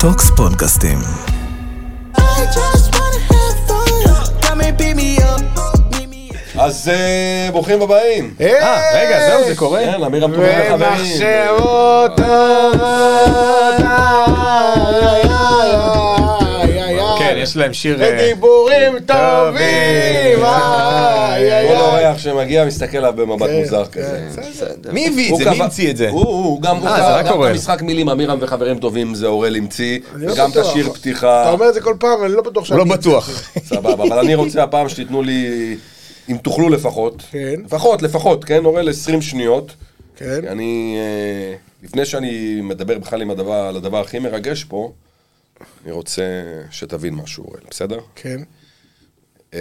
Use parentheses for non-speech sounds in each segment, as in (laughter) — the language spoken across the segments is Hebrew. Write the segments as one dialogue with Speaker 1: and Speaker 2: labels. Speaker 1: טוקס פודקאסטים.
Speaker 2: אז אה, ברוכים הבאים.
Speaker 3: אה, רגע, זהו, זה קורה?
Speaker 2: כן, אמירם פוגע לחברים.
Speaker 3: ומחשבות טובות,
Speaker 4: כן, יש להם שיר... אה, לא
Speaker 3: דיבורים טובים, איי, איי,
Speaker 2: כל
Speaker 3: איי.
Speaker 2: אורח שמגיע מסתכל עליו במבט
Speaker 3: כן,
Speaker 2: מוזר כזה.
Speaker 4: מי הביא את
Speaker 2: הוא
Speaker 4: זה? מי
Speaker 2: קבע-
Speaker 4: המציא את זה?
Speaker 2: הוא, הוא, גם הוא
Speaker 4: אה, זה
Speaker 2: קבע-
Speaker 4: רק
Speaker 2: גם את
Speaker 4: אוראל.
Speaker 2: המשחק מילים אמירם וחברים טובים זה אורל המציא,
Speaker 3: לא
Speaker 2: וגם את
Speaker 3: בטוח.
Speaker 2: השיר
Speaker 3: אתה
Speaker 2: פתיחה,
Speaker 3: אומר את זה כל פעם, אני לא בטוח
Speaker 4: הוא
Speaker 3: שאני...
Speaker 4: לא בטוח.
Speaker 2: סבבה, אבל אני רוצה הפעם שתיתנו לי, אם תוכלו לפחות,
Speaker 3: כן.
Speaker 2: לפחות, לפחות, כן, אורל 20 שניות,
Speaker 3: כן.
Speaker 2: כי אני, אה, לפני שאני מדבר בכלל עם הדבר, על הדבר הכי מרגש פה, אני רוצה שתבין משהו, אורל, בסדר?
Speaker 3: כן.
Speaker 2: אה,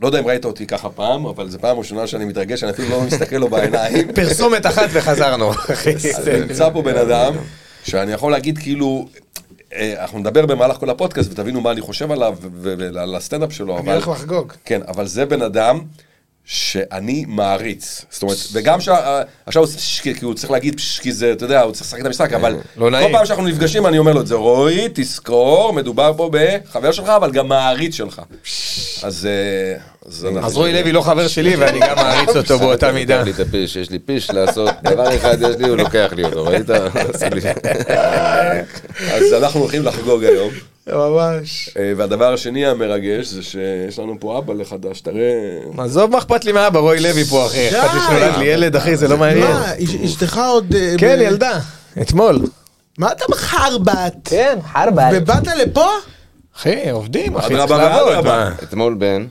Speaker 2: לא יודע אם ראית אותי ככה פעם, אבל זו פעם ראשונה שאני מתרגש, אני אפילו לא מסתכל לו בעיניים.
Speaker 4: (laughs) פרסומת אחת (laughs) וחזרנו. אחי.
Speaker 3: כן,
Speaker 2: אז נמצא פה בן אדם, שאני יכול להגיד כאילו, אה, אנחנו נדבר במהלך כל הפודקאסט ותבינו מה אני חושב עליו ו- ו- ועל הסטנדאפ שלו,
Speaker 3: אני
Speaker 2: אבל...
Speaker 3: הולך לחגוג.
Speaker 2: כן, אבל זה בן אדם שאני מעריץ. זאת אומרת, וגם שה- אה, עכשיו הוא ש- כי הוא צריך להגיד, פש, כי זה, אתה יודע, הוא צריך לשחק את המשחק, אבל...
Speaker 4: לא
Speaker 2: כל
Speaker 4: נעים.
Speaker 2: פעם שאנחנו נפגשים אני אומר לו את זה, רועי, תזכור, מדובר פה בחבר שלך, אבל גם מעריץ שלך. אז... אה, אנחנו-
Speaker 4: אז רועי לוי לא חבר שלי ואני גם מעריץ אותו באותה מידה.
Speaker 5: לי את הפיש, יש לי פיש לעשות, דבר אחד יש לי, הוא לוקח לי אותו, ראית? עושה לי-
Speaker 2: אז אנחנו הולכים לחגוג היום.
Speaker 3: ממש.
Speaker 2: אה, והדבר השני המרגש זה שיש לנו פה אבא לחדש, תראה...
Speaker 4: עזוב מה אכפת לי מאבא, רועי לוי פה אחי. אכפת לי שנולד לי ילד אחי, זה לא מעניין.
Speaker 3: מה, אש- אשתך עוד... אה,
Speaker 4: כן,
Speaker 3: ב-
Speaker 4: ילדה. אתמול.
Speaker 3: מה אתה מחרבט?
Speaker 4: כן, חרבן.
Speaker 3: ובאת לפה?
Speaker 4: אחי, עובדים, אחי, צריך
Speaker 2: אדרבה
Speaker 4: לעבוד.
Speaker 2: ואדרבה.
Speaker 4: מה?
Speaker 5: אתמול בן,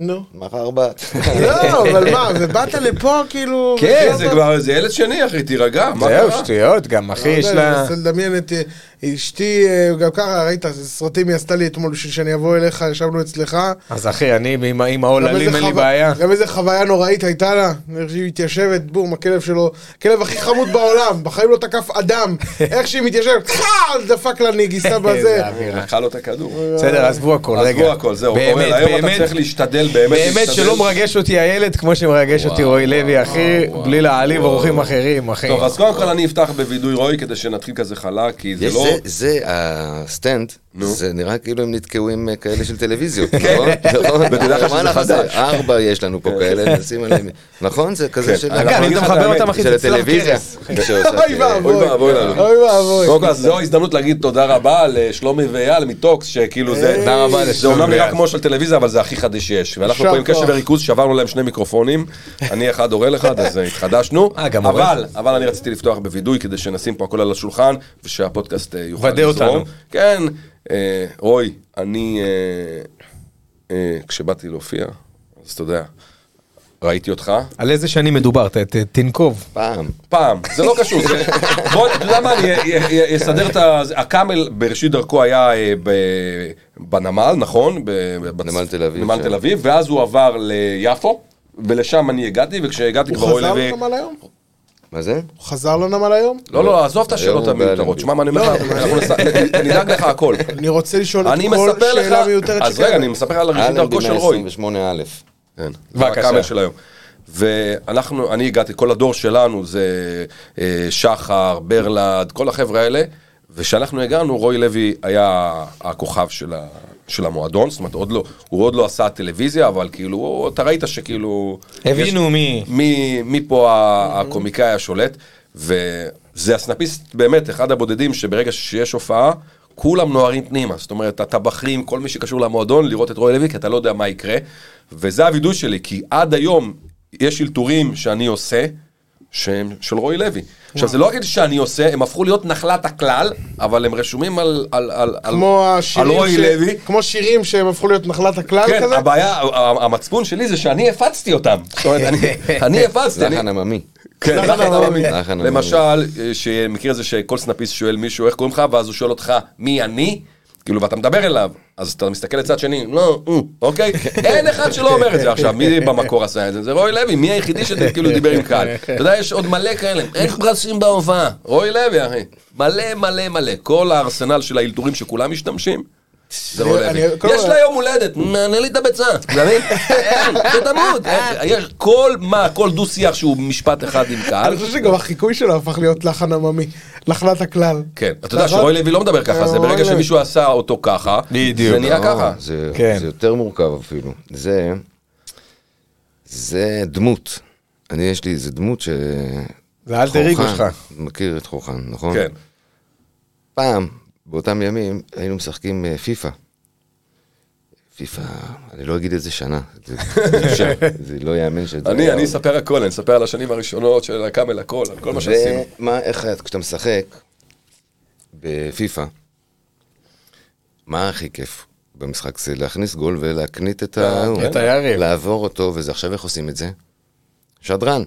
Speaker 3: נו.
Speaker 5: מחר בת.
Speaker 4: (laughs)
Speaker 3: לא, אבל מה, ובאת לפה כאילו...
Speaker 2: כן,
Speaker 3: לא
Speaker 2: זה
Speaker 3: באת-
Speaker 2: כבר, זה ילד שני, אחי, תירגע, מה
Speaker 4: זהו,
Speaker 2: קרה?
Speaker 4: שטויות גם, אחי, יש
Speaker 3: לא יודע, אני
Speaker 4: לה...
Speaker 3: מנסה לדמיין את אה, אשתי, אה, גם ככה, ראית, איזה סרטים היא עשתה לי אתמול בשביל שאני אבוא אליך, ישבנו אצלך.
Speaker 4: אז אחי, אני עם- עם
Speaker 3: גם איזה
Speaker 4: העוללים אין לי
Speaker 3: חוויה-
Speaker 4: בעיה.
Speaker 3: גם איזה חוויה נוראית הייתה לה, איך שהיא מתיישבת, בום, הכלב שלו, הכלב הכי חמוד בעולם, בחיים לא תקף
Speaker 4: (laughs)
Speaker 3: אדם, איך שהיא מתיישבת, חאל, דפק לה נגיסה
Speaker 4: כן,
Speaker 3: בזה.
Speaker 4: איזה אווירה.
Speaker 2: לקחה לו את הכדור.
Speaker 4: בסדר, עזבו הכל, רגע.
Speaker 2: עזבו הכל, זהו, אורל,
Speaker 4: באמת,
Speaker 2: היום אתה
Speaker 4: באמת,
Speaker 2: צריך להשתדל, באמת
Speaker 4: באמת
Speaker 2: להשתדל.
Speaker 4: שלא מרגש אותי הילד כמו שמרגש אותי רועי לוי, אחי, בלי להעליב אורחים אחרים, אחי.
Speaker 2: טוב, אז קודם כל אני אפתח בווידוי רוי כדי שנתחיל כזה חלק, כי זה
Speaker 5: יש
Speaker 2: לא...
Speaker 5: זה- זה הסטנד, זה נראה כאילו הם נתקעו עם אה, כאלה של טלוויזיות, (laughs) נכון? נכון?
Speaker 2: ותדע לך
Speaker 5: מה
Speaker 2: שזה
Speaker 5: לך זה? כן.
Speaker 2: חדש.
Speaker 5: ארבע יש לנו פה כאלה, נשים עליהם, נכון? זה כזה של
Speaker 2: אגב,
Speaker 4: אגב, אם
Speaker 2: אגיד
Speaker 4: אתה
Speaker 2: לך
Speaker 4: מחבר
Speaker 2: את
Speaker 4: אותם,
Speaker 2: האמת,
Speaker 4: אחי,
Speaker 5: של
Speaker 4: זה צלב
Speaker 5: הטלוויזיה. (laughs)
Speaker 4: קרס.
Speaker 3: אוי ואבוי.
Speaker 2: אוי ואבוי לנו.
Speaker 3: אוי ואבוי.
Speaker 2: קודם כל, אז זו ההזדמנות להגיד תודה רבה לשלומי ואייל מטוקס, שכאילו זה...
Speaker 4: תודה רבה
Speaker 2: זה
Speaker 4: לשלומי
Speaker 2: אומנם נראה
Speaker 4: ואייל.
Speaker 2: כמו של טלוויזיה, אבל זה הכי חדש שיש. ואנחנו
Speaker 3: יישר
Speaker 2: פה עם קשב
Speaker 3: כוח.
Speaker 2: וריכוז, שברנו להם שני מיקרופונים. אני אחד, אורל אחד, אז אה, התחדשנו.
Speaker 4: (laughs) אה, גם אורל.
Speaker 2: אבל, אבל אני רציתי לפתוח בווידוי, כדי שנשים פה הכל על השולחן, ושהפודקאסט אה, יוכל
Speaker 4: ודא
Speaker 2: לזרום.
Speaker 4: אותנו.
Speaker 2: כן. אה, רוי, אני... אה, אה, כשבאתי להופיע, אז אתה יודע, ראיתי אותך.
Speaker 4: על איזה שנים מדובר? ת- ת- תנקוב.
Speaker 5: פעם.
Speaker 2: פעם, זה לא קשור. זה- בוא, אתה יודע מה, אני אה, אה, אסדר את ה... הקאמל בראשית דרכו היה אה, ב- בנמל, נכון? ב- ב-
Speaker 5: נמל תל אביב,
Speaker 2: נמל
Speaker 5: כן.
Speaker 2: תל אביב, ואז הוא עבר ליפו, ולשם אני הגעתי, וכשהגעתי כבר
Speaker 3: הוא
Speaker 2: אוי
Speaker 3: חזר
Speaker 2: לוי...
Speaker 3: לנמל היום?
Speaker 5: מה זה?
Speaker 3: הוא חזר לנמל היום?
Speaker 2: לא, לא, עזוב את
Speaker 5: היום
Speaker 2: השאלות
Speaker 5: הוא
Speaker 2: המיותרות,
Speaker 5: בהלם.
Speaker 2: שמע מה אני
Speaker 3: לא,
Speaker 2: אומר לך, אנחנו נס- נדאג לך הכל.
Speaker 3: אני רוצה לשאול את
Speaker 2: אני
Speaker 3: כל
Speaker 2: מספר
Speaker 3: שאלה
Speaker 2: לך,
Speaker 3: מיותרת
Speaker 2: אז רגע, אני מספר על ראשית
Speaker 5: אלנבי
Speaker 2: דרכו של רוי.
Speaker 5: 128א.
Speaker 2: כן,
Speaker 4: בבקשה.
Speaker 2: הקאמל של היום. ואנחנו, אני הגעתי, כל הדור שלנו זה אה, שחר, ברלד, כל החבר'ה האלה, וכשאנחנו הגענו, רוי לוי היה הכוכב של, ה, של המועדון, זאת אומרת, עוד לא, הוא עוד לא עשה טלוויזיה, אבל כאילו, הוא- אתה ראית שכאילו...
Speaker 4: הבינו מי.
Speaker 2: מי, מי פה ה- הקומיקאי השולט, וזה הסנאפיסט באמת, אחד הבודדים שברגע שיש הופעה, כולם נוהרים פנימה. זאת אומרת, הטבחים, כל מי שקשור למועדון, לראות את רועי לוי, כי אתה לא יודע מה יקרה. וזה הווידוי שלי, כי עד היום יש אלתורים שאני עושה. שהם של רועי לוי. עכשיו, זה לא רק שאני עושה, הם הפכו להיות נחלת הכלל, אבל הם רשומים על, על, על, על,
Speaker 3: כמו
Speaker 2: על
Speaker 3: השירים,
Speaker 2: רועי
Speaker 3: ש-
Speaker 2: לוי.
Speaker 3: כמו שירים שהם הפכו להיות נחלת הכלל
Speaker 2: כן,
Speaker 3: כזה?
Speaker 2: הבעיה, ה- המצפון שלי זה שאני הפצתי אותם. זאת אומרת, אני-
Speaker 3: (laughs)
Speaker 2: אני הפצתי. אני-
Speaker 5: לחן עממי.
Speaker 2: כן,
Speaker 3: לחן
Speaker 2: לחן
Speaker 3: עממי.
Speaker 2: עממי.
Speaker 5: לחן עממי.
Speaker 2: למשל, אה, שמכיר את זה שכל סנאפיסט שואל מישהו איך קוראים לך, ואז הוא שואל אותך מי אני, כאילו, ואתה מדבר אליו, אז אתה מסתכל לצד שני, לא, הוא,
Speaker 3: (laughs)
Speaker 2: אוקיי? אין אחד שלא אומר את זה עכשיו, מי במקור עשה את זה? זה רוי לוי, מי היחידי שכאילו
Speaker 3: (laughs)
Speaker 2: דיבר עם קהל? אתה יודע, יש עוד מלא כאלה, אין פרסים בהופעה, רוי לוי, אחי. מלא מלא מלא, כל הארסנל של האלתורים שכולם משתמשים. זה רוי
Speaker 3: אני-
Speaker 2: לוי.
Speaker 3: כל
Speaker 2: יש
Speaker 3: ה-
Speaker 2: לה יום הולדת, מענה לי את הביצה. אתה מבין? כן, אין, תתמוד. כן, יש כל מה, כל דו-שיח שהוא משפט אחד עם קהל.
Speaker 3: אני חושב שגם החיקוי שלו הפך להיות לחן עממי, לחנת הכלל.
Speaker 2: כן, אתה יודע
Speaker 3: נכון?
Speaker 2: שרוי לוי לא מדבר ככה, זה
Speaker 3: רוי
Speaker 2: ברגע
Speaker 3: לוי.
Speaker 2: שמישהו עשה אותו ככה,
Speaker 4: בדיוק.
Speaker 2: זה נהיה
Speaker 5: לא,
Speaker 2: ככה.
Speaker 5: זה,
Speaker 4: כן.
Speaker 5: זה יותר מורכב אפילו. זה, זה דמות. אני, יש לי איזה דמות ש...
Speaker 4: זה אלטר ריגו שלך.
Speaker 5: מכיר את חוכן, נכון?
Speaker 2: כן.
Speaker 5: פעם, באותם ימים, היינו משחקים אה, פיפא. פיפא, אני לא אגיד איזה שנה. זה,
Speaker 2: (laughs)
Speaker 5: זה, זה לא יאמן שזה...
Speaker 2: אני,
Speaker 5: היה
Speaker 2: אני
Speaker 5: עוד.
Speaker 2: אספר הכל, אני אספר על השנים הראשונות של הקאמל הכל, על כל מה שעשינו.
Speaker 5: ומה, איך, כשאתה משחק בפיפא, מה הכי כיף במשחק? זה להכניס גול ולהקנית
Speaker 2: אה,
Speaker 5: את ה... כן.
Speaker 4: את היריב.
Speaker 5: לעבור אותו, וזה עכשיו איך עושים את זה? שדרן,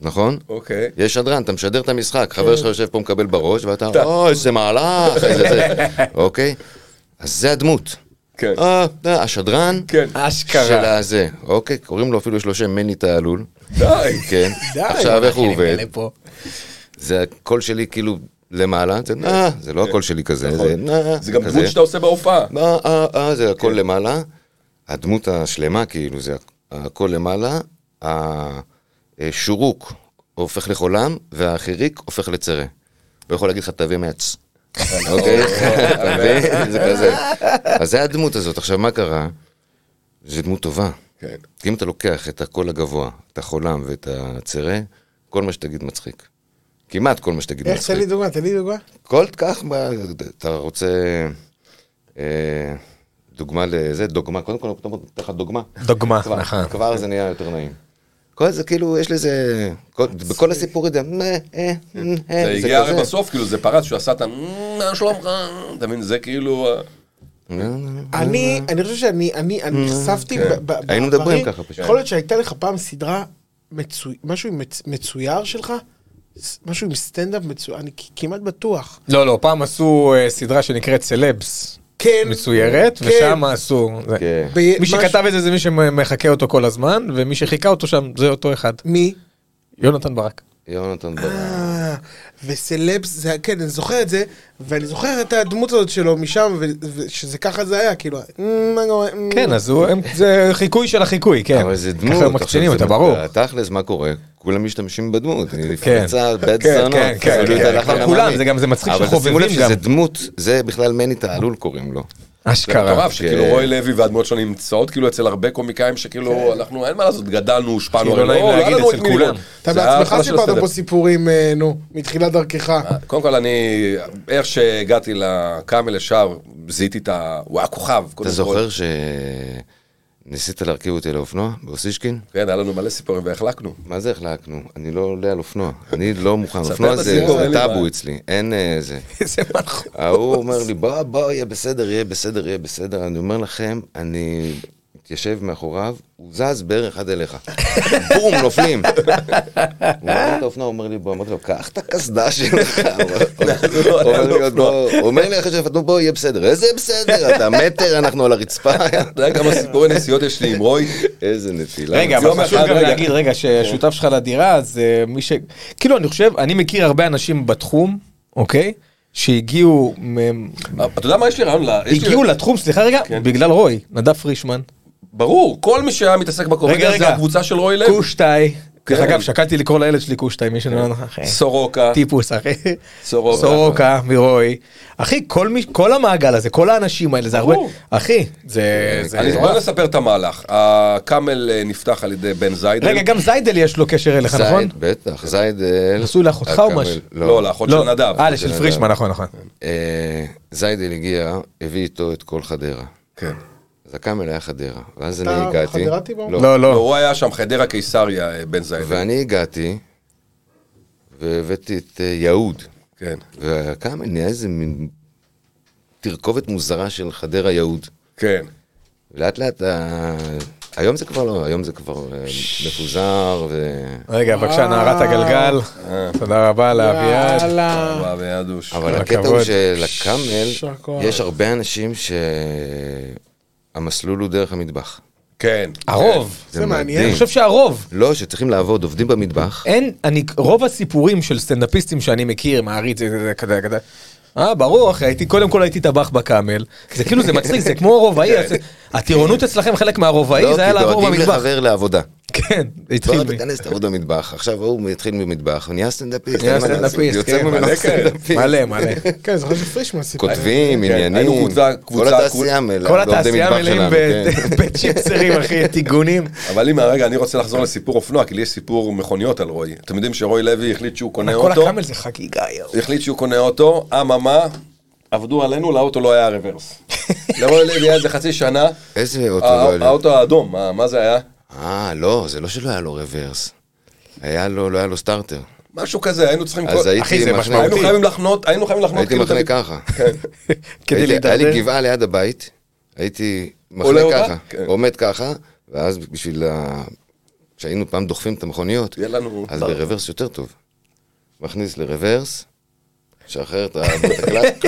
Speaker 5: נכון?
Speaker 2: אוקיי. כן.
Speaker 5: יש שדרן, אתה משדר את המשחק, חבר שלך יושב פה מקבל בראש, ואתה, אוי, איזה
Speaker 2: (laughs)
Speaker 5: מהלך, איזה זה, אוקיי? אז זה הדמות.
Speaker 2: כן.
Speaker 5: אה, אתה יודע, השדרן
Speaker 2: כן.
Speaker 5: של
Speaker 4: אשכרה.
Speaker 5: הזה, אוקיי? קוראים לו אפילו שלושה מני תעלול.
Speaker 2: (laughs) די.
Speaker 5: כן. עכשיו איך הוא עובד?
Speaker 4: אלה פה.
Speaker 5: זה הקול שלי כאילו למעלה, זה נא, זה לא הקול שלי כזה, זה נא,
Speaker 2: כן. נכון. זה גם
Speaker 5: כזה.
Speaker 2: דמות שאתה עושה בהופעה.
Speaker 5: אה, אה, אה, זה הקול למעלה, הדמות השלמה כאילו, זה הקול למעלה, השורוק הופך לחולם, והחיריק הופך לצרה. לא יכול להגיד לך תביא מעץ. אוקיי? אתה מבין? זה כזה. אז זה הדמות הזאת, עכשיו מה קרה? זו דמות טובה.
Speaker 2: כן.
Speaker 5: כי אם אתה לוקח את הקול הגבוה, את החולם ואת הצרה, כל מה שתגיד מצחיק. כמעט כל מה שתגיד
Speaker 3: איך, תן לי
Speaker 5: מצחיק.
Speaker 3: דוגמה, תן לי דוגמה.
Speaker 5: כל כך, מה- אתה רוצה אה, דוגמה לזה, דוגמה, קודם כל, פתאום נותן לך דוגמה.
Speaker 4: דוגמה,
Speaker 5: כבר-
Speaker 4: נכון.
Speaker 5: כבר זה נהיה יותר נעים. כל זה כאילו, יש לזה, כל- בכל הסיפור הזה, "מ, אה, אה, אה",
Speaker 2: זה הגיע הרי
Speaker 5: כזה.
Speaker 2: בסוף, כאילו זה פרץ שהוא עשה את ה... "מ, מה שלומך? אתה מבין? זה כאילו... ה-
Speaker 5: "לא,
Speaker 3: אני,
Speaker 2: אה.
Speaker 3: אני חושב שאני, אני, אני נחשפתי ב- ב- ב-
Speaker 5: אה, כן. היינו מדברים
Speaker 3: בעברי.
Speaker 5: ככה פשוט.
Speaker 3: יכול להיות שהייתה לך פעם סדרה, מצו- משהו עם מצ- מצויר שלך, ס- משהו עם סטנדאפ מצויר, אני כ- כמעט בטוח.
Speaker 4: לא, לא, פעם עשו אה, סדרה שנקראת סלבס.
Speaker 3: כן.
Speaker 4: מצוירת,
Speaker 3: כן.
Speaker 4: ושם עשו... זה.
Speaker 5: כן.
Speaker 3: ב-
Speaker 4: מי שכתב
Speaker 3: משהו-
Speaker 4: את זה זה מי שמחקה אותו כל הזמן, ומי שחיכה אותו שם זה אותו אחד.
Speaker 3: מי?
Speaker 4: יונתן ברק.
Speaker 5: יונתן ברק.
Speaker 3: אה, וסלבס, זה, כן, אני זוכר את זה, ואני זוכר את הדמות הזאת שלו משם, ו- ושזה ככה זה היה, כאילו, "אמ, מה קורה, אמ".
Speaker 4: כן, אז הוא- הם- זה חיקוי של החיקוי, כן.
Speaker 5: אבל זה דמות.
Speaker 4: ככה הם
Speaker 5: עכשיו
Speaker 4: מקצינים
Speaker 5: זה
Speaker 4: אותה,
Speaker 5: מת-
Speaker 4: ברור.
Speaker 5: תכלס, מה קורה? כולם משתמשים בדמות. אני
Speaker 4: כן.
Speaker 5: לפצה, בית
Speaker 4: כן,
Speaker 5: זונות.
Speaker 4: כן, כן,
Speaker 5: אפילו
Speaker 4: כן,
Speaker 5: את הלחן
Speaker 4: כבר כולם,
Speaker 5: הממי.
Speaker 4: זה גם- זה מצחיק
Speaker 5: אבל תשימו לב
Speaker 4: שחובבים גם.
Speaker 5: שזה דמות, זה בכלל מני תעלול קוראים לו.
Speaker 2: זה
Speaker 4: אשכרה.
Speaker 2: מטורף, שכאילו
Speaker 5: כן.
Speaker 2: רוי לוי והדמות שלו נמצאות כאילו אצל הרבה קומיקאים שכאילו אנחנו אין מה לעשות, גדלנו, הושפענו,
Speaker 4: כן. כאילו,
Speaker 2: הרי
Speaker 4: לא נעים
Speaker 2: היה
Speaker 4: להגיד,
Speaker 2: לנו
Speaker 4: אצל
Speaker 2: את מי ללמוד.
Speaker 4: כולם.
Speaker 3: אתה
Speaker 2: זה היה
Speaker 3: בעצמך
Speaker 2: התחלה של
Speaker 3: סיפרת פה
Speaker 2: הסטנדאפ.
Speaker 3: סיפורים, אה, נו, מתחילת דרכך.
Speaker 4: אה,
Speaker 2: קודם כל אני, איך שהגעתי לקאמל ישר, זיהיתי את ה... הוא היה כוכב. קודם כל.
Speaker 5: אתה זוכר שניסית להרכיב אותי לאופנוע באוסישקין?
Speaker 2: כן, היה לנו מלא סיפורים והחלקנו.
Speaker 5: מה זה החלקנו? אני לא עולה על אופנוע. אני לא מוכן.
Speaker 2: ספר
Speaker 5: אופנוע
Speaker 2: את
Speaker 5: זה
Speaker 2: הסיפור, אין לי
Speaker 5: טאבו
Speaker 2: בעיה.
Speaker 5: אצלי, אין אה, זה.
Speaker 4: (laughs) איזה מלכות.
Speaker 5: ההוא אומר לי, בוא, בוא, יהיה בסדר, יהיה בסדר, יהיה בסדר. אני אומר לכם, אני מתיישב מאחוריו, הוא זז בערך עד אליך. (laughs) בום, נופלים. הוא מרים את האופנוע, הוא אומר לי, בוא, אמרתי לו, קח את הקסדה שלך. (laughs) הוא אומר לי, "עוד (laughs) לא." הוא אומר לי, אחרי שפתנו, בוא, יהיה בסדר. איזה בסדר, אתה מטר, אנחנו על הרצפה. (laughs)
Speaker 2: אתה יודע כמה סיפורי נסיעות יש לי עם רוי?
Speaker 5: איזה נפילה.
Speaker 4: רגע,
Speaker 2: יום
Speaker 4: אבל חשוב
Speaker 2: אחד,
Speaker 4: גם
Speaker 2: רגע.
Speaker 4: להגיד, רגע, שהשותף שלך לדירה, אז אה, מי ש... כאילו, אני חושב, אני מכיר הרבה אנשים בתחום, אוקיי? שהגיעו... מ-
Speaker 2: אתה יודע מה יש לי רעיון? ל- יש לי- כן.
Speaker 4: הגיעו לתחום, סליחה רגע, בגלל רוי, נדב פרישמן.
Speaker 2: ברור, כל מי שהיה מתעסק
Speaker 4: רגע,
Speaker 2: בקומדיה
Speaker 4: רגע.
Speaker 2: זה הקבוצה של רוי לוי.
Speaker 4: קושטאי. דרך
Speaker 2: כן.
Speaker 4: אגב, שקלתי לקרוא לילד שלי קושטאי, מי שלא נכון, אחי.
Speaker 2: סורוקה.
Speaker 4: טיפוס, אחי.
Speaker 2: סורוקה.
Speaker 4: סורוקה, מרוי. אחי, כל מי- כל המעגל הזה, כל האנשים האלה, זה הרבה...
Speaker 2: ברור.
Speaker 4: אחי, זה... זה-
Speaker 2: אני בוא נספר את המהלך. הקאמל אה, נפתח על ידי בן זיידל.
Speaker 4: רגע, גם זיידל יש לו קשר אליך,
Speaker 5: זייד, אה,
Speaker 4: נכון?
Speaker 5: בטח, זיידל.
Speaker 4: נשוי לאחותך או
Speaker 5: הכבל-
Speaker 4: משהו?
Speaker 2: לא, לאחות של
Speaker 4: לא,
Speaker 2: נדב.
Speaker 4: אה, של
Speaker 5: של
Speaker 4: פרישמן,
Speaker 5: נדב.
Speaker 4: נכון, נכון.
Speaker 5: אה, זיידל הגיע, הביא איתו את כל חדרה.
Speaker 2: כן.
Speaker 5: אז הקאמל היה חדרה, ואז אני
Speaker 3: אתה
Speaker 5: הגעתי.
Speaker 3: חדרתי בו?
Speaker 5: לא.
Speaker 4: לא,
Speaker 2: לא,
Speaker 4: לא.
Speaker 2: הוא היה שם חדרה קיסריה, אה, בן זיידל.
Speaker 5: ואני הגעתי, והבאתי את אה, יהוד.
Speaker 2: כן.
Speaker 5: והקאמל נהיה איזה מין תרכובת מוזרה של חדרה יהוד.
Speaker 2: כן.
Speaker 5: לאט לאט, ה- היום זה כבר לא, היום זה כבר אה, מפוזר, ו...
Speaker 4: רגע,
Speaker 5: אה.
Speaker 4: בבקשה, נערת הגלגל. תודה רבה לאביעד.
Speaker 3: יאללה. (laughs)
Speaker 2: וואו, וידוש.
Speaker 5: אבל
Speaker 4: כל
Speaker 5: הקטע הוא
Speaker 4: הכבוד.
Speaker 5: שלקאמל,
Speaker 3: יישר כוח.
Speaker 5: יש הרבה אנשים שהמסלול הוא דרך המטבח.
Speaker 2: כן.
Speaker 4: הרוב.
Speaker 5: זה
Speaker 3: זה מעניין.
Speaker 4: אני
Speaker 5: מדהים.
Speaker 4: חושב שהרוב.
Speaker 5: לא, שצריכים לעבוד, עובדים במטבח.
Speaker 4: אה, אין, אני, רוב הסיפורים של סטנדאפיסטים שאני מכיר, מעריץ, זה, זה, זה, כזה, כזה, אה, ברור, אחי, הייתי, קודם כל הייתי טבח בקאמל. זה כאילו, זה מצחיק, זה כמו רובעי.
Speaker 5: (laughs)
Speaker 4: אז- הטירונות אצלכם חלק מהרובעי, אה, זה היה לעבור
Speaker 5: כן. לא, דואגים
Speaker 4: במטבח.
Speaker 5: לחבר לא, לעבודה.
Speaker 4: כן, התחיל
Speaker 5: בוא
Speaker 4: מ...
Speaker 5: תיכנס לעבוד במטבח, עכשיו ההוא התחיל ממטבח, הוא נהיה סטנדאפיסט,
Speaker 4: נהיה
Speaker 5: אין מה לעשות,
Speaker 4: סטנדאפיסט,
Speaker 5: יוצא
Speaker 4: כן,
Speaker 5: ממנו
Speaker 4: מלא כאלה.
Speaker 5: סטנדאפיסט.
Speaker 4: מלא, מלא.
Speaker 3: כן, אני זוכר שפרישמן סיפר.
Speaker 5: כותבים,
Speaker 2: כן,
Speaker 5: עניינים,
Speaker 2: היינו קבוצה-
Speaker 5: כל
Speaker 2: קבוצה-
Speaker 5: התעשייה מלאה,
Speaker 4: כל
Speaker 5: בעובדי
Speaker 4: התעשייה
Speaker 5: מטבח
Speaker 4: מלאים
Speaker 5: שלנו,
Speaker 4: ב- (laughs)
Speaker 5: כן.
Speaker 4: בצ'יפסרים, אחי, טיגונים.
Speaker 2: כן. אבל אם הרגע אני רוצה לחזור לסיפור אופנוע, כי לי יש סיפור מכוניות על רועי. אתם יודעים שרועי לוי החליט שהוא קונה
Speaker 4: כל
Speaker 2: אוטו,
Speaker 4: הקאמל זה חגיגה, יואו.
Speaker 2: החליט שהוא קונה אוטו, אממה, עבדו עלינו, לאוטו לא היה
Speaker 4: (laughs)
Speaker 2: רוורס. לרועי לוי היה איזה חצי שנה,
Speaker 4: אה,
Speaker 5: איזה אוטו לא
Speaker 2: הא-
Speaker 5: היה לו?
Speaker 2: האוטו האדום, מה- מה זה היה?
Speaker 5: אה, לא, זה לא שלא היה לו רוורס. היה לו, לא היה לו סטארטר.
Speaker 2: משהו כזה, היינו צריכים...
Speaker 5: אז
Speaker 2: כל-
Speaker 4: אחי,
Speaker 5: הייתי
Speaker 4: זה
Speaker 5: מחנה,
Speaker 2: היינו
Speaker 4: משמעותי.
Speaker 2: חייבים לחנות, היינו חייבים לחנות.
Speaker 5: הייתי
Speaker 2: כאילו
Speaker 5: מחנה
Speaker 2: תמיד-
Speaker 4: (laughs)
Speaker 5: ככה.
Speaker 4: כדי
Speaker 5: הייתי- היה לי
Speaker 4: להתדרדר.
Speaker 5: גבעה ליד הבית, הייתי מחנה
Speaker 2: עולה אותה?
Speaker 5: ככה,
Speaker 2: כן.
Speaker 5: עומד ככה, ואז בשביל ה... כשהיינו פעם דוחפים את המכוניות,
Speaker 2: יהיה לנו...
Speaker 5: אז ברוורס יותר טוב. מכניס לרוורס, שחרר
Speaker 2: (laughs)
Speaker 5: את הקלט,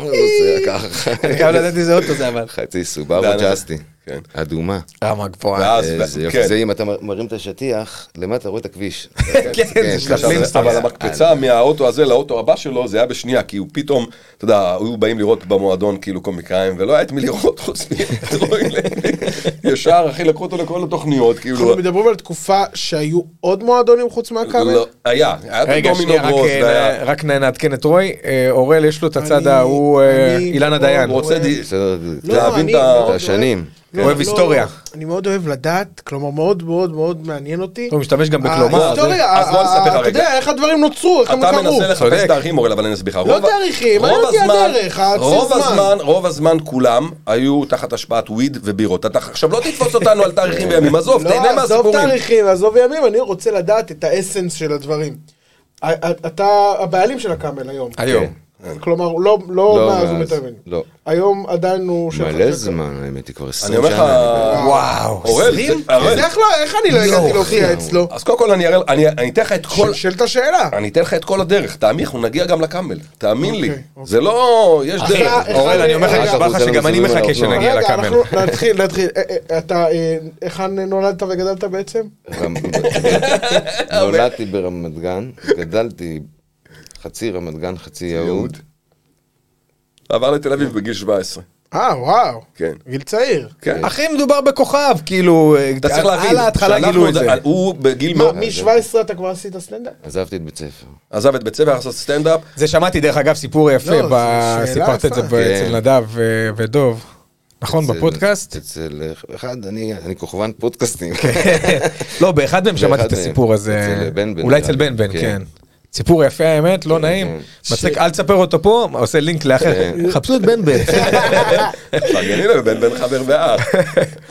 Speaker 5: עושה ככה,
Speaker 4: אני חייב לדעת איזה אוטו זה אבל.
Speaker 5: חצי
Speaker 2: זה
Speaker 5: סובארו
Speaker 2: היה-
Speaker 5: ג'אסטי,
Speaker 2: כן.
Speaker 5: אדומה.
Speaker 4: רמה גבוהה.
Speaker 2: ואז-
Speaker 5: איזה
Speaker 2: כן.
Speaker 5: יופי, זה אם אתה מרים את השטיח, למטה רואה את
Speaker 2: (laughs)
Speaker 5: הכביש.
Speaker 4: כן, זה
Speaker 2: עכשיו,
Speaker 4: שלבים
Speaker 2: אבל-
Speaker 4: סתם.
Speaker 2: אבל המקפצה
Speaker 4: כן.
Speaker 2: מהאוטו הזה לאוטו הבא שלו זה היה בשנייה כי הוא פתאום, אתה יודע, היו באים לראות במועדון כאילו קומיקאים ולא היה את מי לראות חוץ מטרויל.
Speaker 4: (laughs)
Speaker 2: ישר אחי לקחו אותו לכל התוכניות כאילו.
Speaker 3: אנחנו מדברים על תקופה שהיו עוד מועדונים חוץ מהקאמל?
Speaker 2: לא, היה, היה את
Speaker 4: רגע,
Speaker 2: הדומינו
Speaker 4: שנייה, רק,
Speaker 2: ברוז
Speaker 4: אה,
Speaker 2: והיה.
Speaker 4: רק נ- נעדכן את רוי. אה, אורל, יש לו את הצד
Speaker 3: אני-
Speaker 4: ההוא, אה,
Speaker 3: אני
Speaker 4: אילנה
Speaker 3: מאוד
Speaker 4: דיין.
Speaker 3: רוצה-
Speaker 2: רוצה די-
Speaker 5: בסדר,
Speaker 2: להבין
Speaker 3: לא, אני
Speaker 2: את ה-
Speaker 3: מאוד
Speaker 5: את השנים.
Speaker 3: לא,
Speaker 4: אוהב
Speaker 3: לא,
Speaker 4: היסטוריה.
Speaker 3: אני מאוד אוהב לדעת, כלומר מאוד מאוד מאוד מעניין אותי.
Speaker 4: הוא משתמש גם בכלומר.
Speaker 3: ההיסטוריה,
Speaker 2: זה- אז בוא
Speaker 3: ה-
Speaker 2: נספר לך
Speaker 3: ה- אה, אתה
Speaker 2: רגע.
Speaker 3: יודע, איך הדברים נוצרו, איך הם
Speaker 2: אתה
Speaker 3: קרו.
Speaker 2: מנסה לחפש
Speaker 4: צודק.
Speaker 2: תאריכים אורל אבל אני אסביר לך.
Speaker 3: לא
Speaker 2: רוב ה-
Speaker 3: תאריכים,
Speaker 2: רוב
Speaker 3: מעניין אותי
Speaker 2: הזמן-
Speaker 3: הדרך,
Speaker 4: אה,
Speaker 3: הציר
Speaker 2: רוב
Speaker 3: זמן.
Speaker 2: הזמן, רוב הזמן כולם היו תחת השפעת וויד ובירות. אתה עכשיו לא תתפוס אותנו על תאריכים וימים, עזוב, תהנה
Speaker 3: לא, עזוב
Speaker 2: מהסיפורים.
Speaker 3: תאריכים, עזוב ימים, אני רוצה לדעת את האסנס של הדברים. ה- ה- אתה הבעלים של הקאמל היום.
Speaker 4: היום.
Speaker 3: כלומר, הוא לא לא
Speaker 5: לא,
Speaker 3: מאז הוא
Speaker 5: מאז,
Speaker 3: מתאמן.
Speaker 5: לא.
Speaker 3: היום עדיין הוא... של
Speaker 5: מלא
Speaker 3: חשק.
Speaker 5: זמן, האמת היא כבר 20
Speaker 2: אני
Speaker 5: שנה.
Speaker 2: אומר לך,
Speaker 4: וואו.
Speaker 2: אורל,
Speaker 4: עשרים?
Speaker 2: זה- אורל,
Speaker 3: אז איך לא- איך אני לא הגעתי להופיע אצלו?
Speaker 2: אז קודם כל אני אראה, אני אני אתן לך את כל...
Speaker 3: של את השאלה.
Speaker 2: אני אתן לך את כל הדרך, תאמין, אנחנו נגיע גם לקאמל, תאמין לי.
Speaker 3: אוקיי, אוקיי.
Speaker 2: זה לא, יש
Speaker 3: אחי,
Speaker 2: דרך.
Speaker 3: אחי,
Speaker 4: אורל, אני אומר לך,
Speaker 3: רגע,
Speaker 4: נשבע לך
Speaker 5: אנחנו
Speaker 4: שגם אני
Speaker 5: מסתובבים על
Speaker 4: מחכה
Speaker 5: האופנוע.
Speaker 4: שנגיע
Speaker 3: רגע,
Speaker 4: לקאמל.
Speaker 3: אנחנו נתחיל, נתחיל. אה, אה, אתה, אה, היכן נולדת וגדלת בעצם? (laughs)
Speaker 5: נולדתי ברמת גן, גדלתי חצי רמת גן, חצי יהוד.
Speaker 2: עבר לתל אביב בגיל 17.
Speaker 3: אה, וואו.
Speaker 2: כן.
Speaker 3: גיל צעיר.
Speaker 2: כן.
Speaker 4: אחי, מדובר בכוכב, כאילו, אה,
Speaker 2: אתה צריך
Speaker 4: על-
Speaker 2: להבין,
Speaker 4: על ההתחלה
Speaker 2: שאנחנו
Speaker 4: גילו את
Speaker 2: עוד- אה,
Speaker 4: זה. לא,
Speaker 2: הוא בגיל
Speaker 3: מה,
Speaker 2: מאוד...
Speaker 3: מ-17 אתה כבר עשית סטנדאפ?
Speaker 5: עזבתי את בית ספר.
Speaker 2: עזב את בית ספר, עשה סטנדאפ.
Speaker 4: זה שמעתי, דרך אגב, סיפור יפה,
Speaker 3: לא,
Speaker 4: ב-
Speaker 3: זו שאלה
Speaker 4: סיפרת את זה
Speaker 3: יפה.
Speaker 4: ב-
Speaker 5: כן.
Speaker 4: אצל נדב אה, ודוב. נכון,
Speaker 5: אצל-
Speaker 4: בפודקאסט?
Speaker 5: אצל אה, אחד, אני אני כוכבן פודקאסטים. (laughs)
Speaker 4: לא, באחד מהם שמעתי
Speaker 5: באחד
Speaker 4: את
Speaker 5: מהם.
Speaker 4: הסיפור הזה.
Speaker 5: אצל בן בן.
Speaker 4: אולי אצל בן בן,
Speaker 5: כן.
Speaker 4: כן. סיפור יפה האמת, לא נעים. מצחיק, אל תספר אותו פה, עושה לינק לאחר.
Speaker 5: כן.
Speaker 4: חפשו את בן
Speaker 5: (laughs)
Speaker 4: בן.
Speaker 2: פרגני לו, בן בן חבר
Speaker 4: (laughs)
Speaker 2: ואח.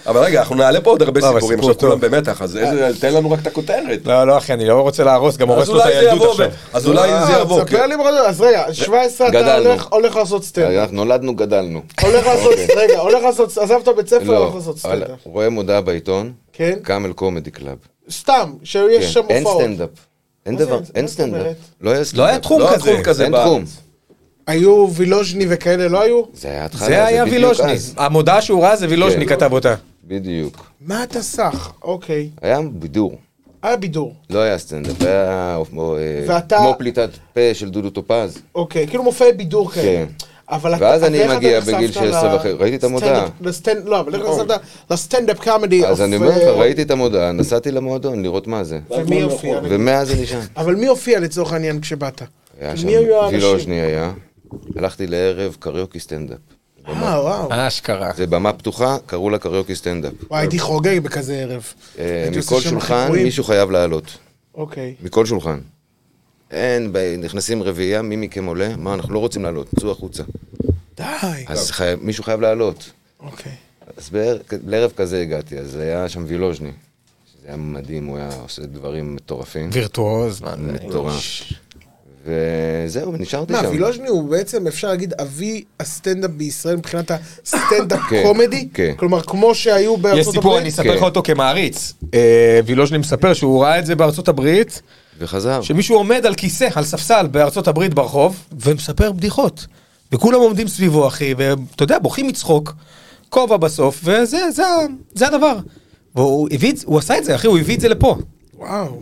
Speaker 2: אבל רגע, אנחנו נעלה פה עוד הרבה
Speaker 4: לא, אבל
Speaker 2: סיפורים,
Speaker 4: סיפור
Speaker 2: עכשיו כולם
Speaker 4: טוב. אה.
Speaker 2: במתח, אז איזה- תן לנו רק את הכותרת.
Speaker 4: לא, לא אחי, אני לא רוצה להרוס, גם
Speaker 2: אז
Speaker 4: הורס לו את
Speaker 2: אולי זה
Speaker 4: הילדות
Speaker 2: יבוא,
Speaker 4: עכשיו.
Speaker 2: ו- אז אולי זה
Speaker 3: אה,
Speaker 2: יבוא.
Speaker 3: תספר
Speaker 2: כן.
Speaker 3: לי בגדול. אז רגע, 17 אתה
Speaker 5: אה, גדלנו.
Speaker 3: הולך- הולך לעשות סטנדאפ.
Speaker 5: אנחנו נולדנו, גדלנו.
Speaker 3: הולך לעשות,
Speaker 5: אוקיי.
Speaker 3: רגע, הולך לעשות, עזבת בית
Speaker 5: לא,
Speaker 3: ספר, הולך לעשות
Speaker 5: אבל
Speaker 3: סטנדאפ.
Speaker 5: רואה מודעה בעיתון,
Speaker 3: כן.
Speaker 5: קאמל קומדי קלאב.
Speaker 3: סתם, שיש שם
Speaker 5: כן, אין
Speaker 3: הופעות.
Speaker 5: סטנדאפ. אין
Speaker 3: מה זה-
Speaker 5: דבר,
Speaker 3: מה
Speaker 5: אין
Speaker 3: זאת אומרת?
Speaker 5: סטנדאפ. לא היה סטנדאפ.
Speaker 4: לא היה תחום
Speaker 2: לא היה
Speaker 4: כזה.
Speaker 2: תחום כזה
Speaker 5: אין
Speaker 2: בארץ.
Speaker 5: תחום.
Speaker 3: היו וילוז'ני וכאלה, לא היו?
Speaker 5: זה היה התחלה,
Speaker 4: זה היה
Speaker 5: בדיוק
Speaker 4: וילושני.
Speaker 5: אז.
Speaker 4: המודעה שהוא ראה זה וילושני
Speaker 5: כן.
Speaker 4: כתב אותה.
Speaker 5: בדיוק.
Speaker 3: מה אתה סך? אוקיי.
Speaker 5: היה בידור.
Speaker 3: היה בידור.
Speaker 5: לא היה סטנדאפ, היה כמו, אה,
Speaker 3: ואתה-
Speaker 5: כמו פליטת פה של דודו טופז.
Speaker 3: אוקיי, כאילו מופעי בידור כאלה.
Speaker 5: כן.
Speaker 3: אבל אתה-
Speaker 5: ואז
Speaker 3: אז
Speaker 5: אני
Speaker 3: איך אתה
Speaker 5: מגיע
Speaker 3: נחשפת
Speaker 5: בגיל 16 וחצי, ראיתי את המודעה.
Speaker 3: לסטנדאפ- לסטנד- לא, אבל איך נחשפת לסטנדאפ קומדי?
Speaker 5: אז
Speaker 3: of,
Speaker 5: אני אומר לך,
Speaker 3: אה,
Speaker 5: ראיתי את המודעה, נסעתי למועדון לראות מה זה.
Speaker 3: ומי הופיע?
Speaker 5: ומאז אני שם.
Speaker 3: אבל מי הופיע לצורך העניין כשבאת?
Speaker 5: היה שם
Speaker 3: מי היו האנשים?
Speaker 5: וילוז'ני היה. הלכתי לערב קריוקי סטנדאפ.
Speaker 3: אה, וואו.
Speaker 4: אשכרה.
Speaker 5: זה במה פתוחה, קראו לה קריוקי סטנדאפ.
Speaker 3: וואי, הייתי חוגג בכזה ערב.
Speaker 5: אה,
Speaker 3: הייתי עושה
Speaker 5: מכל
Speaker 3: שם
Speaker 5: שולחן
Speaker 3: חיפויים.
Speaker 5: מישהו חייב לעלות.
Speaker 3: אוקיי.
Speaker 5: מכל שולחן. אין, ב- נכנסים רביעייה, מי מכם עולה? מה, אנחנו לא רוצים לעלות, צאו החוצה.
Speaker 3: די.
Speaker 5: אז חי- מישהו חייב לעלות.
Speaker 3: אוקיי.
Speaker 5: אז בער- לערב כזה הגעתי, אז היה שם וילוז'ני. שזה היה מדהים, הוא היה עושה דברים מטורפים.
Speaker 4: וירטואוז. מה זה?
Speaker 5: מטורף. וזהו, נשארתי
Speaker 3: מה,
Speaker 5: שם.
Speaker 3: וילוז'ני הוא בעצם, אפשר להגיד, אבי הסטנדאפ בישראל מבחינת הסטנדאפ
Speaker 5: כן,
Speaker 3: קומדי?
Speaker 5: כן.
Speaker 3: כלומר, כמו שהיו בארצות
Speaker 4: יש
Speaker 3: הברית?
Speaker 4: סיפור, אני אספר לך אותו כמעריץ. אה, וילושני מספר שהוא ראה את זה בארצות הברית,
Speaker 5: וחזר.
Speaker 4: שמישהו עומד על כיסא, על ספסל בארצות הברית ברחוב, ומספר בדיחות. וכולם עומדים סביבו, אחי, ואתה יודע, בוכים מצחוק, כובע בסוף, וזה זה, זה הדבר. והוא הביא את זה, הוא עשה את זה, אחי, הוא הביא את זה לפה.
Speaker 3: וואו.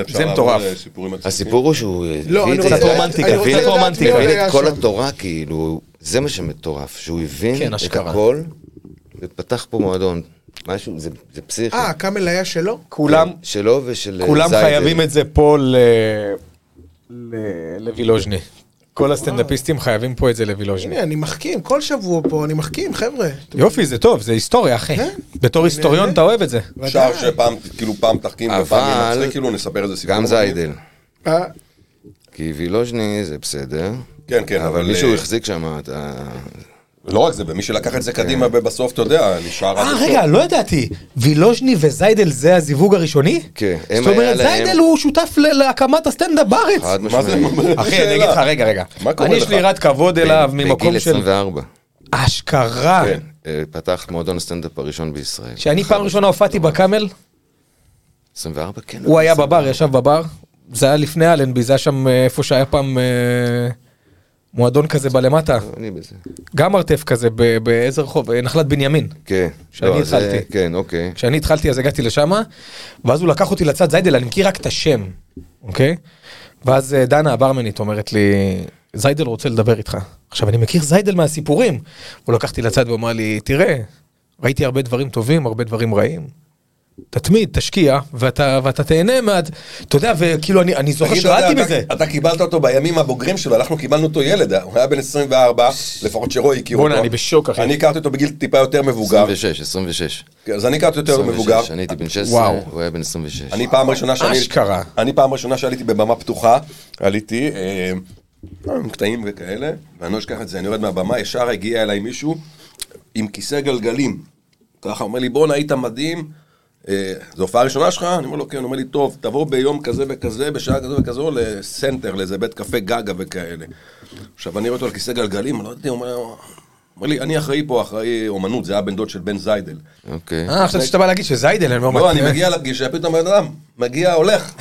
Speaker 2: אפשר
Speaker 4: זה
Speaker 2: לעבור
Speaker 4: מטורף.
Speaker 2: לסיפורים מצחיקים?
Speaker 5: הסיפור הוא שהוא אה,
Speaker 3: לא,
Speaker 5: הביא
Speaker 3: אני
Speaker 5: את
Speaker 3: רוצה...
Speaker 5: זה,
Speaker 4: קצת רומנטיקה,
Speaker 3: אני רוצה
Speaker 4: קצת
Speaker 3: לדעת מי
Speaker 4: רומנטיקה.
Speaker 3: עוד
Speaker 5: הוא הבין
Speaker 3: היה
Speaker 5: את כל
Speaker 3: שם.
Speaker 5: התורה, כאילו, זה מה שמטורף, שהוא
Speaker 4: כן,
Speaker 5: הבין את
Speaker 4: אשכרה.
Speaker 5: הכל, ופתח פה מועדון. משהו, זה זה פסיכי.
Speaker 3: אה, קאמל היה שלו?
Speaker 4: כולם,
Speaker 5: שלו ושל אה,
Speaker 4: כולם
Speaker 5: זיידל.
Speaker 4: חייבים את זה פה ל... ל- לווילוז'ני. כל הסטנדאפיסטים חייבים פה את זה לווילוז'ני.
Speaker 3: הנה, אני מחכים, כל שבוע פה אני מחכים, חבר'ה.
Speaker 4: יופי, זה טוב, זה היסטוריה, אחי.
Speaker 3: כן.
Speaker 4: בתור היסטוריון אתה אוהב את זה.
Speaker 2: אפשר שפעם, כאילו פעם תחכים ופעם
Speaker 5: אבל-
Speaker 2: ננצח, כאילו נספר איזה סיפור.
Speaker 5: גם זיידל.
Speaker 3: אה,
Speaker 5: כי וילוז'ני זה בסדר.
Speaker 2: כן, כן,
Speaker 5: אבל
Speaker 2: אבל,
Speaker 5: מישהו
Speaker 2: אה,
Speaker 5: החזיק שם את ה...
Speaker 2: לא רק זה, ומי שלקח את זה קדימה בסוף, אתה יודע, נשאר... עד
Speaker 4: כן. אה,
Speaker 2: הסוף.
Speaker 4: רגע, לא ידעתי. וילוז'ני וזיידל זה הזיווג הראשוני?
Speaker 5: כן, הם
Speaker 4: זאת אומרת,
Speaker 5: היה להם-
Speaker 4: זיידל הוא שותף ל- להקמת הסטנדאפ בארץ.
Speaker 5: חד
Speaker 2: מה זה?
Speaker 5: משמעית.
Speaker 4: אחי, אני אגיד לך, רגע, רגע.
Speaker 2: מה קורה
Speaker 4: אני
Speaker 2: לך?
Speaker 4: יש לי יראת כבוד אליו
Speaker 5: בגיל
Speaker 4: ממקום של...
Speaker 5: 24.
Speaker 4: אשכרה.
Speaker 2: כן.
Speaker 5: אה, פתח מועדון הסטנדאפ הראשון בישראל.
Speaker 4: שאני פעם ראשונה הופעתי בקאמל,
Speaker 5: 24? כן.
Speaker 4: הוא היה בבר, ישב בבר. זה היה לפני אלנבי, זה היה שם אה, איפה שהיה פעם אה, מועדון כזה בלמטה.
Speaker 5: אני בזה.
Speaker 4: גם ארטף כזה, ב- באיזה רחוב? אה, נחלת בנימין.
Speaker 5: כן.
Speaker 4: שאני
Speaker 5: לא, זה-
Speaker 4: התחלתי.
Speaker 5: כן, אוקיי.
Speaker 4: כשאני התחלתי אז הגעתי לשם, ואז הוא לקח אותי לצד זיידל, אני מכיר רק את השם, אוקיי? ואז אה, דנה הברמנית אומרת לי, זיידל רוצה לדבר איתך. עכשיו, אני מכיר זיידל מהסיפורים. הוא לקח אותי לצד ואמר לי, תראה, ראיתי הרבה דברים טובים, הרבה דברים רעים. תתמיד, תשקיע, ואתה, ואתה תהנה מה... אתה יודע, וכאילו, אני, אני זוכר
Speaker 2: תגיד, אתה
Speaker 4: שרדתי
Speaker 2: יודע,
Speaker 4: מזה.
Speaker 2: אתה- אתה קיבלת אותו בימים הבוגרים שלו, אנחנו קיבלנו אותו ילד, הוא היה בן 24, לפחות שרועי הכיר אותו.
Speaker 4: בואנה, אני בשוק, אחי.
Speaker 2: אני הכרתי אותו בגיל טיפה יותר מבוגר,
Speaker 5: 26, 26.
Speaker 2: אז אני הכרתי אותו יותר מבוגר.
Speaker 5: 26, אני הייתי בן
Speaker 4: וואו.
Speaker 5: 16, הוא היה בן 26.
Speaker 2: אני פעם ראשונה שאני...
Speaker 4: אשכרה.
Speaker 2: אני פעם ראשונה שעליתי בבמה פתוחה, עליתי, אה, עם קטעים וכאלה, ואני לא אשכח את זה, אני יורד מהבמה, ישר הגיע אליי מישהו עם כיסא גלגלים. ככה אומר לי, בואנה, היית מדהים, אה, זו הופעה ראשונה שלך? אני אומר לו, כן, הוא אומר לי, טוב, תבוא ביום כזה וכזה, בשעה כזו וכזו, לסנטר, לאיזה בית קפה גגה וכאלה. עכשיו, אני רואה אותו על כיסא גלגלים, לא יודעת, הוא אומר, אומר לי, אני אחראי פה, אחראי אומנות, זה היה בן דוד של בן זיידל.
Speaker 5: אוקיי.
Speaker 4: אה, חשבתי שאתה בא להגיד שזיידל, אני אומר,
Speaker 2: לא,
Speaker 5: "אה?"
Speaker 2: אני מגיע לפגישה, פתאום בן אדם, מגיע,
Speaker 5: (laughs)
Speaker 2: הולך.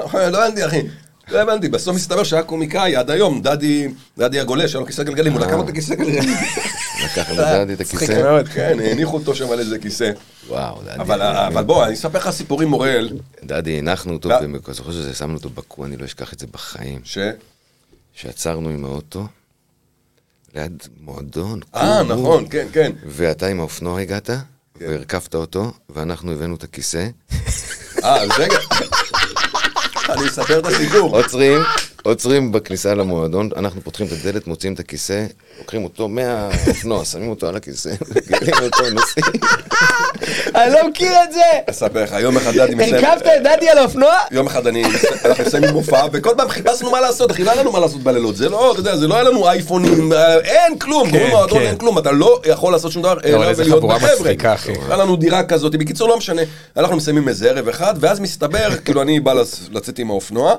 Speaker 2: לא הבנתי, אחי. לא הבנתי, בסוף מסתבר שהיה קומיקאי עד היום, דדי, דדי הגולש, היה לו כיסא גלגלים, הוא לקח לו את הכיסא
Speaker 5: (laughs)
Speaker 2: גלגלים. אה,
Speaker 5: לקח לדעתי אה. את
Speaker 4: מצחיק
Speaker 5: הכיסא.
Speaker 4: מאוד.
Speaker 2: כן, הניחו אותו שם על איזה כיסא.
Speaker 5: וואו, דדי.
Speaker 2: אבל אבל בוא, אני אספר לך סיפורים, אוראל,
Speaker 5: דדי, הנחנו אותו,
Speaker 2: לא.
Speaker 5: במקום- זוכר שזה, שמנו אותו בקו, אני לא אשכח את זה בחיים.
Speaker 2: ש... אה,
Speaker 5: שעצרנו עם האוטו, ליד מועדון.
Speaker 2: אה,
Speaker 5: קור.
Speaker 2: נכון, כן, כן.
Speaker 5: ואתה עם האופנוע הגעת, והרכבת אותו, ואנחנו הבאנו את הכיסא.
Speaker 2: אה, אז רגע. (laughs) אני אספר את הסיפור.
Speaker 5: עוצרים, עוצרים בכניסה למועדון, אנחנו פותחים את הדלת, מוציאים את הכיסא, לוקחים אותו מהאופנוע, (laughs) שמים אותו על הכיסא, מגלים אותו,
Speaker 4: (laughs)
Speaker 5: נוסעים.
Speaker 4: אני לא מכיר את זה!
Speaker 2: אספר לך, יום אחד דדי מסיים...
Speaker 4: הרכבת את דדי על האופנוע?
Speaker 2: יום אחד אני, אנחנו מסיימים מופע, וכל פעם חיפשנו מה לעשות, אחי, לא היה לנו מה לעשות בלילות, זה לא, אתה יודע, זה לא היה לנו אייפונים, אה, אין כלום, גורם מועדון
Speaker 4: כן.
Speaker 2: אין כלום, אתה לא יכול לעשות שום דבר, אלא
Speaker 4: איזה
Speaker 2: ולהיות
Speaker 4: חבורה
Speaker 2: בחבר'ה.
Speaker 4: מצחיקה, אחי.
Speaker 2: היה לנו דירה כזאת, בקיצור, לא משנה, אנחנו מסיימים איזה ערב אחד, ואז מסתבר, (laughs) כאילו, אני בא לצ- לצאת עם האופנוע,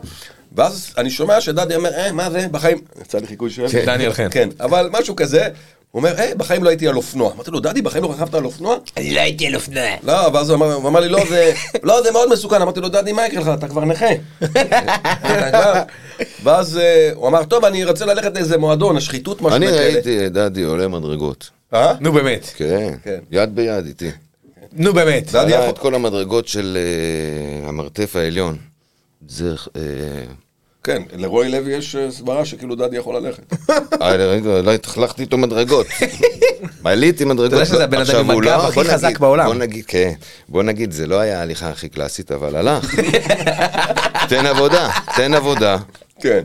Speaker 2: ואז אני שומע שדדי אומר, אה, מה זה, בחיים, יצא לי חיקוי של...
Speaker 4: דניאל חן.
Speaker 2: כן, אבל משהו כזה, הוא אומר, היי, בחיים לא הייתי על אופנוע. אמרתי לו, דדי, בחיים לא רכבת על אופנוע? אני לא הייתי על אופנוע. לא, ואז הוא אמר- הוא אמר לי, לא, זה לא, זה מאוד מסוכן. אמרתי לו, דדי, מה יקרה לך? אתה כבר נכה. (laughs) אתה כבר- ואז אה, הוא אמר, טוב, אני רוצה ללכת לאיזה מועדון, השחיתות, משהו
Speaker 5: אני
Speaker 2: בכלא.
Speaker 5: ראיתי את דדי עולה מדרגות.
Speaker 2: אה?
Speaker 4: נו באמת,
Speaker 5: כן,
Speaker 2: כן.
Speaker 5: יד ביד איתי.
Speaker 4: נו באמת.
Speaker 2: דדי
Speaker 5: עלה
Speaker 2: יפות.
Speaker 5: את כל המדרגות של אה, המרתף העליון. זה... אה,
Speaker 2: כן, לרועי לוי יש אה, סברה שכאילו דדי יכול ללכת.
Speaker 5: אה, רגע, לא התחלכתי איתו
Speaker 4: (laughs)
Speaker 5: מדרגות. עליתי מדרגות.
Speaker 4: אתה יודע שזה הבן אדם
Speaker 5: עכשיו,
Speaker 4: עם
Speaker 5: הוא
Speaker 4: הגב
Speaker 5: לא-
Speaker 4: הכי
Speaker 5: בוא נגיד-
Speaker 4: חזק בעולם.
Speaker 5: בוא נגיד, כן. בוא נגיד, זה לא היה ההליכה הכי קלאסית,
Speaker 4: (laughs)
Speaker 5: אבל הלך. תן עבודה, תן עבודה.
Speaker 2: כן.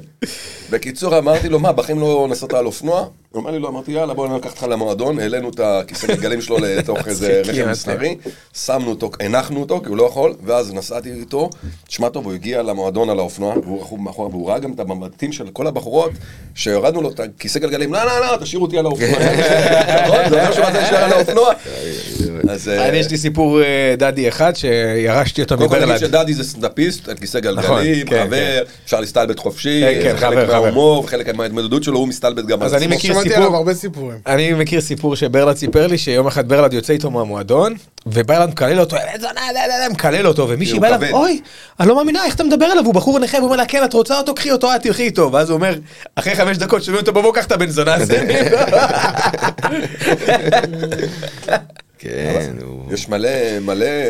Speaker 2: בקיצור, אמרתי לו, מה, בחיים לא נסעת על אופנוע? הוא אמר לי, לא, אמרתי, יאללה, בוא ניקח אותך למועדון, העלינו את הכיסא גלגלים שלו לתוך איזה רכב
Speaker 4: מצחיקים אתם.
Speaker 2: מסחרי, שמנו אותו, הנחנו אותו, כי הוא לא יכול, ואז נסעתי איתו, תשמע טוב, הוא הגיע למועדון על האופנוע, והוא רכוב מאחורה, והוא ראה גם את המבטים של כל הבחורות, שהורדנו לו את הכיסא גלגלים, לא, לא, לא, תשאירו אותי על האופנוע. נכון? זה אומר שהוא מה זה נשאר על האופנוע. אז... אה,
Speaker 4: אני יש לי סיפור אה, דדי אחד שירשתי אותו
Speaker 2: קודם כל נגיד
Speaker 4: מברלד.
Speaker 2: שדדי זה סטנדאפיסט, על כיסא
Speaker 4: נכון,
Speaker 2: גלגלים,
Speaker 4: כן,
Speaker 2: חבר, אפשר להסתלבט חופשי,
Speaker 4: כן, כן,
Speaker 2: זה חלק
Speaker 4: חבר, חבר.
Speaker 2: מההומור, חלק מההתמודדות שלו, הוא מסתלבט גם על
Speaker 4: אז אני
Speaker 2: עצמו.
Speaker 4: מכיר
Speaker 3: שמעתי
Speaker 4: סיפור-
Speaker 3: עליו הרבה סיפורים.
Speaker 4: אני מכיר סיפור שברלד סיפר לי שיום אחד ברלד יוצא איתו מהמועדון ומברלד מקלל אותו, "אה, זונה, לא, לא, לא", מקלל אותו ומישהי
Speaker 2: הוא
Speaker 4: בא אליו,
Speaker 2: כבד.
Speaker 4: אוי, אני לא מאמינה איך אתה מדבר אליו, הוא בחור נכה, הוא אומר לה כן את רוצה אותו קחי אותו את תלכי איתו, ואז הוא אומר אחרי חמש דקות שומעים אותו בבוא קח את הבן זונה הזה.
Speaker 5: כן, הוא...
Speaker 2: יש מלא, מלא אה,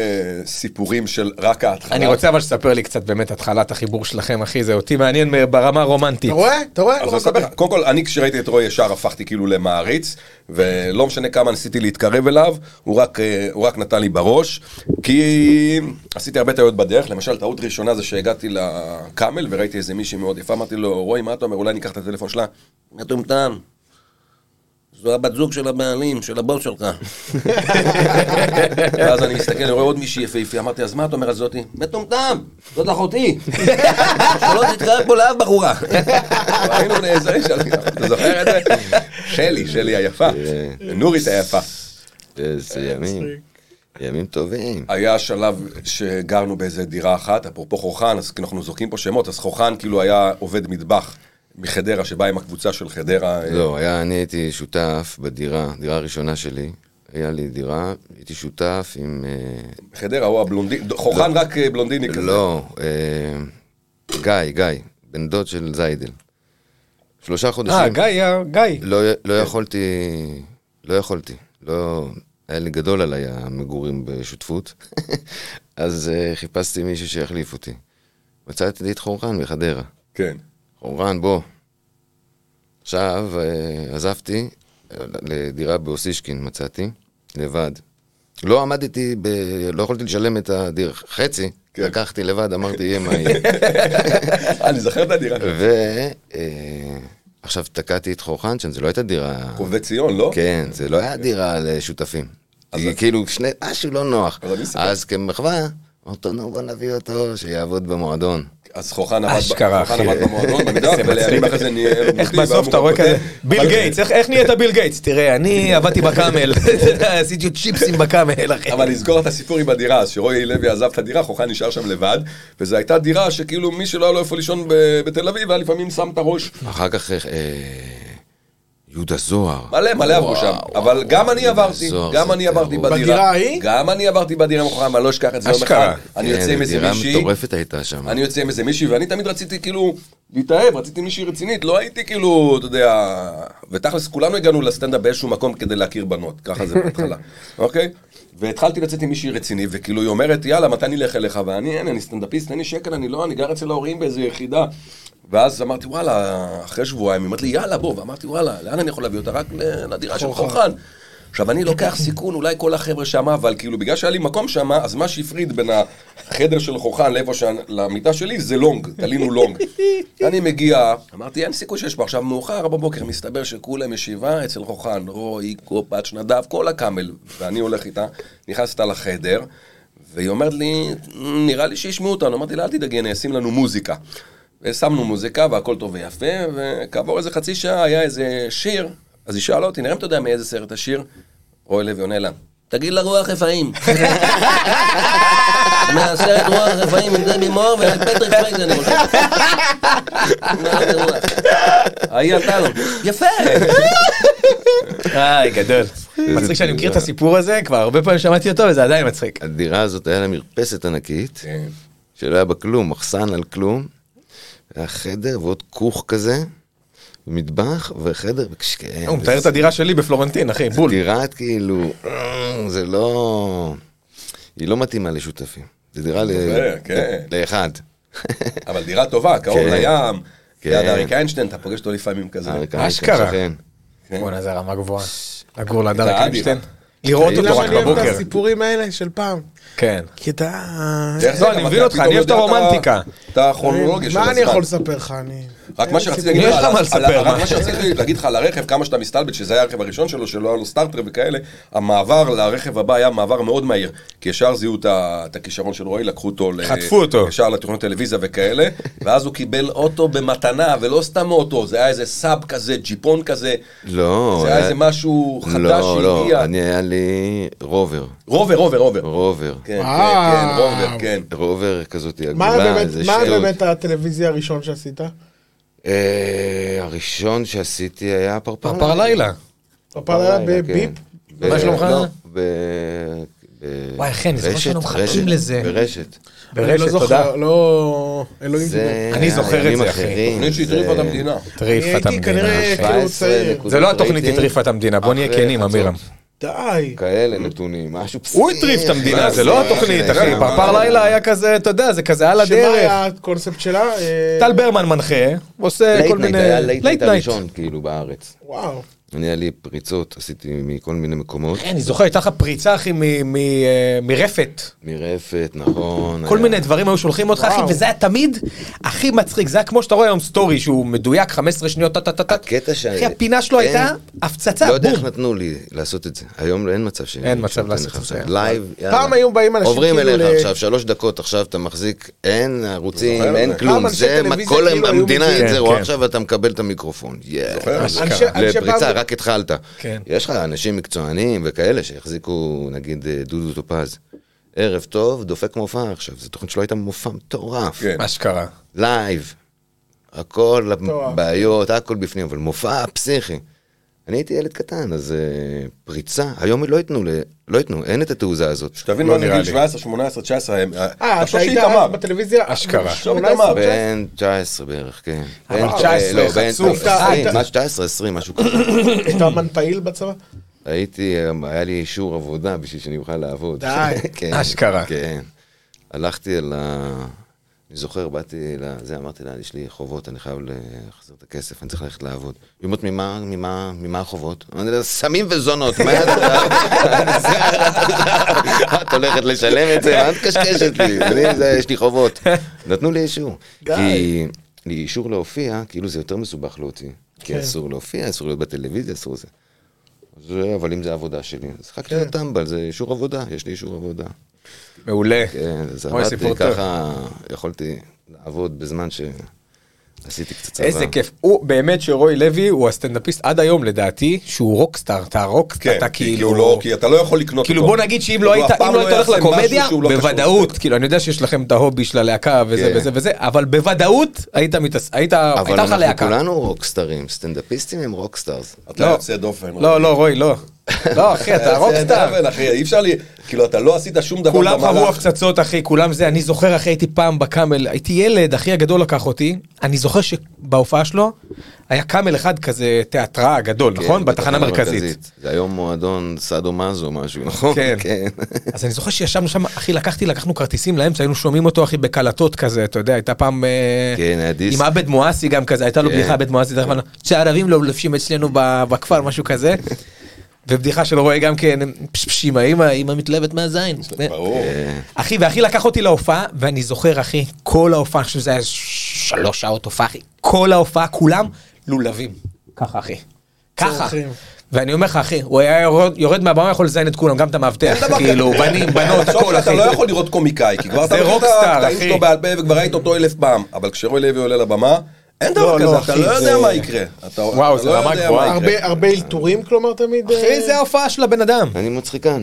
Speaker 2: סיפורים של רק ההתחלה.
Speaker 4: (laughs) אני רוצה אבל שתספר לי קצת באמת התחלת החיבור שלכם, אחי, זה אותי מעניין ברמה הרומנטית.
Speaker 3: אתה רואה? אתה רואה?
Speaker 2: אז
Speaker 3: לא
Speaker 2: אני אספר
Speaker 3: מספר.
Speaker 2: לך, קודם כל, אני כשראיתי את רוי ישר הפכתי כאילו למעריץ, ולא משנה כמה ניסיתי להתקרב אליו, הוא רק, אה, הוא רק נתן לי בראש, כי עשיתי הרבה טעויות בדרך, למשל טעות ראשונה זה שהגעתי לקאמל וראיתי איזה מישהי מאוד יפה, אמרתי לו, רוי, מה אתה אומר, אולי ניקח את הטלפון שלה? מטומטם. זו הבת זוג של הבעלים, של הבוס שלך. ואז אני מסתכל, אני רואה עוד מישהי יפהפייה, אמרתי, אז מה את אומר על זאתי? מטומטם, זאת אחותי. שלא תתקרב פה לאף בחורה. היינו נעזרים שם, אתה זוכר את זה? שלי, שלי היפה. נורית היפה.
Speaker 5: איזה ימים. ימים טובים.
Speaker 2: היה שלב שגרנו באיזה דירה אחת, אפרופו חורחן, אז אנחנו זורקים פה שמות, אז חורחן כאילו היה עובד מטבח מחדרה, שבא עם הקבוצה של חדרה. אה,
Speaker 5: לא, היה, אני הייתי שותף בדירה, דירה הראשונה שלי. היה לי דירה, הייתי שותף עם... אה,
Speaker 2: חדרה הוא הבלונדין, חורחן רק אה, בלונדיני כזה.
Speaker 5: לא, אה, גיא, גיא, בן דוד של זיידל. שלושה
Speaker 4: אה,
Speaker 5: חודשים.
Speaker 4: גיא, אה, גיא.
Speaker 5: לא, לא יכולתי, לא יכולתי. לא, היה לי גדול עליי המגורים בשותפות. (laughs) אז אה, חיפשתי מישהו שיחליף אותי. מצאתי את חורן מחדרה.
Speaker 2: כן.
Speaker 5: חורן, בוא. עכשיו, אה, עזבתי, אה, לדירה באוסישקין מצאתי, לבד. לא עמדתי, ב... לא יכולתי לשלם את הדירה, חצי,
Speaker 2: כן.
Speaker 5: כן. לקחתי לבד, אמרתי, יהיה מה יהיה.
Speaker 2: אני זוכר את הדירה.
Speaker 5: כן. ועכשיו אה, תקעתי את חורחן שם, זה לא הייתה דירה...
Speaker 2: חובבי ציון, לא?
Speaker 5: כן, זה לא היה דירה לשותפים. היא כאילו, שני, משהו לא נוח.
Speaker 2: אז אני אספר.
Speaker 5: אז כמחווה, אמרנו, נו, בוא נביא אותו, שיעבוד במועדון.
Speaker 2: אז חורחן עבד
Speaker 4: אשכרה,
Speaker 2: חורחן
Speaker 4: אחי.
Speaker 2: עבד
Speaker 4: (laughs)
Speaker 2: במועדון, במדרג,
Speaker 4: זה מצחיק.
Speaker 2: ולימים אחרי זה נהיה...
Speaker 4: איך בסוף אתה רואה כזה, ביל גייטס, איך- איך נהיית ביל גייטס? תראה, (laughs) אני עבדתי בקאמל, אתה יודע, עשיתי צ'יפסים בקאמל, אחי. (laughs)
Speaker 2: אבל לזכור את הסיפור עם הדירה, אז שרועי לוי עזב את הדירה, חוכן נשאר שם לבד, וזו הייתה דירה שכאילו מי שלא היה לו איפה לישון ב- בתל אביב, היה לפעמים שם את הראש.
Speaker 5: אחר כך, אה, יהודה זוהר.
Speaker 2: מלא מלא עברו
Speaker 5: וואו,
Speaker 2: שם,
Speaker 5: וואו,
Speaker 2: אבל גם
Speaker 5: וואו,
Speaker 2: אני
Speaker 5: יהודה
Speaker 2: עברתי,
Speaker 5: זוהר,
Speaker 2: גם
Speaker 5: זה
Speaker 2: אני עברתי
Speaker 5: טירוף.
Speaker 2: בדירה.
Speaker 3: בדירה ההיא?
Speaker 2: גם אני עברתי בדירה עם חוכן, אני לא אשכח את זה יום
Speaker 4: אשכרה. כן,
Speaker 2: אחד. אני יוצא עם איזה
Speaker 5: דירה
Speaker 2: מישהי,
Speaker 5: מטורפת כן, הייתה שם.
Speaker 2: אני יוצא עם איזה מישהי, ואני תמיד רציתי כאילו להתאהב, רציתי מישהי רצינית, לא הייתי כאילו, אתה יודע... ותכלס, כולנו הגענו לסטנדאפ באיזשהו מקום כדי להכיר בנות, ככה זה בהתחלה, אוקיי? והתחלתי לצאת עם מישהי רצינית, וכאילו היא אומרת, יאללה, מתי נלך אליך? ואני, אין, אני סטנדאפיסט, אין לי שקל, אני לא, אני גר אצל ההורים באיזו יחידה. ואז אמרתי, וואלה, אחרי שבועיים, היא אמרת לי, יאללה, בוא, ואמרתי, וואלה, לאן אני יכול להביא אותה? רק ל- לדירה של חורחן. עכשיו, אני לוקח סיכון, אולי כל החבר'ה שם, אבל כאילו, בגלל שהיה לי מקום שם, אז מה שהפריד בין החדר של חוכן לאיפה ש... למיטה שלי, זה לונג, תלינו לונג. אני מגיע, אמרתי, אין סיכוי שיש פה. עכשיו, מאוחר בבוקר, מסתבר שכולם ישיבה אצל חוכן, רועי, קופץ', נדב, כל הקאמל, ואני הולך איתה, נכנס איתה לחדר, והיא אומרת לי, נראה לי שישמעו אותנו. אמרתי לה, אל תדאגי, אני אשים לנו מוזיקה. ושמנו מוזיקה והכל טוב ויפה, וכעבור איזה חצי שעה היה איזה שיר, אז היא שאלה אותי, נראה אם אתה יודע מאיזה סרט השיר? רועי לוי עונה לה, תגיד לרוח רפאים. (laughs) מהסרט רוח רפאים עם דבי מור ופטריק פרייז אני חושב. ההיא עלתה לו,
Speaker 5: (laughs)
Speaker 2: יפה.
Speaker 4: איי, גדול. מצחיק שאני מכיר את הסיפור הזה, כבר הרבה פעמים שמעתי אותו, וזה עדיין מצחיק.
Speaker 5: הדירה הזאת היה לה מרפסת ענקית,
Speaker 2: כן.
Speaker 5: שלא היה בה כלום, מחסן על כלום. היה חדר ועוד כוך כזה, מטבח וחדר, וכשכן,
Speaker 4: הוא מתאר את הדירה שלי בפלורנטין, אחי, בול.
Speaker 5: דירה כאילו, אה, זה לא... היא לא מתאימה לשותפים. זה דירה ל-
Speaker 2: יפה, כן.
Speaker 5: לאחד.
Speaker 2: אבל דירה טובה, קרוב
Speaker 5: כן.
Speaker 2: לים,
Speaker 5: כן.
Speaker 2: ליד אריק איינשטיין, אתה פוגש אותו לפעמים כזה.
Speaker 4: אשכרה.
Speaker 5: אה, שכן.
Speaker 4: בואנה, זה רמה גבוהה. לגור להדר
Speaker 2: אתה
Speaker 4: קיינשטיין.
Speaker 2: אדירה.
Speaker 4: לראות
Speaker 3: אתה יודע
Speaker 4: אותו
Speaker 3: למה
Speaker 4: רק
Speaker 3: אני אוהב את
Speaker 4: בבוקר.
Speaker 3: הסיפורים האלה של פעם?
Speaker 4: כן.
Speaker 3: כי אתה...
Speaker 2: דרך
Speaker 4: לא,
Speaker 2: אגב,
Speaker 4: אני
Speaker 2: אתה
Speaker 4: מבין אותך,
Speaker 2: פתאום
Speaker 4: אני אוהב את
Speaker 2: יודע
Speaker 4: הרומנטיקה.
Speaker 2: את הכרונולוגיה של הזמן.
Speaker 3: מה אני יכול לספר לך? אני...
Speaker 2: רק מה שרציתי
Speaker 4: יש
Speaker 2: להגיד לך,
Speaker 4: לך
Speaker 2: על-
Speaker 4: מה
Speaker 2: על-
Speaker 4: לספר,
Speaker 2: רק
Speaker 4: מה?
Speaker 2: מה שרציתי להגיד לך על הרכב, כמה שאתה מסתלבט, שזה היה הרכב הראשון שלו, שלא היה לו סטארטר וכאלה, המעבר לרכב הבא היה מעבר מאוד מהיר, כי ישר זיהו את ה- את הכישרון של רועי, לקחו אותו, ל-
Speaker 4: חטפו אותו.
Speaker 2: ישר לתוכניות טלוויזיה וכאלה, ואז הוא קיבל אוטו במתנה, ולא סתם אוטו, זה היה איזה סאב כזה, ג'יפון כזה,
Speaker 5: לא.
Speaker 2: זה היה איזה משהו חדש
Speaker 5: לא,
Speaker 2: שהגיע.
Speaker 5: לא, אני היה לי רובר.
Speaker 2: רובר, רובר, רובר.
Speaker 5: רובר.
Speaker 2: כן,
Speaker 3: וואו.
Speaker 2: כן, כן, רובר, כן.
Speaker 5: רובר כזאת,
Speaker 3: מה
Speaker 5: עגולה,
Speaker 3: באמת-
Speaker 5: איזה
Speaker 3: מה
Speaker 5: שלט.
Speaker 3: באמת הטלוויזיה הראשון שעשית?
Speaker 5: אה, הראשון שעשיתי היה פרפר
Speaker 4: פרפר לילה.
Speaker 3: הפעם היה בביפ?
Speaker 5: כן.
Speaker 4: מה
Speaker 5: ב-
Speaker 4: שלומך?
Speaker 5: לא, ב- ב-
Speaker 4: וואי, חן, זה זמן
Speaker 5: רשת,
Speaker 4: שלא מחכים
Speaker 5: רשת,
Speaker 4: לזה.
Speaker 5: ברשת.
Speaker 3: אני לא
Speaker 4: ברשת, תודה.
Speaker 3: זוכר, לא... אלוהים דיבר.
Speaker 5: זה...
Speaker 4: אני זוכר את
Speaker 5: הימים
Speaker 4: זה, אחי.
Speaker 5: אחרים,
Speaker 2: תוכנית שהטריפה את
Speaker 5: זה-
Speaker 2: המדינה. אה,
Speaker 4: הטריפה את
Speaker 3: הייתי
Speaker 4: המדינה.
Speaker 3: כנראה-
Speaker 4: אחי.
Speaker 3: כאילו
Speaker 5: 17
Speaker 3: צעיר.
Speaker 5: נקודות
Speaker 4: זה לא התוכנית
Speaker 5: רייטינג
Speaker 4: הטריפה את המדינה, בוא נהיה
Speaker 5: אחרי
Speaker 4: כנים,
Speaker 5: חצות.
Speaker 4: אמירם.
Speaker 3: די.
Speaker 5: כאלה נתונים, משהו פסיכי.
Speaker 4: הוא הטריף את המדינה, זה לא
Speaker 5: משהו
Speaker 4: התוכנית,
Speaker 5: פסיכי.
Speaker 4: אחי. פרפר לילה היה כזה, אה, אתה יודע, זה כזה על
Speaker 3: שמה
Speaker 4: הדרך.
Speaker 3: היה הקונספט שלה? אה,
Speaker 4: טל ברמן מנחה, עושה כל
Speaker 5: לייט נייט,
Speaker 4: מיני...
Speaker 5: היה לייט נייט
Speaker 4: Late Night.
Speaker 5: הראשון, כאילו, בארץ.
Speaker 3: וואו.
Speaker 5: אני היה לי פריצות, עשיתי מכל מיני מקומות.
Speaker 4: כן, אני זוכר, הייתה לך פריצה, אחי, מ- מ- אה, מרפת.
Speaker 5: מרפת, נכון.
Speaker 4: כל
Speaker 5: היה-
Speaker 4: מיני דברים היו שולחים אותך, אחי,
Speaker 3: וואו.
Speaker 4: וזה היה תמיד הכי מצחיק. זה היה כמו שאתה רואה היום סטורי שהוא מדויק, 15 שניות, טה-טה-טה-טה.
Speaker 5: הקטע ש...
Speaker 4: אחי, הפינה שלו
Speaker 2: כן.
Speaker 5: אין-
Speaker 4: הייתה הפצצה,
Speaker 5: לא יודע איך
Speaker 4: בום.
Speaker 5: נתנו לי לעשות את זה. היום אין מצב ש...
Speaker 4: אין מצב
Speaker 5: שנותן
Speaker 4: לעשות
Speaker 5: לך
Speaker 4: את
Speaker 5: עכשיו.
Speaker 4: זה.
Speaker 5: לייב, יאללה.
Speaker 3: פעם היו באים אנשים
Speaker 5: עוברים
Speaker 3: כאילו
Speaker 5: אליך
Speaker 3: ל-
Speaker 5: עכשיו, שלוש דקות, עכשיו אתה מחזיק, אין ערוצים,
Speaker 2: זוכר
Speaker 5: אין
Speaker 2: את זה.
Speaker 5: כלום.
Speaker 3: פעם אנשי
Speaker 5: זה מה-
Speaker 3: טלוויזיה
Speaker 5: כל
Speaker 3: כאילו היו
Speaker 5: המדינה
Speaker 3: מגיעים.
Speaker 5: את זה
Speaker 4: כן,
Speaker 5: רואה
Speaker 4: כן.
Speaker 5: עכשיו, ואתה מקבל את המיקרופון. יאה.
Speaker 2: זוכר את זה.
Speaker 3: אנשי- אנשי
Speaker 5: לפריצה,
Speaker 3: פעם-
Speaker 5: רק התחלת.
Speaker 4: כן.
Speaker 5: יש לך אנשים מקצוענים וכאלה שהחזיקו, נגיד, אה, דודו טופז. ערב טוב, דופק מופע עכשיו. זו תוכנית שלו הייתה מופע מטורף.
Speaker 2: כן.
Speaker 4: מה שקרה.
Speaker 5: לייב. הכל,
Speaker 3: מטורף.
Speaker 5: בעיות, הכל בפנים, אבל מופע פסיכי. אני הייתי ילד קטן, אז אה, פריצה, היום לא ייתנו, ל- לא ייתנו, אין את התעוזה הזאת.
Speaker 2: שתבין
Speaker 4: לא
Speaker 2: מה זה
Speaker 4: נראה
Speaker 2: גיל
Speaker 4: לי.
Speaker 2: 17, 18, 19, הם-
Speaker 3: אה, אתה
Speaker 2: תחשוב
Speaker 3: היית
Speaker 2: שאיתמר.
Speaker 3: אז בטלוויזיה?
Speaker 4: אשכרה.
Speaker 3: שמונה
Speaker 2: איתמר.
Speaker 3: עשרה, תשע עשרה?
Speaker 5: בן 19 בערך, כן.
Speaker 4: אבל
Speaker 5: בן-
Speaker 4: 19,
Speaker 5: לא, בן-
Speaker 4: חצוף.
Speaker 5: 20,
Speaker 3: אתה-
Speaker 5: מה 19, 20, משהו כזה.
Speaker 3: היית אמן פעיל
Speaker 4: אה,
Speaker 3: בצבא?
Speaker 5: הייתי, אה, היה לי אישור עבודה בשביל שאני אוכל לעבוד.
Speaker 3: די.
Speaker 5: (laughs) כן,
Speaker 4: אשכרה.
Speaker 5: כן. הלכתי אל ה... אני זוכר, באתי לזה, אמרתי לה, יש לי חובות, אני חייב להחזיר את הכסף, אני צריך ללכת לעבוד. היא אומרת, "ממה- ממה ממה החובות? אמרתי לה, סמים וזונות, מה את (laughs) את הולכת לשלם את זה, מה את מקשקשת לי? אני, זה, יש לי חובות. נתנו לי אישור.
Speaker 3: די.
Speaker 5: כי לי אישור להופיע, כאילו זה יותר מסובך להוציא. כי אסור להופיע, אסור להיות בטלוויזיה, אסור זה. זה, אבל אם זה העבודה שלי, אז חכה להיות טמבל, זה אישור עבודה, יש לי אישור עבודה.
Speaker 4: מעולה.
Speaker 5: כן, אז
Speaker 4: אוי,
Speaker 5: עבדתי
Speaker 4: סיפור טוב.
Speaker 5: ככה, יכולתי לעבוד בזמן שעשיתי קצת צבא.
Speaker 4: איזה כיף. הוא באמת שרוי לוי הוא הסטנדאפיסט עד היום לדעתי, שהוא רוקסטאר, אתה רוקסטאר,
Speaker 2: כן,
Speaker 4: אתה
Speaker 2: כי כאילו לא, כי אתה לא יכול לקנות
Speaker 4: כאילו
Speaker 2: אותו.
Speaker 4: בוא נגיד שאם
Speaker 2: הוא
Speaker 4: לא
Speaker 2: אף
Speaker 4: היית,
Speaker 2: פעם
Speaker 4: אם לא היית
Speaker 2: יעשה
Speaker 4: הולך
Speaker 2: משהו
Speaker 4: לקומדיה,
Speaker 2: שהוא לא קשור
Speaker 4: בוודאות,
Speaker 2: לסטנדאפ.
Speaker 4: כאילו אני יודע שיש לכם את ההובי של הלהקה וזה
Speaker 5: כן.
Speaker 4: וזה וזה, אבל בוודאות היית מתעס... היית,
Speaker 5: אבל
Speaker 4: הייתה לך
Speaker 5: אנחנו
Speaker 4: להקה.
Speaker 5: כולנו רוקסטרים, סטנדאפיסטים הם רוקסטארס.
Speaker 2: אתה
Speaker 4: לא.
Speaker 2: יוצא דופן.
Speaker 4: לא, לא, רוי, לא. לא,
Speaker 2: (laughs)
Speaker 4: אחי, אתה רוקסטאר.
Speaker 2: זה דבל, אחי, אי אפשר לי, כאילו אתה לא עשית שום דבר
Speaker 4: כולם חוו
Speaker 2: במהלך.
Speaker 4: הפצצות אחי, כולם זה, אני זוכר אחי הייתי פעם בקאמל, הייתי ילד, אחי הגדול לקח אותי, אני זוכר שבהופעה שלו היה קאמל אחד כזה תיאטראה גדול,
Speaker 2: כן,
Speaker 4: נכון? בתחנה
Speaker 2: (laughs)
Speaker 4: המרכזית.
Speaker 5: כן, זה היום מועדון סאדו מאזו משהו, נכון?
Speaker 4: כן. (laughs) אז אני זוכר שישבנו שם, אחי לקחתי, לקחנו כרטיסים לאמצע, היינו שומעים אותו אחי בקלטות כזה, אתה יודע, הייתה פעם... אה,
Speaker 5: כן, היה דיסק.
Speaker 4: עם עבד מואסי גם כזה, הייתה לו
Speaker 5: כן.
Speaker 4: בדיחה עבד מואסי, תכף אמרנו, שהערבים לא לובשים אצלנו ב- בכפר, משהו
Speaker 2: (laughs)
Speaker 4: כזה. ובדיחה שלא רואה גם כן, פשפש עם האמא, אמא מתלהבת מהזין.
Speaker 2: ברור.
Speaker 4: אה,
Speaker 5: אה,
Speaker 4: אחי, ואחי לקח אותי להופעה, ואני זוכר, אחי, כל ההופעה, אני חושב שזה היה שלוש שעות הופעה, אחי, כל ההופעה, כולם לולבים. ככה, אחי. ככה.
Speaker 3: צורכים.
Speaker 4: ואני אומר לך, אחי, הוא היה יורד- יורד מהבמה, יכול לזיין את כולם, גם את המאבטח,
Speaker 2: אין דבר
Speaker 4: כאילו,
Speaker 2: כזה.
Speaker 4: בנים,
Speaker 2: (laughs)
Speaker 4: בנות,
Speaker 2: תחשוב
Speaker 4: הכל,
Speaker 2: שאתה
Speaker 4: אחי.
Speaker 2: לא יכול לראות קומיקאי, כי כבר
Speaker 4: זה
Speaker 2: אתה מכיר את
Speaker 4: רוקסטאר,
Speaker 2: הקטעים
Speaker 4: אחי.
Speaker 2: שלו בעל פה וכבר ראית אותו אלף פעם, אבל כשרוי לוי עולה לבמה, אין
Speaker 4: לא,
Speaker 2: דבר
Speaker 4: לא,
Speaker 2: כזה, אתה
Speaker 4: אחי,
Speaker 2: לא יודע
Speaker 4: זה-
Speaker 2: מה יקרה. אתה-
Speaker 4: וואו,
Speaker 2: אתה
Speaker 4: זה
Speaker 2: לא
Speaker 4: רמה
Speaker 2: יודע
Speaker 4: גבוהה.
Speaker 2: מה יקרה.
Speaker 3: הרבה- הרבה אלתורים כלומר תמיד?
Speaker 4: אחי,
Speaker 3: אה,
Speaker 4: זה ההופעה של הבן אדם.
Speaker 5: אני מצחיקן.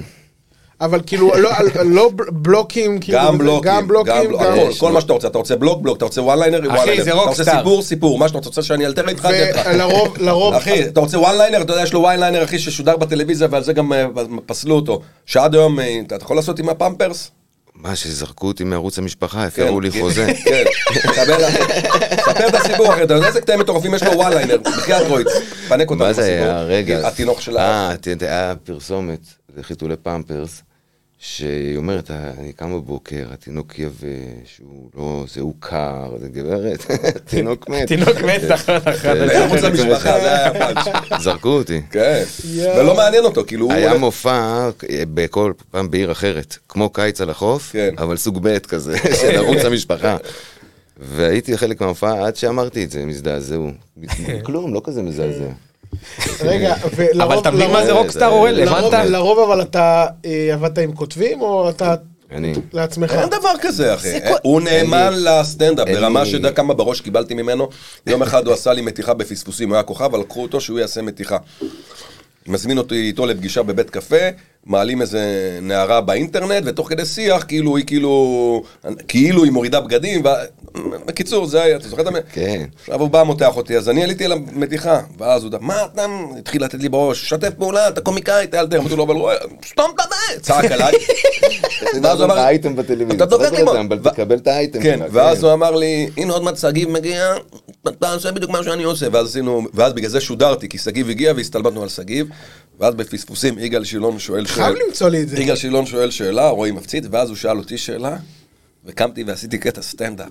Speaker 3: אבל כאילו לא- לא ב- בלוקים, כאילו,
Speaker 2: גם
Speaker 3: זה-
Speaker 2: בלוקים,
Speaker 3: גם בלוקים,
Speaker 2: בלוק-
Speaker 3: גם-
Speaker 2: הכל,
Speaker 5: יש.
Speaker 2: כל מה שאתה רוצה, אתה רוצה בלוק, בלוק, אתה רוצה וואן ליינר, וואן ליינר,
Speaker 4: זה
Speaker 2: אתה רוצה
Speaker 4: רוקסטאר.
Speaker 2: סיפור, סיפור, מה שאתה רוצה שאני אלתר איתך, אני אלתר.
Speaker 3: ולרוב, לרוב,
Speaker 2: אחי, אתה רוצה וואן ליינר, אתה יודע, יש לו וואן ליינר, אחי, ששודר בטלוויזיה, ועל זה גם אה, פסלו אותו. שעד היום, אה, אתה יכול לעשות עם הפמפרס?
Speaker 5: מה, שזרקו אותי מערוץ המשפחה,
Speaker 2: כן.
Speaker 5: הפרו לי
Speaker 2: כן.
Speaker 5: חוזה.
Speaker 2: כן, תקבל, ספר את הסיפור, אחי, אתה יודע איזה קטעים מטורפים יש לו וואן ליינר, בחייאת רויץ. פנק אותנו
Speaker 5: מה זה
Speaker 2: בסיפור.
Speaker 5: היה? רגע.
Speaker 2: כן, התינוק של ה...
Speaker 5: אה, ת- ת- היה פרסומת לחיתולי פמפרס, שהיא אומרת, אני קם בבוקר, התינוק יבש, הוא לא, זה הוא קר, זה (laughs) גברת, תינוק מת.
Speaker 4: תינוק מת, נכון, נכון.
Speaker 5: זה-
Speaker 2: זה
Speaker 5: (laughs)
Speaker 2: ערוץ המשפחה, זה היה הפאנץ'.
Speaker 5: זרקו אותי.
Speaker 2: כן,
Speaker 3: יואו.
Speaker 2: ולא מעניין אותו, כאילו הוא...
Speaker 5: היה
Speaker 2: הולך-
Speaker 5: מופע אה, בכל פעם בעיר אחרת, כמו קיץ על החוף,
Speaker 2: כן.
Speaker 5: אבל סוג ב' כזה, (laughs) של ערוץ המשפחה. והייתי חלק מהמופע עד שאמרתי את זה,
Speaker 4: (laughs)
Speaker 5: הם הזדעזעו. כלום, לא כזה מזעזע.
Speaker 3: רגע, ולרוב,
Speaker 4: אבל אתה
Speaker 2: לא.
Speaker 4: מבין מה זה
Speaker 5: לרוב-
Speaker 4: רוקסטאר אורל,
Speaker 3: לרוב,
Speaker 4: הבנת?
Speaker 3: לרוב אבל אתה אה, עבדת עם כותבים או אתה
Speaker 5: אני.
Speaker 3: לעצמך?
Speaker 4: לא
Speaker 2: אין דבר כזה, אחי.
Speaker 4: כל-
Speaker 2: הוא נאמן
Speaker 5: אין
Speaker 2: לסטנדאפ,
Speaker 5: אין
Speaker 2: ברמה
Speaker 5: לי-
Speaker 2: שיודע כמה בראש קיבלתי ממנו. יום אחד הוא עשה לי מתיחה בפספוסים, הוא היה כוכב, אבל לקחו אותו שהוא יעשה מתיחה. מזמין אותי איתו לפגישה בבית קפה, מעלים איזה נערה באינטרנט, ותוך כדי שיח, כאילו היא כאילו... כאילו היא מורידה בגדים, ו... בקיצור, זה היה, אתה זוכר את המ...
Speaker 5: כן.
Speaker 2: עכשיו הוא בא, מותח אותי, אז אני עליתי על המתיחה, ואז הוא ד... מה אתה... התחיל לתת לי בראש, שתף פעולה, אתה קומיקאי, תיאלתר. אמרתי לו, אבל רואה, סתום את הבית! צעק עליי. ואז הוא אמר,
Speaker 5: האייטם בטלוויזיה.
Speaker 2: אתה דופק לי בו.
Speaker 5: אבל תקבל את האייטם.
Speaker 2: כן,
Speaker 5: שלך,
Speaker 2: ואז הוא אמר לי, הנה עוד מעט שגיב מגיע, אתה עושה בדיוק מה שאני עושה, ואז עשינו, ואז בגלל זה שודרתי, כי שגיב הגיע והסתלבטנו על שגיב, ואז בפספוסים יגאל שילון שואל שאלה.
Speaker 3: חייב למצוא לי את זה.
Speaker 2: יגאל שילון שואל שאלה, רועי מפציץ, ואז הוא שאל אותי שאלה, וקמתי ועשיתי קטע סטנדאפ.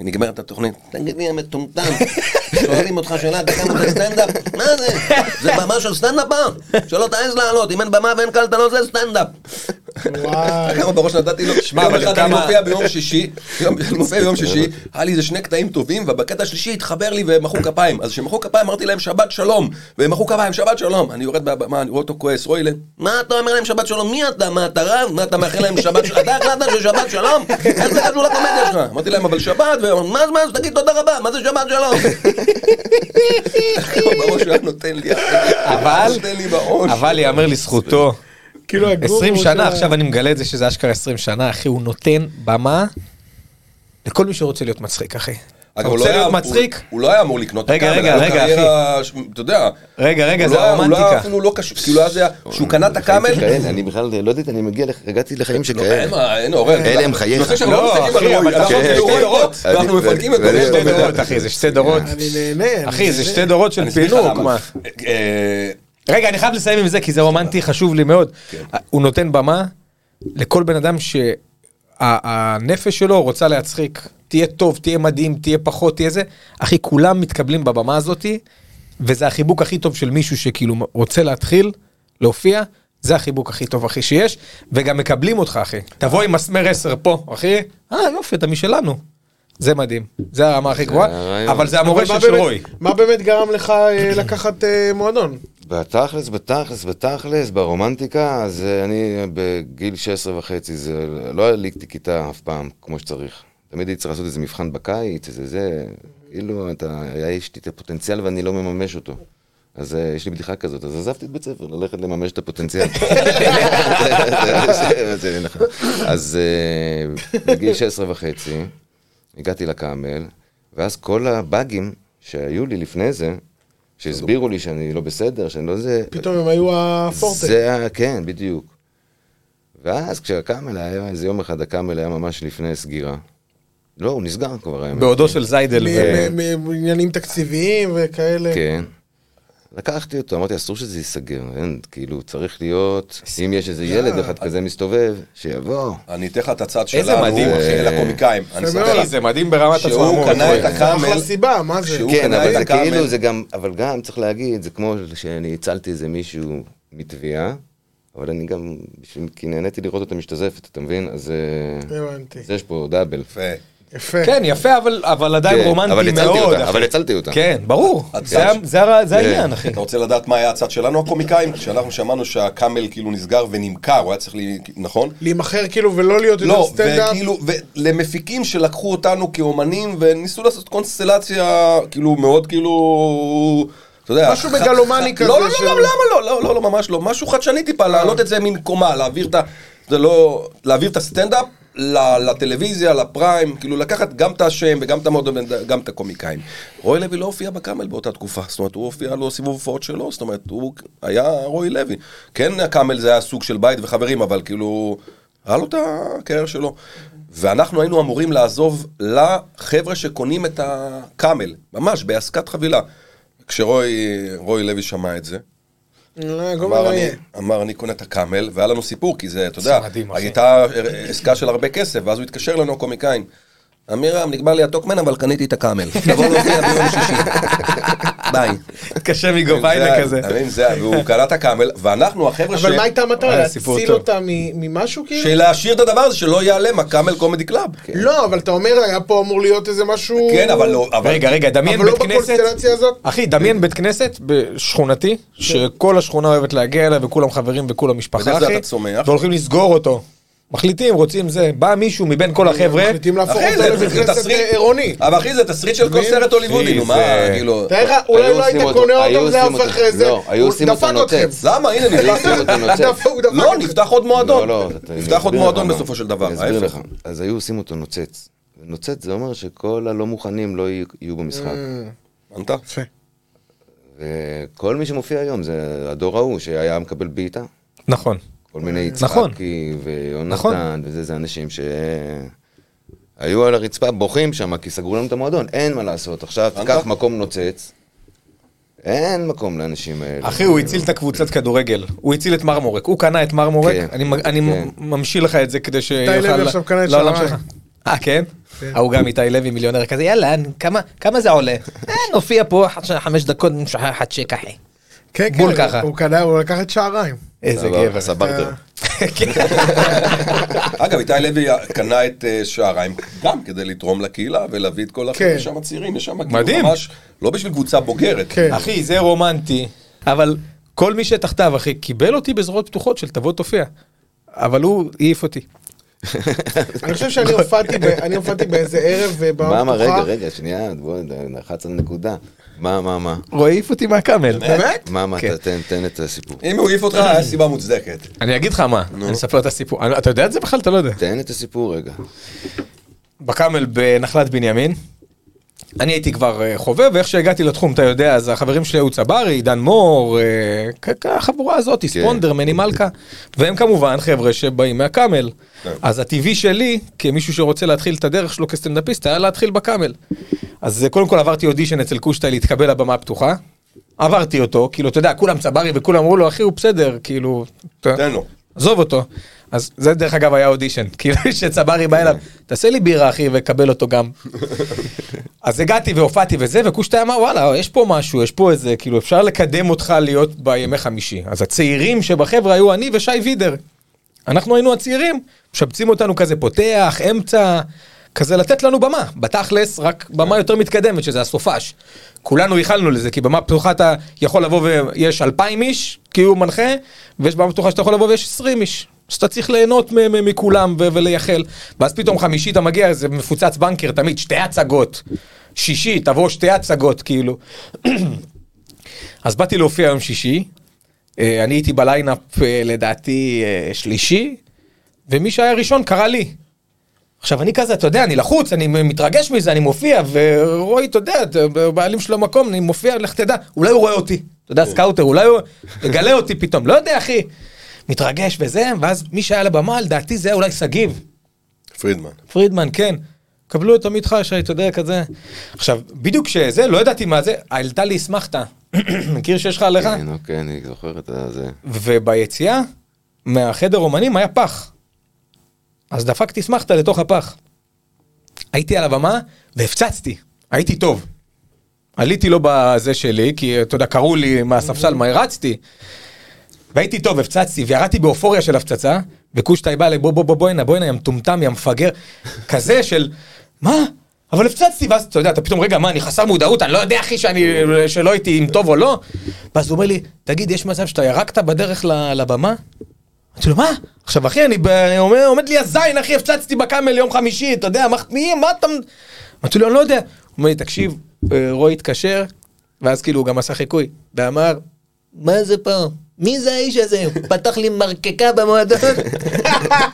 Speaker 2: ונגמרת התוכנית, תגיד לי המטומטם, שואלים אותך שאלה, אתה קם זה סטנדאפ? מה זה? זה במה של סטנדאפ פעם? שלא תעז לעלות, אם אין במה ואין קהל אתה לא עושה סטנדאפ.
Speaker 3: וואי.
Speaker 2: כמה בראש נתתי לו,
Speaker 4: שמע,
Speaker 2: יום
Speaker 4: אבל
Speaker 2: אחד
Speaker 4: כמה- אוקיי.
Speaker 2: אני מופיע ביום שישי, יום- אני מופיע ביום שישי, היה לי איזה שני קטעים טובים, ובקטע השלישי התחבר לי והם מחאו כפיים. אז כשמחאו כפיים אמרתי להם שבת שלום, והם מחאו כפיים, שבת שלום. אני יורד מהבמה, אני רואה אותו כועס, רואי לב, מה אתה אומר להם שבת שלום? מי אתה? מה אתה רב? מה אתה מאחל להם שבת שלום? אתה החלטת ששבת שלום? איך זה קשור לקומדיה שלך? אמרתי להם אבל שבת, והם אמרו, מה זה מה זה? תגיד תודה רבה, מה זה שבת
Speaker 4: (laughs)
Speaker 2: שלום? (laughs) בראש היה נותן לי,
Speaker 4: אבל,
Speaker 2: נותן לי בראש.
Speaker 4: אבל יאמר לזכותו,
Speaker 2: לא,
Speaker 3: כאילו הגורו
Speaker 4: 20
Speaker 3: של
Speaker 4: שנה,
Speaker 3: ה-
Speaker 4: עכשיו אני מגלה את זה שזה אשכרה 20 שנה, אחי, הוא נותן במה לכל מי שרוצה להיות מצחיק, אחי. אתה
Speaker 2: אגב, הוא
Speaker 4: רוצה
Speaker 2: לא היה-
Speaker 4: להיות מצחיק?
Speaker 2: הוא- הוא לא היה אמור לקנות את
Speaker 4: רגע,
Speaker 2: הקאמרה,
Speaker 4: רגע,
Speaker 2: היה לו
Speaker 4: רגע,
Speaker 2: קריירה ש- אתה יודע.
Speaker 4: רגע, רגע,
Speaker 2: הוא
Speaker 4: זה
Speaker 2: לא היה- הוא לא היה
Speaker 4: הרומנטיקה.
Speaker 2: אפילו לא קשור, כאילו אז היה, שהוא קנה את הקאמל, לא,
Speaker 5: חיים שכאלה, אני בכלל לא יודעת, אני מגיע, לח- הגעתי לחיים
Speaker 4: כן.
Speaker 2: אין
Speaker 5: שכאלה.
Speaker 2: מה, אין אורן.
Speaker 5: אלה הם חייך.
Speaker 2: נושא שאנחנו לא
Speaker 4: לא,
Speaker 2: מסתכלים
Speaker 4: אחי,
Speaker 2: על
Speaker 4: אבל
Speaker 2: רועי, אנחנו
Speaker 5: כן,
Speaker 2: כאילו
Speaker 5: כן,
Speaker 2: רואים
Speaker 4: לא-
Speaker 5: כן.
Speaker 2: דורות,
Speaker 5: אני-
Speaker 2: ואנחנו
Speaker 5: ואני-
Speaker 2: מפרקים את
Speaker 5: ואני-
Speaker 2: זה.
Speaker 5: ואני-
Speaker 4: שתי דורות, אחי, זה שתי דורות.
Speaker 3: אני נהנה. אני
Speaker 4: אחי, זה
Speaker 3: נהנה.
Speaker 4: שתי דורות של פינוק, מה.
Speaker 2: אה,
Speaker 4: רגע, אני חייב לסיים עם זה, כי זה רומנטי, חשוב לי מאוד. הוא נותן במה לכל בן אדם שהנפש שלו רוצה להצחיק. תהיה טוב, תהיה מדהים, תהיה פחות, תהיה זה. אחי, כולם מתקבלים בבמה הזאתי, וזה החיבוק הכי טוב של מישהו שכאילו רוצה להתחיל, להופיע. זה החיבוק הכי טוב, אחי, שיש, וגם מקבלים אותך, אחי. תבוא עם מסמר 10 פה, אחי. אה, יופי, אתה משלנו. זה מדהים. זה הרמה הכי גבוהה,
Speaker 5: הרעיון.
Speaker 4: אבל זה
Speaker 3: אבל מה
Speaker 4: המורשת של
Speaker 3: באמת-
Speaker 4: רוי.
Speaker 3: מה באמת גרם לך אה, לקחת אה, מועדון?
Speaker 5: בתכלס, בתכלס, בתכלס, ברומנטיקה, אז אה, אני בגיל 16 וחצי, זה לא העליקתי כיתה אף פעם כמו שצריך. תמיד הייתי צריך לעשות איזה מבחן בקיץ, איזה זה, כאילו, אתה, היה יש לי את הפוטנציאל ואני לא מממש אותו. אז אה, יש לי בדיחה כזאת, אז עזבתי את בית ספר, ללכת לממש את הפוטנציאל. זה- זה נכון. אז אה, בגיל 16 וחצי, הגעתי לקאמל, ואז כל הבאגים שהיו לי לפני זה, שהסבירו לי שאני לא בסדר, שאני לא זה,
Speaker 3: פתאום הם היו הפורטה.
Speaker 5: זה היה, כן, בדיוק. ואז כשהקאמל היה, איזה יום אחד הקאמל היה ממש לפני סגירה. לא, הוא נסגר כבר האמת.
Speaker 4: בעודו של זיידל. ו-
Speaker 3: מ- מ- מ- עניינים תקציביים וכאלה.
Speaker 5: כן. לקחתי אותו, אמרתי, אסור שזה ייסגר, אין, כאילו, צריך להיות, אם יש איזה ילד אחד כזה מסתובב, שיבוא.
Speaker 2: אני אתן לך את הצד שלנו,
Speaker 4: איזה מדהים,
Speaker 2: אה,
Speaker 5: אחי.
Speaker 2: לקומיקאים. אני
Speaker 3: יפה
Speaker 2: אספר
Speaker 3: מאוד.
Speaker 2: לך,
Speaker 4: אחי, זה מדהים ברמת
Speaker 2: שהוא
Speaker 4: עצמו.
Speaker 2: קנה את
Speaker 3: זה אחלה
Speaker 2: הקאמל.
Speaker 3: סיבה, מה זה?
Speaker 2: שהוא-
Speaker 5: כן,
Speaker 2: קנה
Speaker 5: אבל
Speaker 2: את
Speaker 5: זה
Speaker 2: הקאמל.
Speaker 5: כאילו, זה גם, אבל גם, צריך להגיד, זה כמו שאני הצלתי איזה מישהו מתביעה, אבל אני גם, בשביל- כי נהניתי לראות אותה משתזפת, אתה מבין? אז אה,
Speaker 3: הבנתי.
Speaker 5: אז יש פה דאבל.
Speaker 2: יפה.
Speaker 3: יפה.
Speaker 4: כן, יפה, אבל- אבל עדיין
Speaker 5: כן, אבל
Speaker 4: רומנטי
Speaker 5: הצלתי
Speaker 4: מאוד.
Speaker 5: אותה,
Speaker 4: אחי.
Speaker 5: אבל הצלתי אותה.
Speaker 4: כן, ברור.
Speaker 2: הצד
Speaker 4: זה ה-
Speaker 2: ש-
Speaker 4: זה ה- זה
Speaker 5: כן.
Speaker 2: (laughs)
Speaker 4: העניין, אחי.
Speaker 2: אה, אתה רוצה לדעת מה היה הצד שלנו הקומיקאים? כשאנחנו שמענו שהקאמל כאילו נסגר ונמכר, הוא היה צריך, לי- נכון?
Speaker 3: להימכר כאילו ולא להיות יותר
Speaker 2: לא,
Speaker 3: סטנדאפ.
Speaker 2: וכאילו, ולמפיקים שלקחו אותנו כאומנים וניסו לעשות קונסטלציה, כאילו, מאוד כאילו... אתה יודע,
Speaker 3: משהו מגלומני
Speaker 2: ח-
Speaker 3: כזה
Speaker 2: לא, לא,
Speaker 3: של-
Speaker 2: לא, למה לא? לא, לא, לא, ממש לא. משהו חדשני טיפה, להעלות את זה מן קומה, להעביר את ה... זה לא... להעביר את הסטנדאפ ל- לטלוויזיה, לפריים, כאילו לקחת גם את השם וגם את המועדון, גם את הקומיקאים. רוי לוי לא הופיע בקאמל באותה תקופה, זאת אומרת, הוא הופיע לו סיבוב הופעות שלו, זאת אומרת, הוא היה רוי לוי. כן, הקאמל זה היה סוג של בית וחברים, אבל כאילו, היה לו את הקריירה שלו. ואנחנו היינו אמורים לעזוב לחבר'ה שקונים את הקאמל, ממש, בעסקת חבילה. כשרוי רוי לוי שמע את זה,
Speaker 3: לא, גומר
Speaker 2: אמר
Speaker 3: לא
Speaker 2: אני,
Speaker 3: יהיה.
Speaker 2: אמר אני קונה את הקאמל, והיה לנו סיפור, כי זה, אתה יודע,
Speaker 4: זה מדהים, אחי.
Speaker 2: הייתה עסקה של הרבה כסף, ואז הוא התקשר אלינו הקומיקאים. אמירם, נגמר לי הטוקמן, אבל קניתי את הקאמל. תבוא להופיע ביום שישי. ביי.
Speaker 4: קשה מגוביינה כזה.
Speaker 2: אתה מבין? כן, זה- והוא קנה את הקאמל, ואנחנו החבר'ה ש...
Speaker 3: אבל מה הייתה המטרה?
Speaker 4: אה, סיפור
Speaker 3: להציל
Speaker 4: טוב.
Speaker 3: אותה מ- ממשהו כאילו?
Speaker 2: שלהשאיר את הדבר הזה, שלא ייעלם, הקאמל קומדי קלאב.
Speaker 3: לא, אבל אתה אומר, היה פה אמור להיות איזה משהו...
Speaker 2: כן, אבל לא... אבל-
Speaker 4: רגע, רגע, דמיין
Speaker 3: אבל לא
Speaker 4: בית כנסת.
Speaker 3: בקונסטלציה הזאת.
Speaker 4: אחי, דמיין בית כנסת בשכונתי, שכל השכונה אוהבת להגיע אליה, וכולם חברים וכולם משפחה,
Speaker 2: בדרך כלל
Speaker 4: אחי.
Speaker 2: אתה צומח.
Speaker 4: והולכים לסגור אותו. מחליטים, רוצים זה. בא מישהו מבין כל החבר'ה.
Speaker 3: מחליטים להפוך
Speaker 4: לא,
Speaker 2: אחי,
Speaker 3: אותו
Speaker 2: זה-
Speaker 3: לבית
Speaker 2: זה
Speaker 3: כנסת
Speaker 2: תסריט
Speaker 3: עירוני.
Speaker 2: אבל אחי, זה תסריט של כל
Speaker 3: מבין?
Speaker 2: סרט הוליוודי, נו, מה,
Speaker 4: זה-
Speaker 2: כאילו...
Speaker 3: תאר לך, אולי
Speaker 5: היו
Speaker 3: לא היית
Speaker 5: עושים אותו-
Speaker 3: קונה
Speaker 5: היו
Speaker 3: אותו, זה היה
Speaker 5: עושים
Speaker 3: הופך
Speaker 5: אותו-
Speaker 3: לזה.
Speaker 5: לא, היו
Speaker 3: הוא
Speaker 5: עושים אותו
Speaker 3: דפק אתכם.
Speaker 5: נוצץ.
Speaker 2: למה? הנה, נפתח...
Speaker 5: עושים אותו נוצץ.
Speaker 3: דפק, הוא דפק
Speaker 2: לא,
Speaker 3: אתכם.
Speaker 2: נפתח עוד מועדון.
Speaker 5: לא, לא, אני
Speaker 2: נפתח עוד
Speaker 5: אסביר
Speaker 2: מועדון
Speaker 5: לך מה.
Speaker 2: בסופו של דבר.
Speaker 5: אני אסביר
Speaker 2: ההפך.
Speaker 5: לך. אז היו עושים אותו נוצץ. נוצץ זה אומר שכל הלא מוכנים לא יהיו- יהיו במשחק.
Speaker 2: אה. הבנת?
Speaker 5: וכל מי שמופיע היום זה הדור ההוא שהיה מקבל בעיטה.
Speaker 4: נכון.
Speaker 5: כל מיני
Speaker 4: נכון.
Speaker 5: יצחקי ויונתן
Speaker 4: נכון.
Speaker 5: וזה, זה אנשים ש... היו על הרצפה בוכים שם, כי סגרו לנו את המועדון, אין מה לעשות. עכשיו תיקח מקום נוצץ, אין מקום לאנשים האלה.
Speaker 4: אחי, הוא הציל את הקבוצת כדורגל, הוא הציל את מרמורק, הוא קנה את מרמורק,
Speaker 5: כן,
Speaker 4: אני מ- אני
Speaker 5: כן.
Speaker 4: ממשיא לך את זה כדי שיהיה
Speaker 3: לוי
Speaker 4: ל-
Speaker 3: עכשיו קנה את
Speaker 4: לעולם
Speaker 3: שערי.
Speaker 4: שלך. אה, כן? ההוא גם איתי לוי מיליונר כזה, יאללה, כמה- כמה זה
Speaker 5: (laughs)
Speaker 4: עולה? אה, נופיע פה אחת- חמש דקות, נמשכה אחת צ'ק, אחי.
Speaker 3: כן,
Speaker 4: בול
Speaker 3: כן,
Speaker 4: ככה.
Speaker 3: הוא קנה, הוא לקח את שעריים.
Speaker 4: איזה
Speaker 5: סבבה,
Speaker 4: גבר.
Speaker 5: סברטר.
Speaker 4: (laughs) כן.
Speaker 2: אגב, איתי לוי קנה את אה, שעריים גם כדי לתרום לקהילה ולהביא את כל החבר'ה
Speaker 3: כן.
Speaker 2: שם הצעירים, יש שם
Speaker 4: מדהים.
Speaker 2: כאילו ממש, לא בשביל קבוצה בוגרת.
Speaker 3: כן.
Speaker 4: אחי, זה רומנטי, אבל כל מי שתחתיו, אחי, קיבל אותי בזרועות פתוחות של תבוא תופיע. אבל הוא העיף אותי.
Speaker 3: אני חושב שאני הופעתי ב- אני הופעתי באיזה ערב אה,
Speaker 5: מה,
Speaker 3: במה
Speaker 5: מה,
Speaker 3: פתוחה.
Speaker 5: רגע, רגע, שנייה, בואו, נחץ על נקודה. מה, מה, מה?
Speaker 4: הוא העיף אותי מהקאמל. באמת?
Speaker 5: מה, מה,
Speaker 4: כן.
Speaker 5: ת- תן- תן את הסיפור.
Speaker 2: אם הוא העיף אותך, היה סיבה מוצדקת.
Speaker 4: אני אגיד לך מה, אני אספר את הסיפור. אני- אתה יודע את זה בכלל? אתה לא יודע.
Speaker 5: תן את הסיפור רגע.
Speaker 4: בקאמל בנחלת בנימין. אני הייתי כבר אה, חובב, ואיך שהגעתי לתחום, אתה יודע, אז החברים שלי היו צברי, עידן מור, אה, כ- החבורה הזאת, ספונדר, מני מלכה, והם כמובן חבר'ה שבאים מהקאמל. אז הטבעי שלי, כמישהו שרוצה להתחיל את הדרך שלו כסטנדאפיסט, היה להתחיל בקאמל. אז אה, קודם כל עברתי אודישן אצל קושטי להתקבל לבמה הפתוחה. עברתי אותו, כאילו, אתה יודע, כולם צברי וכולם אמרו לו, אחי, הוא בסדר, כאילו... אתה-
Speaker 2: תן לו.
Speaker 4: עזוב אותו. אז זה דרך אגב היה אודישן, (laughs) כאילו שצברי בא אליו, תעשה לי בירה אחי וקבל אותו גם. אז הגעתי והופעתי וזה, וקושטי אמר וואלה, יש פה משהו, יש פה איזה, כאילו אפשר לקדם אותך להיות בימי חמישי. אז הצעירים שבחברה היו אני ושי וידר. אנחנו היינו הצעירים, משבצים אותנו כזה פותח, אמצע, כזה לתת לנו במה. בתכלס, רק במה יותר מתקדמת, שזה הסופש. כולנו ייחלנו לזה, כי במה פתוחה אתה יכול לבוא ויש אלפיים איש, כי הוא מנחה, ויש במה פתוחה שאתה יכול לבוא ויש עשרים איש. אז אתה צריך ליהנות מ- מ- מכולם ו- ולייחל. ואז פתאום חמישי אתה מגיע, זה מפוצץ בנקר תמיד, שתי הצגות. שישי, תבוא שתי הצגות, כאילו. (clears throat) אז באתי להופיע יום שישי, אה, אני הייתי בליינאפ אה, לדעתי אה, שלישי, ומי שהיה ראשון קרא לי. עכשיו אני כזה, אתה יודע, אני לחוץ, אני מתרגש מזה, אני מופיע, ורועי, אתה יודע, אתה בעלים של המקום, אני מופיע, לך תדע, אולי הוא רואה אותי, אתה יודע, סקאוטר, אולי הוא יגלה אותי פתאום, לא יודע, אחי. מתרגש וזה, ואז מי שהיה על הבמה, לדעתי זה היה אולי שגיב.
Speaker 2: פרידמן.
Speaker 4: פרידמן, כן. קבלו את עמית חשאי, אתה יודע, כזה. עכשיו, בדיוק שזה, לא ידעתי מה זה, העלתה לי אסמכתה. (clears throat) מכיר שיש לך עליך?
Speaker 5: כן, אוקיי, אני זוכר את זה.
Speaker 4: וביציאה מהחדר אומנים היה פח. אז דפקתי אסמכתה לתוך הפח. הייתי על הבמה והפצצתי, הייתי טוב. עליתי לא בזה שלי, כי אתה יודע, קראו לי מהספסל מה הרצתי. והייתי טוב, הפצצתי, וירדתי באופוריה של הפצצה, וקושטי בא אליי, בוא בוא בוא בוא הנה, בוא הנה, יא מטומטם, יא מפגר, (laughs) כזה של, מה? אבל הפצצתי, ואז אתה יודע, אתה פתאום, רגע, מה, אני חסר מודעות, אני לא יודע, אחי, שאני, שלא הייתי אם טוב או לא? ואז הוא אומר לי, תגיד, יש מצב שאתה ירקת בדרך ל- לבמה? אמרתי לו, מה? עכשיו, אחי, אני ב- אני אומר- עומד לי הזין, אחי, הפצצתי בקאמל יום חמישי, אתה יודע, מה, מי, מה אתה... אמרתי לו, אני לא יודע. הוא אומר לי, תקשיב, אה, רוי התקשר, ואז כאילו הוא גם עשה חיקוי, ואמר, מה זה פה? מי זה האיש הזה? הוא פתח לי מרקקה (laughs) במועדון,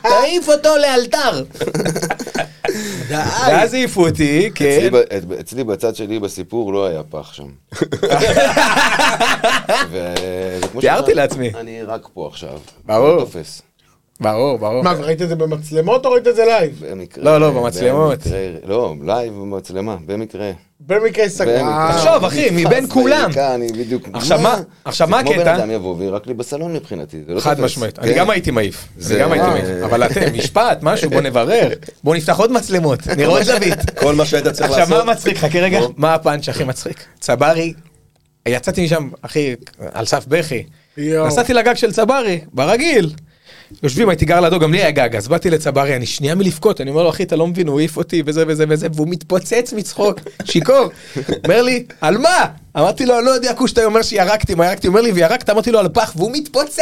Speaker 4: תעיף אותו (laughs) לאלתר. ואז העיפו אותי,
Speaker 5: אצלי
Speaker 4: כן.
Speaker 5: ב- אצלי בצד שלי בסיפור לא היה
Speaker 4: (laughs)
Speaker 5: פח שם. ו- וכמו
Speaker 4: תיארתי
Speaker 5: שאמרת,
Speaker 4: לעצמי.
Speaker 5: אני רק פה עכשיו.
Speaker 4: ברור.
Speaker 5: לא תופס.
Speaker 4: ברור, ברור.
Speaker 3: מה, ראית את זה במצלמות או ראית את זה לייב?
Speaker 5: במקרה-
Speaker 4: לא, לא, במצלמות.
Speaker 5: במקרה- לא, לייב במצלמה, במקרה.
Speaker 3: במקרה סגרה.
Speaker 5: במקרה.
Speaker 4: אה, תחשוב, אחי, מבין
Speaker 5: נתפס
Speaker 4: כולם.
Speaker 5: ביריקה, אני בדיוק...
Speaker 4: עכשיו מה- עכשיו מה
Speaker 5: זה כמו
Speaker 4: הקטע?
Speaker 5: בן אדם יבוא וירק לי בסלון מבחינתי, זה לא תופס.
Speaker 4: חד משמעית,
Speaker 5: כן.
Speaker 4: אני גם הייתי מעיף, אני
Speaker 5: זה-
Speaker 4: גם הייתי
Speaker 5: אה.
Speaker 4: מעיף, אבל
Speaker 5: (laughs)
Speaker 4: אתם, משפט, משהו, בוא נברר, בוא נפתח עוד מצלמות, נראה עוד זווית.
Speaker 2: כל מה שהיית צריך
Speaker 4: עכשיו
Speaker 2: לעשות.
Speaker 4: מה מצחיק, חכה רגע, מה הפאנץ' הכי מצחיק? צברי, יצאתי משם, אחי, על סף בכי.
Speaker 3: יואו.
Speaker 4: נסעתי לגג של צברי, ברגיל. יושבים, הייתי גר לידו, גם לי היה גג, אז באתי לצברי, אני שנייה מלבכות, אני אומר לו, אחי, אתה לא מבין, הוא העיף אותי, וזה וזה וזה, והוא מתפוצץ מצחוק, (laughs) שיכור. אומר לי, על מה? אמרתי לו, אני לא יודע, קושטי אומר שירקתי, מה ירקתי? הוא אומר לי, וירקת? אמרתי לו, על פח, והוא מתפוצץ.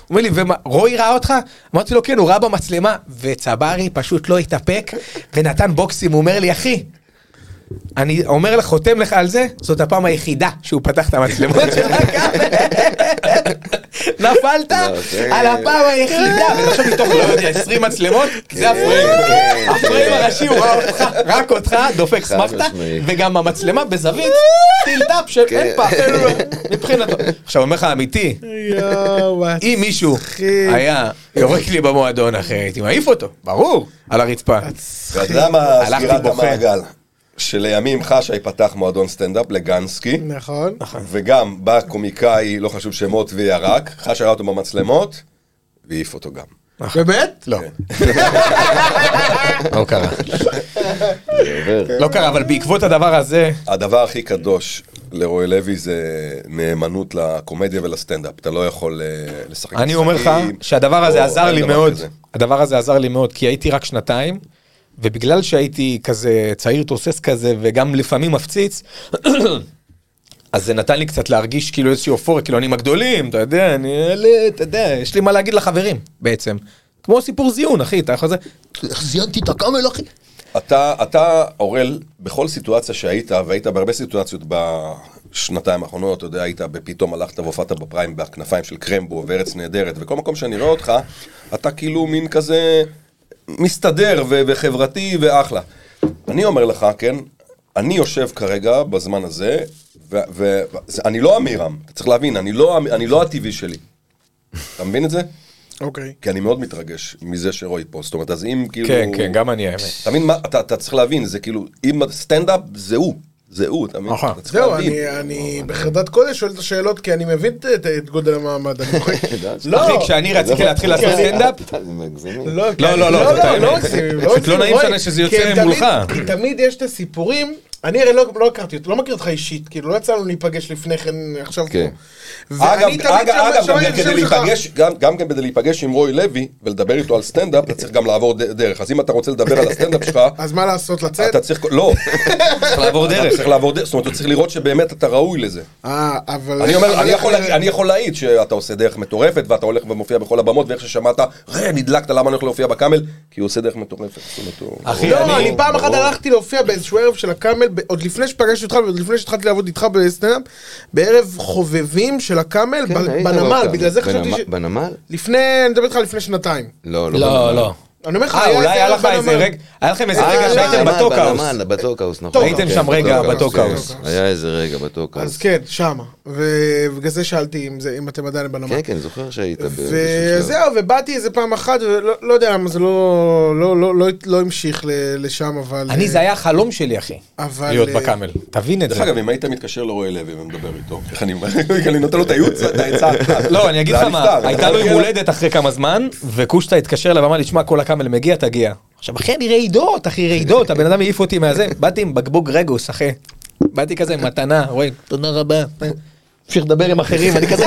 Speaker 4: הוא אומר לי, ומה, רועי ראה אותך? אמרתי לו, כן, הוא ראה במצלמה, וצברי פשוט לא התאפק, ונתן בוקסים, הוא אומר לי, אחי, אני אומר לך, חותם לך על זה, זאת הפעם היחידה שהוא פתח את המצלמות שלך, (laughs) כבל. נפלת
Speaker 5: לא, זה-
Speaker 4: על הפעם (laughs) היחידה, ועכשיו מתוך, לא יודע, 20 מצלמות, זה הפריים.
Speaker 5: כן,
Speaker 4: הפריים
Speaker 5: כן.
Speaker 4: הראשי הוא ראה אותך, רק אותך, דופק
Speaker 5: חד
Speaker 4: סמכת,
Speaker 5: משמעית.
Speaker 4: וגם המצלמה (laughs) בזווית, טילטאפ של אין פעם, מבחינתו. עכשיו, אומר לך, אמיתי, (laughs)
Speaker 3: יואו,
Speaker 4: אם מישהו
Speaker 3: מצחיק.
Speaker 4: היה יורק לי במועדון אחרי, הייתי מעיף אותו, ברור, על הרצפה.
Speaker 2: אתה יודע מה
Speaker 4: הלכתי
Speaker 2: סגירת
Speaker 4: בוכה.
Speaker 2: המעגל? שלימים חשאי פתח מועדון סטנדאפ לגנסקי,
Speaker 3: נכון.
Speaker 2: וגם בא קומיקאי, לא חשוב שמות, וירק, חשאי ראה אותו במצלמות, והעיף אותו גם.
Speaker 3: באמת?
Speaker 4: לא.
Speaker 2: כן.
Speaker 4: לא קרה.
Speaker 2: כן.
Speaker 4: לא קרה, אבל בעקבות הדבר הזה,
Speaker 2: הדבר הכי קדוש לרועי לוי זה נאמנות לקומדיה ולסטנדאפ. אתה לא יכול אה, לשחק
Speaker 4: אני אומר לך
Speaker 2: משחקים,
Speaker 4: שהדבר הזה
Speaker 2: או-
Speaker 4: עזר
Speaker 2: אין
Speaker 4: לי
Speaker 2: דבר
Speaker 4: מאוד,
Speaker 2: כזה.
Speaker 4: הדבר הזה עזר לי מאוד, כי הייתי רק שנתיים, ובגלל שהייתי כזה צעיר תוסס כזה, וגם לפעמים מפציץ, (coughs) אז זה נתן לי קצת להרגיש כאילו איזושהי אופוריה, כאילו אני עם הגדולים, אתה יודע, אני אלה, אתה יודע, יש לי מה להגיד לחברים בעצם. כמו סיפור זיון, אחי, אתה יכול לזה,
Speaker 2: כאילו-
Speaker 4: זיינתי את הכמל, אחי.
Speaker 2: אתה, אתה, אורל, בכל סיטואציה שהיית, והיית בהרבה סיטואציות בשנתיים האחרונות, אתה יודע, היית בפתאום הלכת והופעת בפריים בכנפיים של קרמבו וארץ נהדרת, וכל מקום שאני רואה אותך, אתה כאילו מין כזה מסתדר ו- וחברתי ואחלה. אני אומר לך, כן, אני יושב כרגע בזמן הזה, ואני ו- זה- אני לא אמירם, אתה צריך להבין, אני לא, המ- אני לא הטבעי שלי. אתה מבין את זה?
Speaker 3: אוקיי.
Speaker 2: כי אני מאוד מתרגש מזה שרועי פה, זאת אומרת, אז אם כאילו...
Speaker 4: כן, כן, גם אני האמת.
Speaker 2: אתה מבין מה, אתה, אתה צריך להבין, זה כאילו, אם סטנדאפ זה הוא, זה הוא, אתה מבין?
Speaker 4: נכון.
Speaker 2: אתה צריך
Speaker 3: זהו,
Speaker 2: להבין.
Speaker 3: אני- אני בחרדת קודש שואל את השאלות, כי אני מבין את- את- את גודל המעמד. אני מוכן-
Speaker 4: לא. אחי, כשאני רציתי
Speaker 2: כן.
Speaker 4: להתחיל
Speaker 5: כן.
Speaker 4: לעשות סטנדאפ,
Speaker 5: אתה מגזים.
Speaker 3: לא, כי-
Speaker 4: לא, לא, לא, זאת האמת.
Speaker 3: לא מגזימים, לא
Speaker 4: פשוט לא
Speaker 3: מגזימים,
Speaker 4: נעים
Speaker 3: רועי,
Speaker 4: שאני- שזה
Speaker 3: כי
Speaker 4: יוצא
Speaker 3: הם תמיד-
Speaker 4: מולך.
Speaker 3: כי תמיד יש את הסיפורים, אני הרי לא לא הכרתי אותו, לא מכיר אותך אישית, כאילו לא יצא לנו להיפגש לפני כן עכשיו פה.
Speaker 5: כן.
Speaker 3: ואני
Speaker 2: אגב,
Speaker 3: תמיד
Speaker 2: אגב,
Speaker 3: שמע-
Speaker 2: אגב, גם כן
Speaker 3: שמעתי את
Speaker 2: כדי
Speaker 3: השם שלך.
Speaker 2: להיפגש, גם, גם כן כדי להיפגש עם רוי לוי ולדבר איתו על סטנדאפ, אתה צריך גם לעבור ד- דרך. אז אם אתה רוצה לדבר על הסטנדאפ שלך,
Speaker 3: אז מה לעשות, לצאת?
Speaker 2: אתה צריך, לא,
Speaker 4: (laughs) צריך לעבור
Speaker 2: אתה
Speaker 4: דרך.
Speaker 2: צריך לעבור דרך, זאת אומרת, אתה צריך לראות שבאמת אתה ראוי לזה.
Speaker 3: אה, אבל... אה,
Speaker 2: אני אומר, אני יכול
Speaker 3: אבל-
Speaker 2: להגיד- אני יכול להעיד שאתה עושה דרך מטורפת, ואתה הולך ומופיע בכל הבמות, ואיך ששמעת, "ראה, נדלקת, למה אני הולך להופיע בקאמל? כי הוא עושה דרך מטורפת. זאת אומרת, הוא-
Speaker 4: אחי,
Speaker 3: לא, אני פעם אחת
Speaker 2: ברור.
Speaker 3: הלכתי להופיע באיזשהו ערב של הקאמל, ב- עוד לפני שפגשתי אותך ועוד לפני שהתחלתי לעבוד איתך בסטנדאפ, בערב חובבים של הקאמל
Speaker 5: כן,
Speaker 3: ב-
Speaker 5: היית
Speaker 3: בנמל,
Speaker 5: בקאמל.
Speaker 3: בגלל זה חשבתי ש...
Speaker 5: בנמל- בנמל?
Speaker 3: לפני, אני מדבר איתך לפני שנתיים.
Speaker 5: לא,
Speaker 4: לא, לא.
Speaker 3: אני אומר לך,
Speaker 4: אה, אולי היה
Speaker 3: ערב
Speaker 4: לך איזה
Speaker 3: בנמל.
Speaker 4: רגע, היה לכם
Speaker 5: אה,
Speaker 4: איזה רגע שהייתם
Speaker 5: לא,
Speaker 4: בטוקהאוס.
Speaker 5: בנמל, בטוקהאוס, נכון.
Speaker 3: הייתם
Speaker 5: כן,
Speaker 4: שם רגע
Speaker 3: בטוקהאוס.
Speaker 5: כן, היה איזה רגע
Speaker 3: אז
Speaker 5: בטוקהאוס.
Speaker 3: כן, שמה. ובגלל זה שאלתי אם זה- אם אתם עדיין בנמל.
Speaker 5: כן, כן, זוכר שהיית באיזשהו שלב.
Speaker 3: וזהו, ובאתי איזה פעם אחת, ולא לא יודע למה זה לא- לא- לא- לא- לא המשיך ל- לשם, אבל... אה,
Speaker 4: אני, זה היה החלום שלי, אחי.
Speaker 3: אבל,
Speaker 4: להיות
Speaker 3: אה,
Speaker 4: בקאמל. תבין את
Speaker 2: דרך
Speaker 4: זה.
Speaker 2: אגב, אם היית מתקשר לרועי לוי ומדבר איתו, איך אני אני נותן לו את הייעוץ, את העצה.
Speaker 4: (laughs) לא, אני אגיד
Speaker 2: זה
Speaker 4: לך
Speaker 2: היה
Speaker 4: מה,
Speaker 2: נפתר.
Speaker 4: הייתה לו יום הולדת אחרי כמה זמן, וקושטה התקשר אליו ואמר לי, שמע, כל הקאמל מגיע, תגיע. עכשיו, אחי, אני רעידות, אחי, רעידות, הבן אדם העיף אותי מהזה. באתי עם בקבוק רגוס, אחי. באתי כזה עם מתנה, רואים, תודה רבה. אפשר לדבר עם אחרים, אני כזה...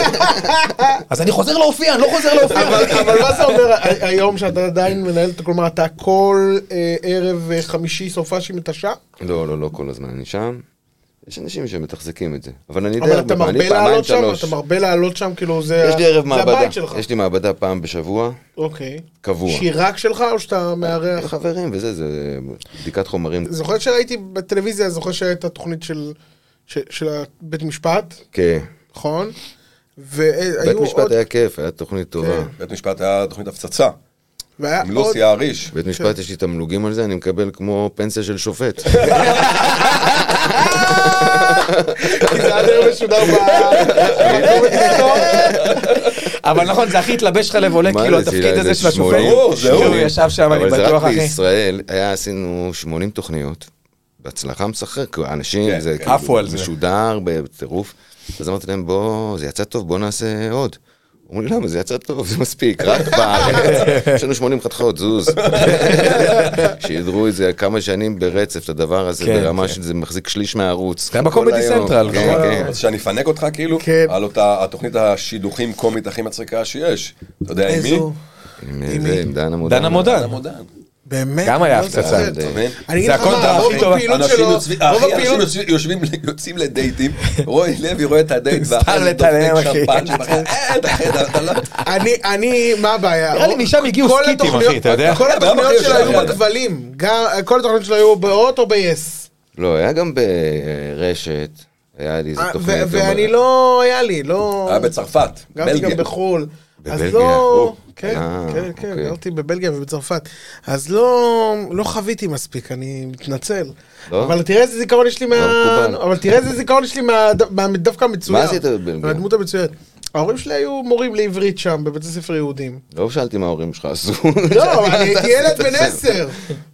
Speaker 4: אז אני חוזר להופיע, אני לא חוזר להופיע.
Speaker 3: אבל אבל מה זה אומר ה- היום שאתה עדיין מנהל, את- כלומר אתה כל אה, ערב אה, חמישי סופ"שים אתה שם?
Speaker 5: לא, לא, לא כל הזמן, אני שם. יש אנשים שמתחזקים את זה. אבל אני די
Speaker 3: אבל
Speaker 5: הרבה
Speaker 3: אתה
Speaker 5: פעמים,
Speaker 3: מרבה
Speaker 5: אני פעמיים
Speaker 3: לעלות שם?
Speaker 5: שלוש.
Speaker 3: אתה מרבה לעלות שם, כאילו זה
Speaker 5: יש לי ערב
Speaker 3: זה
Speaker 5: מעבדה.
Speaker 3: הבית שלך.
Speaker 5: יש לי מעבדה פעם בשבוע,
Speaker 3: אוקיי.
Speaker 5: קבוע.
Speaker 3: שהיא רק שלך או שאתה מארח?
Speaker 5: חברים וזה, זה בדיקת חומרים.
Speaker 3: זוכר שראיתי בטלוויזיה, זוכר שהייתה תוכנית של ש- של בית משפט,
Speaker 5: כן.
Speaker 3: נכון? והיו
Speaker 5: בית
Speaker 3: עוד... כן.
Speaker 5: משפט אה, היה כיף, היה תוכנית טובה.
Speaker 2: בית משפט היה תוכנית הפצצה, לא,
Speaker 3: והיה
Speaker 2: עם
Speaker 3: עוד...
Speaker 2: לוסי האריש.
Speaker 5: בית
Speaker 3: כן.
Speaker 5: משפט יש לי תמלוגים על זה, אני מקבל כמו פנסיה של שופט.
Speaker 3: (laughs) כי זה היה די משודר ב...
Speaker 4: אבל נכון, זה הכי התלבש לך לב עולה,
Speaker 5: מה
Speaker 4: כאילו
Speaker 5: זה,
Speaker 4: התפקיד
Speaker 5: זה
Speaker 4: הזה של השופט.
Speaker 5: שמאלני?
Speaker 2: ברור, זה הוא.
Speaker 4: הוא ישב שם, אני
Speaker 5: אבל זה
Speaker 4: בטוח,
Speaker 5: רק
Speaker 4: אחי.
Speaker 5: בישראל, היה, עשינו 80 תוכניות, בהצלחה מסחרר, כאילו, אנשים,
Speaker 2: כן,
Speaker 5: זה
Speaker 2: כן.
Speaker 5: כאילו
Speaker 4: עפו על זה.
Speaker 5: משודר בטירוף. אז אמרתי להם, בוא, זה יצא טוב, בוא נעשה עוד. אמרו לי, למה, זה יצא טוב, זה מספיק, רק בארץ.
Speaker 4: (laughs)
Speaker 5: יש לנו 80 חתיכות, זוז. שידרו את זה כמה שנים ברצף, את הדבר הזה,
Speaker 4: כן,
Speaker 5: ברמה
Speaker 4: כן.
Speaker 5: שזה מחזיק שליש מהערוץ.
Speaker 4: גם
Speaker 5: כל
Speaker 4: בקומדי
Speaker 5: היום.
Speaker 4: סנטרל,
Speaker 5: כן,
Speaker 4: נכון.
Speaker 5: כן.
Speaker 2: אז שאני אפנק אותך כאילו,
Speaker 3: אה, כן.
Speaker 2: על אותה התוכנית השידוכים קומית הכי מצחיקה שיש. אתה יודע עם מי?
Speaker 3: איזו...
Speaker 5: עם זה, עם דנה מודן.
Speaker 4: דנה מודן.
Speaker 2: המודען.
Speaker 3: באמת?
Speaker 4: גם היה
Speaker 3: לא
Speaker 4: הפצצה. (laughs)
Speaker 3: זוכר.
Speaker 2: אתה מבין?
Speaker 3: אני
Speaker 4: זה
Speaker 3: אגיד לך
Speaker 4: הקונטרה
Speaker 3: מה,
Speaker 4: הכי
Speaker 3: רוב
Speaker 4: טובה.
Speaker 3: הפעילות
Speaker 2: אנשים
Speaker 3: שלו,
Speaker 2: יוצאים-
Speaker 3: רוב
Speaker 2: אחי, אנשים
Speaker 3: הפעילות
Speaker 2: יוצאים- יושבים, יוצאים לדייטים, רועי לוי רואה את הדייט,
Speaker 4: סתם
Speaker 2: ואחרי זה
Speaker 4: לטלם,
Speaker 2: דופק
Speaker 4: אחי.
Speaker 2: שמפניה, ואחרי זה, "אה, אתה- אתה- אתה
Speaker 3: (laughs)
Speaker 2: לא-"
Speaker 3: אני, אני, מה הבעיה?
Speaker 4: נראה לי משם הגיעו
Speaker 3: כל
Speaker 4: סקיטים,
Speaker 3: התוכניות-
Speaker 4: אחי, אתה יודע?
Speaker 3: כל
Speaker 2: גם
Speaker 3: התוכניות
Speaker 2: אחי,
Speaker 3: שלו היו
Speaker 2: יאללה.
Speaker 3: בכבלים, גם- כל התוכניות שלו היו באות או ביס.
Speaker 5: לא, היה גם ברשת, היה לי איזה
Speaker 3: אה,
Speaker 5: תוכנית.
Speaker 3: ו- ואני לא, היה לי, לא...
Speaker 2: היה בצרפת,
Speaker 3: גרתי גם
Speaker 2: אה, בלגיה.
Speaker 3: בחו"ל. אז
Speaker 5: בבלגיה,
Speaker 3: לא...
Speaker 5: או.
Speaker 3: כן,
Speaker 5: אה,
Speaker 3: כן, כן,
Speaker 5: אוקיי.
Speaker 3: גרתי בבלגיה ובצרפת. אז לא לא חוויתי מספיק, אני מתנצל.
Speaker 5: לא?
Speaker 3: אבל תראה איזה זיכרון יש לי מה...
Speaker 5: מקובל.
Speaker 3: אבל תראה איזה זיכרון יש לי מה- מה- דווקא המצוין.
Speaker 5: מה עשית בבלגיה?
Speaker 3: מהדמות המצוינת. ההורים שלי היו מורים לעברית שם, בבית הספר
Speaker 5: (laughs)
Speaker 3: יהודים.
Speaker 5: לא שאלתי מה ההורים שלך עשו.
Speaker 3: לא, אני הייתי ילד בן עשר.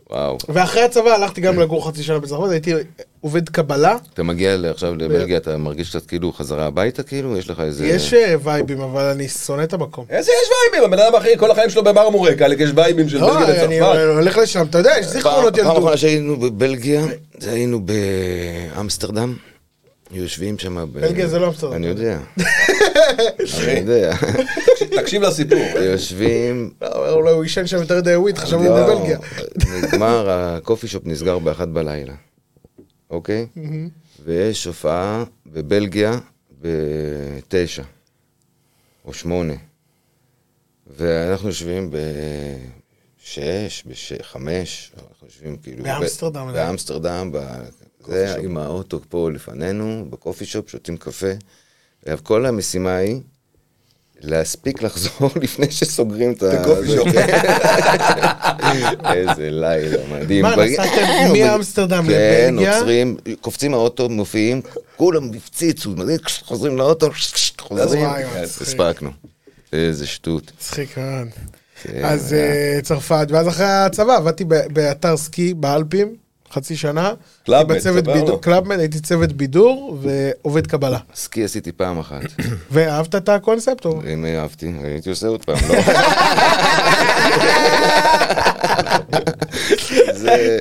Speaker 5: וואו.
Speaker 3: ואחרי הצבא הלכתי גם לגור חצי שנה בצרפת, הייתי עובד קבלה.
Speaker 5: אתה מגיע ל- עכשיו לבלגיה, אתה מרגיש קצת כאילו חזרה הביתה כאילו? יש לך איזה...
Speaker 3: יש אה, וייבים, אבל אני שונא את המקום.
Speaker 2: איזה יש וייבים? הבן אדם אחי, כל החיים שלו במרמורק, עלק יש וייבים של בלגיה
Speaker 3: לא, אני
Speaker 2: וצרפת.
Speaker 3: הולך לשם, אתה יודע, יש זיכרונות
Speaker 5: פעם
Speaker 3: ילדות.
Speaker 5: אחרונה שהיינו בבלגיה, זה היינו באמסטרדם. יושבים שם ב...
Speaker 3: בלגיה זה לא אמסטרדם. (laughs)
Speaker 5: אני יודע. אני יודע.
Speaker 2: תקשיב לסיפור.
Speaker 5: יושבים...
Speaker 3: לא, אולי הוא עישן שם יותר די וויד, חשבנו
Speaker 5: לא,
Speaker 3: בבלגיה.
Speaker 5: נגמר, הקופי שופ נסגר באחת בלילה, אוקיי? ויש הופעה בבלגיה בתשע, או שמונה. ואנחנו יושבים בשש, בשש, חמש, אנחנו יושבים כאילו... ב-
Speaker 3: באמסטרדם, אולי.
Speaker 5: באמסטרדם, ב... זה, עם האוטו פה לפנינו, בקופי שופ, שותים קפה. וכל המשימה היא להספיק לחזור (laughs) לפני שסוגרים את ה...
Speaker 2: הקופי שופ.
Speaker 5: (laughs) איזה לילה מדהים.
Speaker 3: מה, נסעתם מאמסטרדם
Speaker 5: כן,
Speaker 3: לבלגיה?
Speaker 5: עוצרים, קופצים האוטו, מופיעים, כולם הפציצו, מדהים, חוזרים לאוטו, חוזרים.
Speaker 3: וואי, וואי, מצחיק.
Speaker 5: הספקנו. איזה שטות.
Speaker 3: מצחיק מאוד.
Speaker 5: כן,
Speaker 3: אז
Speaker 5: היה.
Speaker 3: אה, צרפת, ואז אחרי הצבא עבדתי ב- באתר סקי באלפים, חצי שנה.
Speaker 2: קלאבמן,
Speaker 3: הייתי בצוות
Speaker 2: סבבה.
Speaker 3: בידור- קלאבמן, הייתי צוות בידור ועובד קבלה.
Speaker 5: סקי עשיתי פעם אחת.
Speaker 3: ואהבת את הקונספט? או?
Speaker 5: אם אהבתי, הייתי עושה עוד פעם, לא? זה-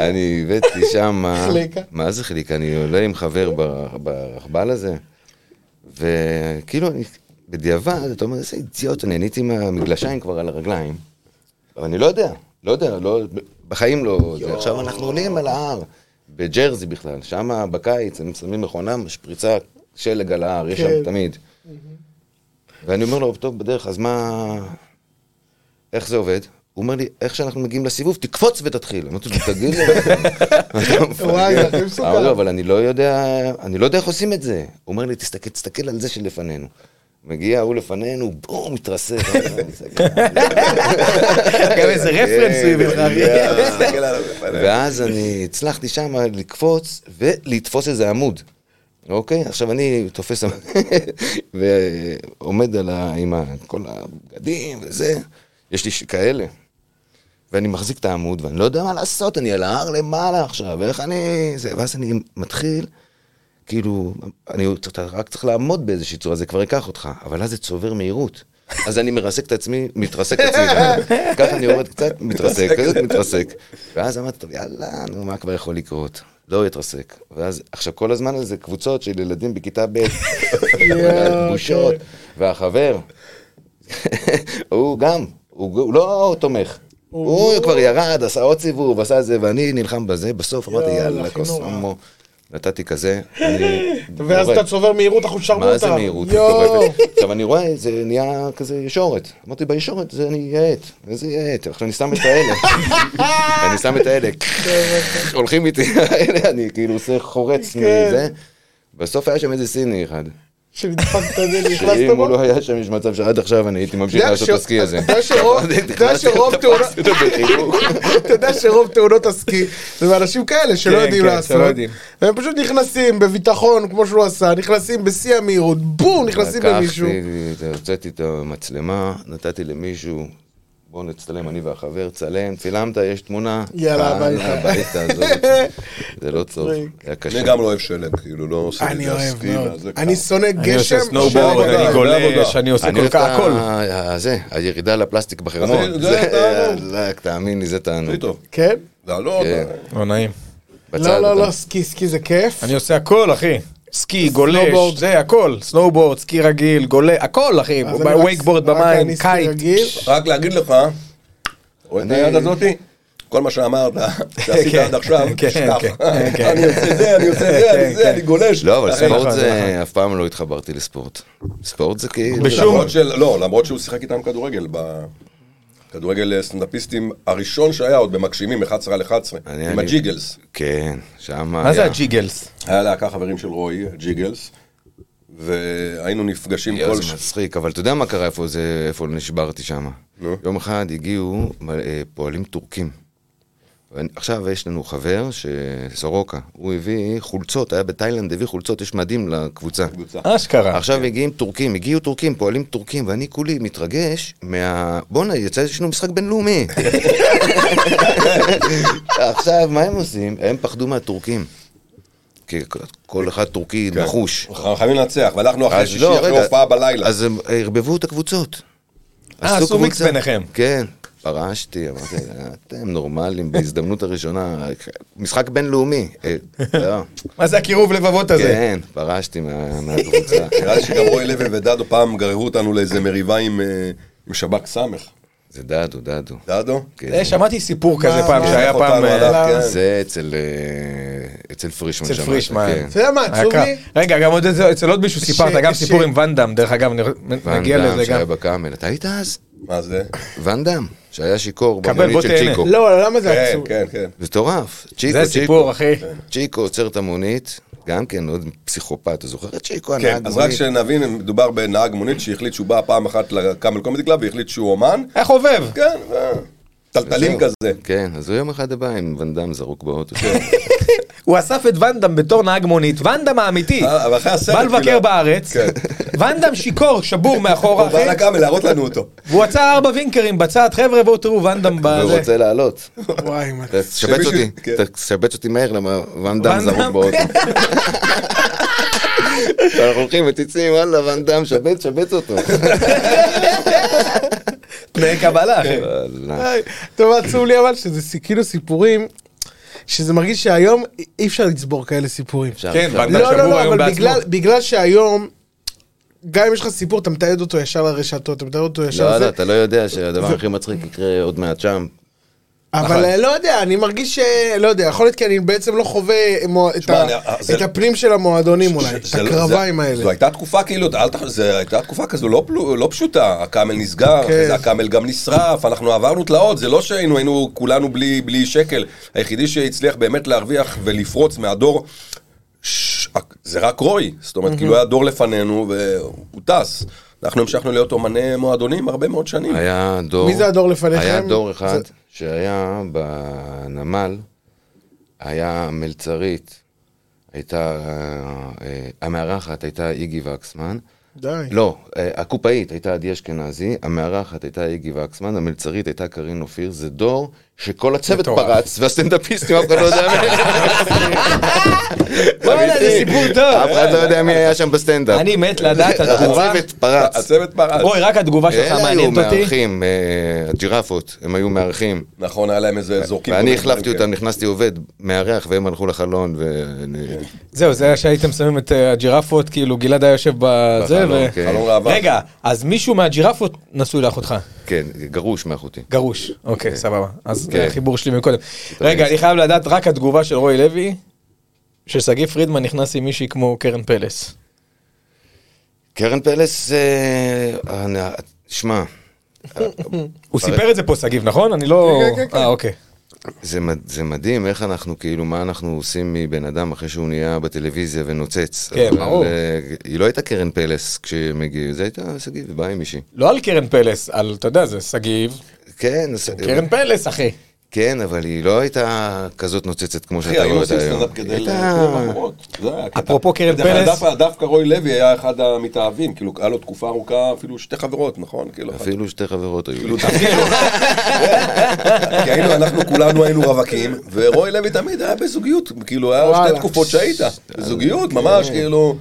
Speaker 5: אני הבאתי שם,
Speaker 3: חליקה.
Speaker 5: מה זה חליקה? אני עולה עם חבר בר- ברכבל הזה, וכאילו, אני- בדיעבד, אתה אומר, איזה אידיוט, אני עניתי מהמגלשיים כבר על הרגליים, אבל אני לא יודע, לא יודע, לא- בחיים לא... זה. עכשיו אנחנו עולים על ההר, בג'רזי בכלל, שם בקיץ הם שמים מכונה, משפריצה שלג על ההר, יש
Speaker 3: כן.
Speaker 5: שם תמיד. ואני אומר לו, טוב, בדרך, אז מה... איך זה עובד? הוא אומר לי, איך שאנחנו מגיעים לסיבוב, תקפוץ ותתחיל. אמרתי לו, תגיד לי.
Speaker 3: (laughs) וואי, זה הכי מסוכן.
Speaker 5: אמרתי לו, אבל אני לא יודע, אני לא יודע איך עושים את זה. הוא אומר לי, תסתכל, תסתכל על זה שלפנינו. מגיע ההוא לפנינו, בום, מתרסק.
Speaker 3: (laughs)
Speaker 4: גם איזה רפרנס הוא הביא לך. אחי.
Speaker 5: ואז אני הצלחתי שם לקפוץ ולתפוס איזה עמוד. אוקיי? עכשיו אני תופס עמוד (laughs) ועומד על ה... עם ה- כל הבגדים וזה, יש לי ש- כאלה. ואני מחזיק את העמוד ואני לא יודע מה לעשות, אני על ההר למעלה עכשיו, איך אני... זה, ואז אני מתחיל, כאילו, אני צריך- אתה רק צריך לעמוד באיזושהי צורה, זה כבר ייקח אותך, אבל אז זה צובר מהירות. אז אני מרסק את עצמי, מתרסק את (laughs) עצמי, ככה אני יורד קצת, מתרסק, כזה מתרסק. ואז אמרתי, טוב, יאללה, נו, מה כבר יכול לקרות? לא יתרסק. ואז, עכשיו, כל הזמן הזה זה קבוצות של ילדים בכיתה ב',
Speaker 3: יואו,
Speaker 5: (laughs) בושות, והחבר, (laughs) הוא גם, הוא הוא לא תומך. הוא כבר ירד, עשה עוד סיבוב, עשה זה, ואני נלחם בזה, בסוף אמרתי,
Speaker 3: יאללה,
Speaker 5: יאללה,
Speaker 3: הכי
Speaker 5: כוס
Speaker 3: נורא."
Speaker 5: הומו. נתתי כזה, אני...
Speaker 3: (laughs) ואז
Speaker 5: יורד.
Speaker 3: אתה צובר מהירות, אנחנו שרמו אותה.
Speaker 5: מה זה מהירות
Speaker 3: יואו.
Speaker 5: מטורפת? עכשיו אני רואה, זה נהיה כזה ישורת. אמרתי, בישורת זה אני יעט, איזה יעט. עכשיו אני שם את
Speaker 3: (laughs)
Speaker 5: האלה. אני שם את האלה. הולכים איתי, האלה, אני כאילו עושה חורץ
Speaker 3: כן.
Speaker 5: מזה. בסוף היה שם איזה סיני אחד.
Speaker 3: שנדפקת את זה, נכנסת
Speaker 5: (laughs) שאם הוא
Speaker 3: בו.
Speaker 5: לא היה שם, יש מצב שעד עכשיו אני הייתי ממשיך
Speaker 3: יודע
Speaker 5: לעשות
Speaker 3: ש-
Speaker 5: את הסקי הזה.
Speaker 3: אתה יודע
Speaker 5: (laughs)
Speaker 3: שרוב- אתה יודע שרוב תאונות-
Speaker 5: תפסתי אותו בחיבוק.
Speaker 3: אתה יודע שרוב תאונות הסקי זה מאנשים כאלה שלא
Speaker 4: כן,
Speaker 3: יודעים
Speaker 4: כן,
Speaker 3: לעשות.
Speaker 4: שלא יודעים.
Speaker 3: והם פשוט נכנסים בביטחון, כמו שהוא עשה, נכנסים בשיא המהירות, בום, נכנסים במישהו.
Speaker 5: לקחתי, הוצאתי את המצלמה, נתתי למישהו, בוא נצטלם, אני והחבר, צלם, צילמת, יש תמונה.
Speaker 3: יאללה,
Speaker 5: יאללה,
Speaker 3: הביתה.
Speaker 5: הביתה, עזוב. זה לא טוב, זה היה קשה.
Speaker 2: אני גם לא אוהב שלג, כאילו, לא עושה לי
Speaker 3: אני
Speaker 2: את
Speaker 3: אוהב
Speaker 2: הסקי,
Speaker 3: מאוד.
Speaker 2: זה
Speaker 3: אני
Speaker 2: ככה.
Speaker 3: שונא
Speaker 4: אני
Speaker 3: גשם.
Speaker 4: עושה סנואובורד,
Speaker 2: עבודה,
Speaker 4: אני
Speaker 2: זה
Speaker 4: גולש,
Speaker 2: עבודה.
Speaker 4: אני עושה
Speaker 5: אני
Speaker 4: כל
Speaker 5: אוהב
Speaker 4: כך הכל.
Speaker 5: את זה, הירידה לפלסטיק בחרמון.
Speaker 2: זה- זה תענוג.
Speaker 5: יאללה, תאמין לי, זה
Speaker 2: הכי
Speaker 5: תענוג.
Speaker 2: טוב.
Speaker 3: כן?
Speaker 2: לעלות.
Speaker 5: כן.
Speaker 4: לא נעים.
Speaker 5: בצד
Speaker 3: לא, לא,
Speaker 5: אתה-
Speaker 3: לא, סקי, סקי זה כיף.
Speaker 4: אני עושה הכל, אחי. סקי, גולש,
Speaker 3: סנואובורד.
Speaker 4: זה הכל. סנואובורד, סקי רגיל, גולש, הכל, אחי.
Speaker 3: אז אני רק-
Speaker 4: וייקבורד
Speaker 3: רק
Speaker 4: במים,
Speaker 3: אני סקי
Speaker 4: קייט.
Speaker 3: רגיל.
Speaker 2: רק להגיד לך, רואה את
Speaker 5: אני-
Speaker 2: היד הזאתי? כל מה שאמרת, שעשית
Speaker 4: כן,
Speaker 2: עד עכשיו,
Speaker 4: כן,
Speaker 2: תשכח.
Speaker 4: כן, כן.
Speaker 2: אני עושה זה, אני עושה זה, אני
Speaker 4: כן,
Speaker 2: זה, אני גולש.
Speaker 5: לא, אבל
Speaker 2: לכן-
Speaker 5: ספורט
Speaker 4: נכון, זה
Speaker 5: זה, אף פעם לא התחברתי לספורט. ספורט זה כאילו...
Speaker 4: בשום-
Speaker 2: למרות של- לא, למרות שהוא שיחק איתם כדורגל ב- כדורגל אה, סטנדאפיסטים, הראשון שהיה עוד במגשימים, 11 על 11,
Speaker 5: אני-
Speaker 2: עם
Speaker 5: אני-
Speaker 2: הג'יגלס.
Speaker 5: כן, שם
Speaker 4: מה זה
Speaker 5: היה.
Speaker 4: הג'יגלס?
Speaker 2: היה להקה חברים של רועי, הג'יגלס, והיינו נפגשים
Speaker 5: יואו,
Speaker 2: כל...
Speaker 5: זה
Speaker 2: ש-
Speaker 5: מצחיק, אבל אתה יודע מה קרה, איפה זה, איפה נשברתי שם?
Speaker 2: נו.
Speaker 5: יום אחד הגיעו אה, פועלים טורקים. ואני- עכשיו יש לנו חבר, ש- סורוקה, הוא הביא חולצות, היה בתאילנד, הביא חולצות, יש מדים לקבוצה.
Speaker 2: קבוצה. אה,
Speaker 4: אשכרה.
Speaker 2: כן.
Speaker 5: עכשיו מגיעים טורקים, הגיעו טורקים, פועלים טורקים, ואני כולי מתרגש מה... בואנה, יצא איזשהו משחק
Speaker 2: (laughs)
Speaker 5: בינלאומי. עכשיו, מה הם עושים? הם פחדו מהטורקים. כי כל אחד טורקי
Speaker 2: כן.
Speaker 5: נחוש.
Speaker 2: אנחנו חייבים לנצח, והלכנו אחרי
Speaker 5: אז
Speaker 2: שישי,
Speaker 5: לא,
Speaker 2: אחרי
Speaker 5: רגע,
Speaker 2: הופעה בלילה.
Speaker 5: אז הם ערבבו את הקבוצות.
Speaker 4: אה, עשו מיקס
Speaker 5: קבוצה.
Speaker 4: ביניכם.
Speaker 5: כן. פרשתי, אמרתי, אתם נורמלים, בהזדמנות הראשונה, משחק בינלאומי. אה,
Speaker 4: (laughs)
Speaker 5: לא,
Speaker 4: מה זה הקירוב לבבות הזה?
Speaker 5: כן, פרשתי מה- מהקבוצה.
Speaker 2: נראה לי שגם רועי לוי ודדו פעם גררו אותנו לאיזה מריבה עם, אה, עם שב"כ סמך.
Speaker 5: זה דדו, דדו.
Speaker 2: דדו?
Speaker 5: כן.
Speaker 4: אה, שמעתי סיפור כזה
Speaker 3: מה,
Speaker 4: פעם,
Speaker 3: מה,
Speaker 4: שהיה
Speaker 2: איך
Speaker 4: פעם...
Speaker 2: אותנו
Speaker 4: אה,
Speaker 2: עליו, כן.
Speaker 5: זה אצל אה, אצל פרישמן.
Speaker 4: אצל
Speaker 5: שמעת,
Speaker 4: פרישמן.
Speaker 5: כן.
Speaker 3: אתה יודע מה
Speaker 4: היה
Speaker 3: (laughs) עצוב
Speaker 4: קר.
Speaker 3: לי?
Speaker 4: רגע, גם עוד איזה- אצל עוד מישהו סיפרת, גם
Speaker 3: ש-
Speaker 4: סיפור עם ואן דאם, דרך אגב, נ-
Speaker 5: ואן
Speaker 4: נגיע
Speaker 5: דאם
Speaker 4: לזה
Speaker 5: שהיה
Speaker 4: גם.
Speaker 5: בקאמל, אתה היית אז?
Speaker 2: מה
Speaker 5: (laughs)
Speaker 2: זה?
Speaker 5: ואן דאם, שהיה שיכור
Speaker 4: קבל,
Speaker 5: במונית
Speaker 4: בוא
Speaker 5: של
Speaker 4: תהנה.
Speaker 5: צ'יקו.
Speaker 3: לא, למה זה
Speaker 2: כן,
Speaker 3: עצוב?
Speaker 2: כן, כן.
Speaker 5: זה מטורף. צ'יקו,
Speaker 4: זה
Speaker 5: צ'יקו.
Speaker 4: סיפור, אחי.
Speaker 5: צ'יקו עוצר את המונית, גם כן עוד פסיכופת, אתה זוכר את צ'יקו, הנהג
Speaker 2: כן,
Speaker 5: מונית?
Speaker 2: אז רק שנבין, מדובר בנהג מונית שהחליט שהוא בא פעם אחת לקאמל קומדי קלאב והחליט שהוא אומן,
Speaker 4: היה חובב.
Speaker 2: כן, ו- טלטלים
Speaker 5: וזהו.
Speaker 2: כזה.
Speaker 5: כן, אז הוא יום אחד הבא עם ואן דאם זרוק באוטו. כן.
Speaker 4: הוא אסף את ואן דאם בתור נהג מונית, ואן דאם האמיתי.
Speaker 2: אה, אבל אחרי הסרט,
Speaker 4: בא לבקר
Speaker 2: כאילו.
Speaker 4: בארץ,
Speaker 2: כן.
Speaker 4: ואן דאם שיכור, שבור מאחורה,
Speaker 5: (laughs)
Speaker 2: הוא
Speaker 4: אחי.
Speaker 2: בא לקאמל להראות לנו אותו.
Speaker 4: והוא עצר ארבע וינקרים בצד, חבר'ה בואו תראו ואן דאם
Speaker 5: הוא
Speaker 4: בזה.
Speaker 5: רוצה
Speaker 3: (laughs)
Speaker 5: לעלות.
Speaker 3: וואי, מה... (laughs)
Speaker 5: אתה תשבץ
Speaker 2: שמישהו-
Speaker 5: אותי,
Speaker 2: כן.
Speaker 5: אתה תשבץ אותי מהר, למה ואן
Speaker 4: ואן
Speaker 5: דאם
Speaker 4: דאם.
Speaker 5: זרוק
Speaker 4: (laughs)
Speaker 5: באוטו. אנחנו הולכים מציצים, וואלה, ואן דאם, שבץ, שבץ אותו.
Speaker 4: תנאי קבלה,
Speaker 5: כן.
Speaker 4: אחי.
Speaker 5: וואלה.
Speaker 3: איי, טוב, עצוב לי אבל שזה סי- כאילו סיפורים, שזה מרגיש שהיום אי- אי אפשר לצבור כאלה סיפורים.
Speaker 5: אפשר,
Speaker 4: כן,
Speaker 5: אפשר.
Speaker 4: ואן דאם
Speaker 3: לא, לא,
Speaker 4: שבור
Speaker 3: לא,
Speaker 4: היום
Speaker 3: אבל
Speaker 4: בעצמו.
Speaker 3: בגלל- בגלל שהיום, גם אם יש לך סיפור, אתה מתעד אותו ישר לרשתות, אתה מתעד אותו ישר
Speaker 5: לא, לא,
Speaker 3: לזה,
Speaker 5: אתה לא יודע שהדבר הכי מצחיק יקרה עוד מעט שם.
Speaker 3: אבל אה, לא יודע, אני מרגיש ש... לא יודע, יכול להיות כי אני בעצם לא חווה מו- את
Speaker 2: שמע,
Speaker 3: ה-
Speaker 2: אני- אה, זה-
Speaker 3: את הפנים של המועדונים אולי, את
Speaker 2: זה לא-
Speaker 3: הקרביים
Speaker 2: זה-
Speaker 3: האלה.
Speaker 2: זו הייתה תקופה כאילו, אל תח- זו הייתה תקופה כזו לא פלו- לא פשוטה, הקאמל נסגר,
Speaker 3: כן.
Speaker 2: אחרי זה הקאמל גם נשרף, אנחנו עברנו תלאות, זה לא שהיינו היינו כולנו בלי בלי שקל, היחידי שהצליח באמת להרוויח ולפרוץ מהדור, ש- זה רק רוי, זאת אומרת כאילו היה דור לפנינו והוא טס, אנחנו המשכנו להיות אומני מועדונים הרבה מאוד שנים.
Speaker 5: היה דור...
Speaker 3: מי זה הדור לפניכם?
Speaker 5: היה דור אחד
Speaker 3: זה-
Speaker 5: שהיה בנמל, היה מלצרית, הייתה... אה, המארחת הייתה איגי וקסמן.
Speaker 3: די.
Speaker 5: לא, אה, הקופאית הייתה עדי אשכנזי, המארחת הייתה איגי וקסמן, המלצרית הייתה קארין אופיר, זה דור שכל הצוות
Speaker 4: מטורף.
Speaker 5: פרץ, והסטנדאפיסטים, אף אחד לא יודע
Speaker 4: (laughs)
Speaker 5: מי...
Speaker 4: וואלה, לא זה סיפור
Speaker 5: אף
Speaker 4: טוב.
Speaker 5: אחד לא יודע מי היה שם בסטנדאפ.
Speaker 4: אני מת לדעת התגובה.
Speaker 5: (laughs) הצוות פרץ.
Speaker 2: הצוות פרץ.
Speaker 4: רוי, רק התגובה שלך
Speaker 5: אלה היו
Speaker 4: מעניינת אותי.
Speaker 5: מארחים, אה, הג'ירפות, הם היו מארחים.
Speaker 2: נכון, היה להם איזה זורקים.
Speaker 5: ואני
Speaker 2: כל מיני
Speaker 5: החלפתי
Speaker 2: דברים,
Speaker 5: אותם, נכנסתי עובד, מארח, והם הלכו לחלון, ואני...
Speaker 4: זהו, זה היה שהייתם שמים את אה, הג'ירפות, כאילו גלעד היה יושב בזה,
Speaker 5: בחלום,
Speaker 4: ו...
Speaker 5: כן.
Speaker 2: כן. חלום ראווה.
Speaker 4: רגע, אז מישהו מהג'ירפות נשוי לאחותך.
Speaker 5: כן, גרוש מאחותי.
Speaker 4: גרוש. אוקיי, סבבה. אז
Speaker 5: כן.
Speaker 4: זה החיבור שלי מקודם. רגע, אני חייב לדעת רק התגובה של רוי לוי, ששגיא פרידמן נכנס עם מישהי כמו קרן פלס.
Speaker 5: קרן פלס, אה, אני- שמע,
Speaker 4: הוא סיפר את זה פה, שגיב, נכון? אני לא...
Speaker 3: כן, כן, כן.
Speaker 4: אה, אוקיי.
Speaker 5: זה, מד- זה מדהים איך אנחנו, כאילו, מה אנחנו עושים מבן אדם אחרי שהוא נהיה בטלוויזיה ונוצץ.
Speaker 4: כן,
Speaker 5: אבל,
Speaker 4: ברור.
Speaker 5: אה, היא לא הייתה קרן פלס כשמגיעים, זה הייתה שגיב, באה עם מישהי.
Speaker 4: לא על קרן פלס, על, אתה יודע, זה שגיב.
Speaker 5: כן, אז-
Speaker 4: קרן פלס, אחי.
Speaker 5: כן, אבל היא לא הייתה כזאת נוצצת כמו
Speaker 2: אחי,
Speaker 5: שאתה
Speaker 2: היינו
Speaker 5: רואה אותה
Speaker 2: עושים
Speaker 5: היום.
Speaker 2: סטנדאפ כדי ל... זה היה הקטע.
Speaker 4: אפרופו קרן
Speaker 2: דרך אגב,
Speaker 4: פלס.
Speaker 2: דווקא- דווקא רוי לוי היה אחד המתאהבים, כאילו, היה לו תקופה ארוכה, אפילו שתי חברות, נכון? כאילו, (laughs) אחת-
Speaker 5: אפילו שתי חברות היו. לי.
Speaker 2: כאילו, תפקיד. כי היינו, אנחנו כולנו היינו רווקים, ורוי לוי תמיד היה בזוגיות, כאילו, היה
Speaker 3: וואלה.
Speaker 2: שתי תקופות שהיית,
Speaker 4: כן.
Speaker 2: בזוגיות, ממש, כאילו...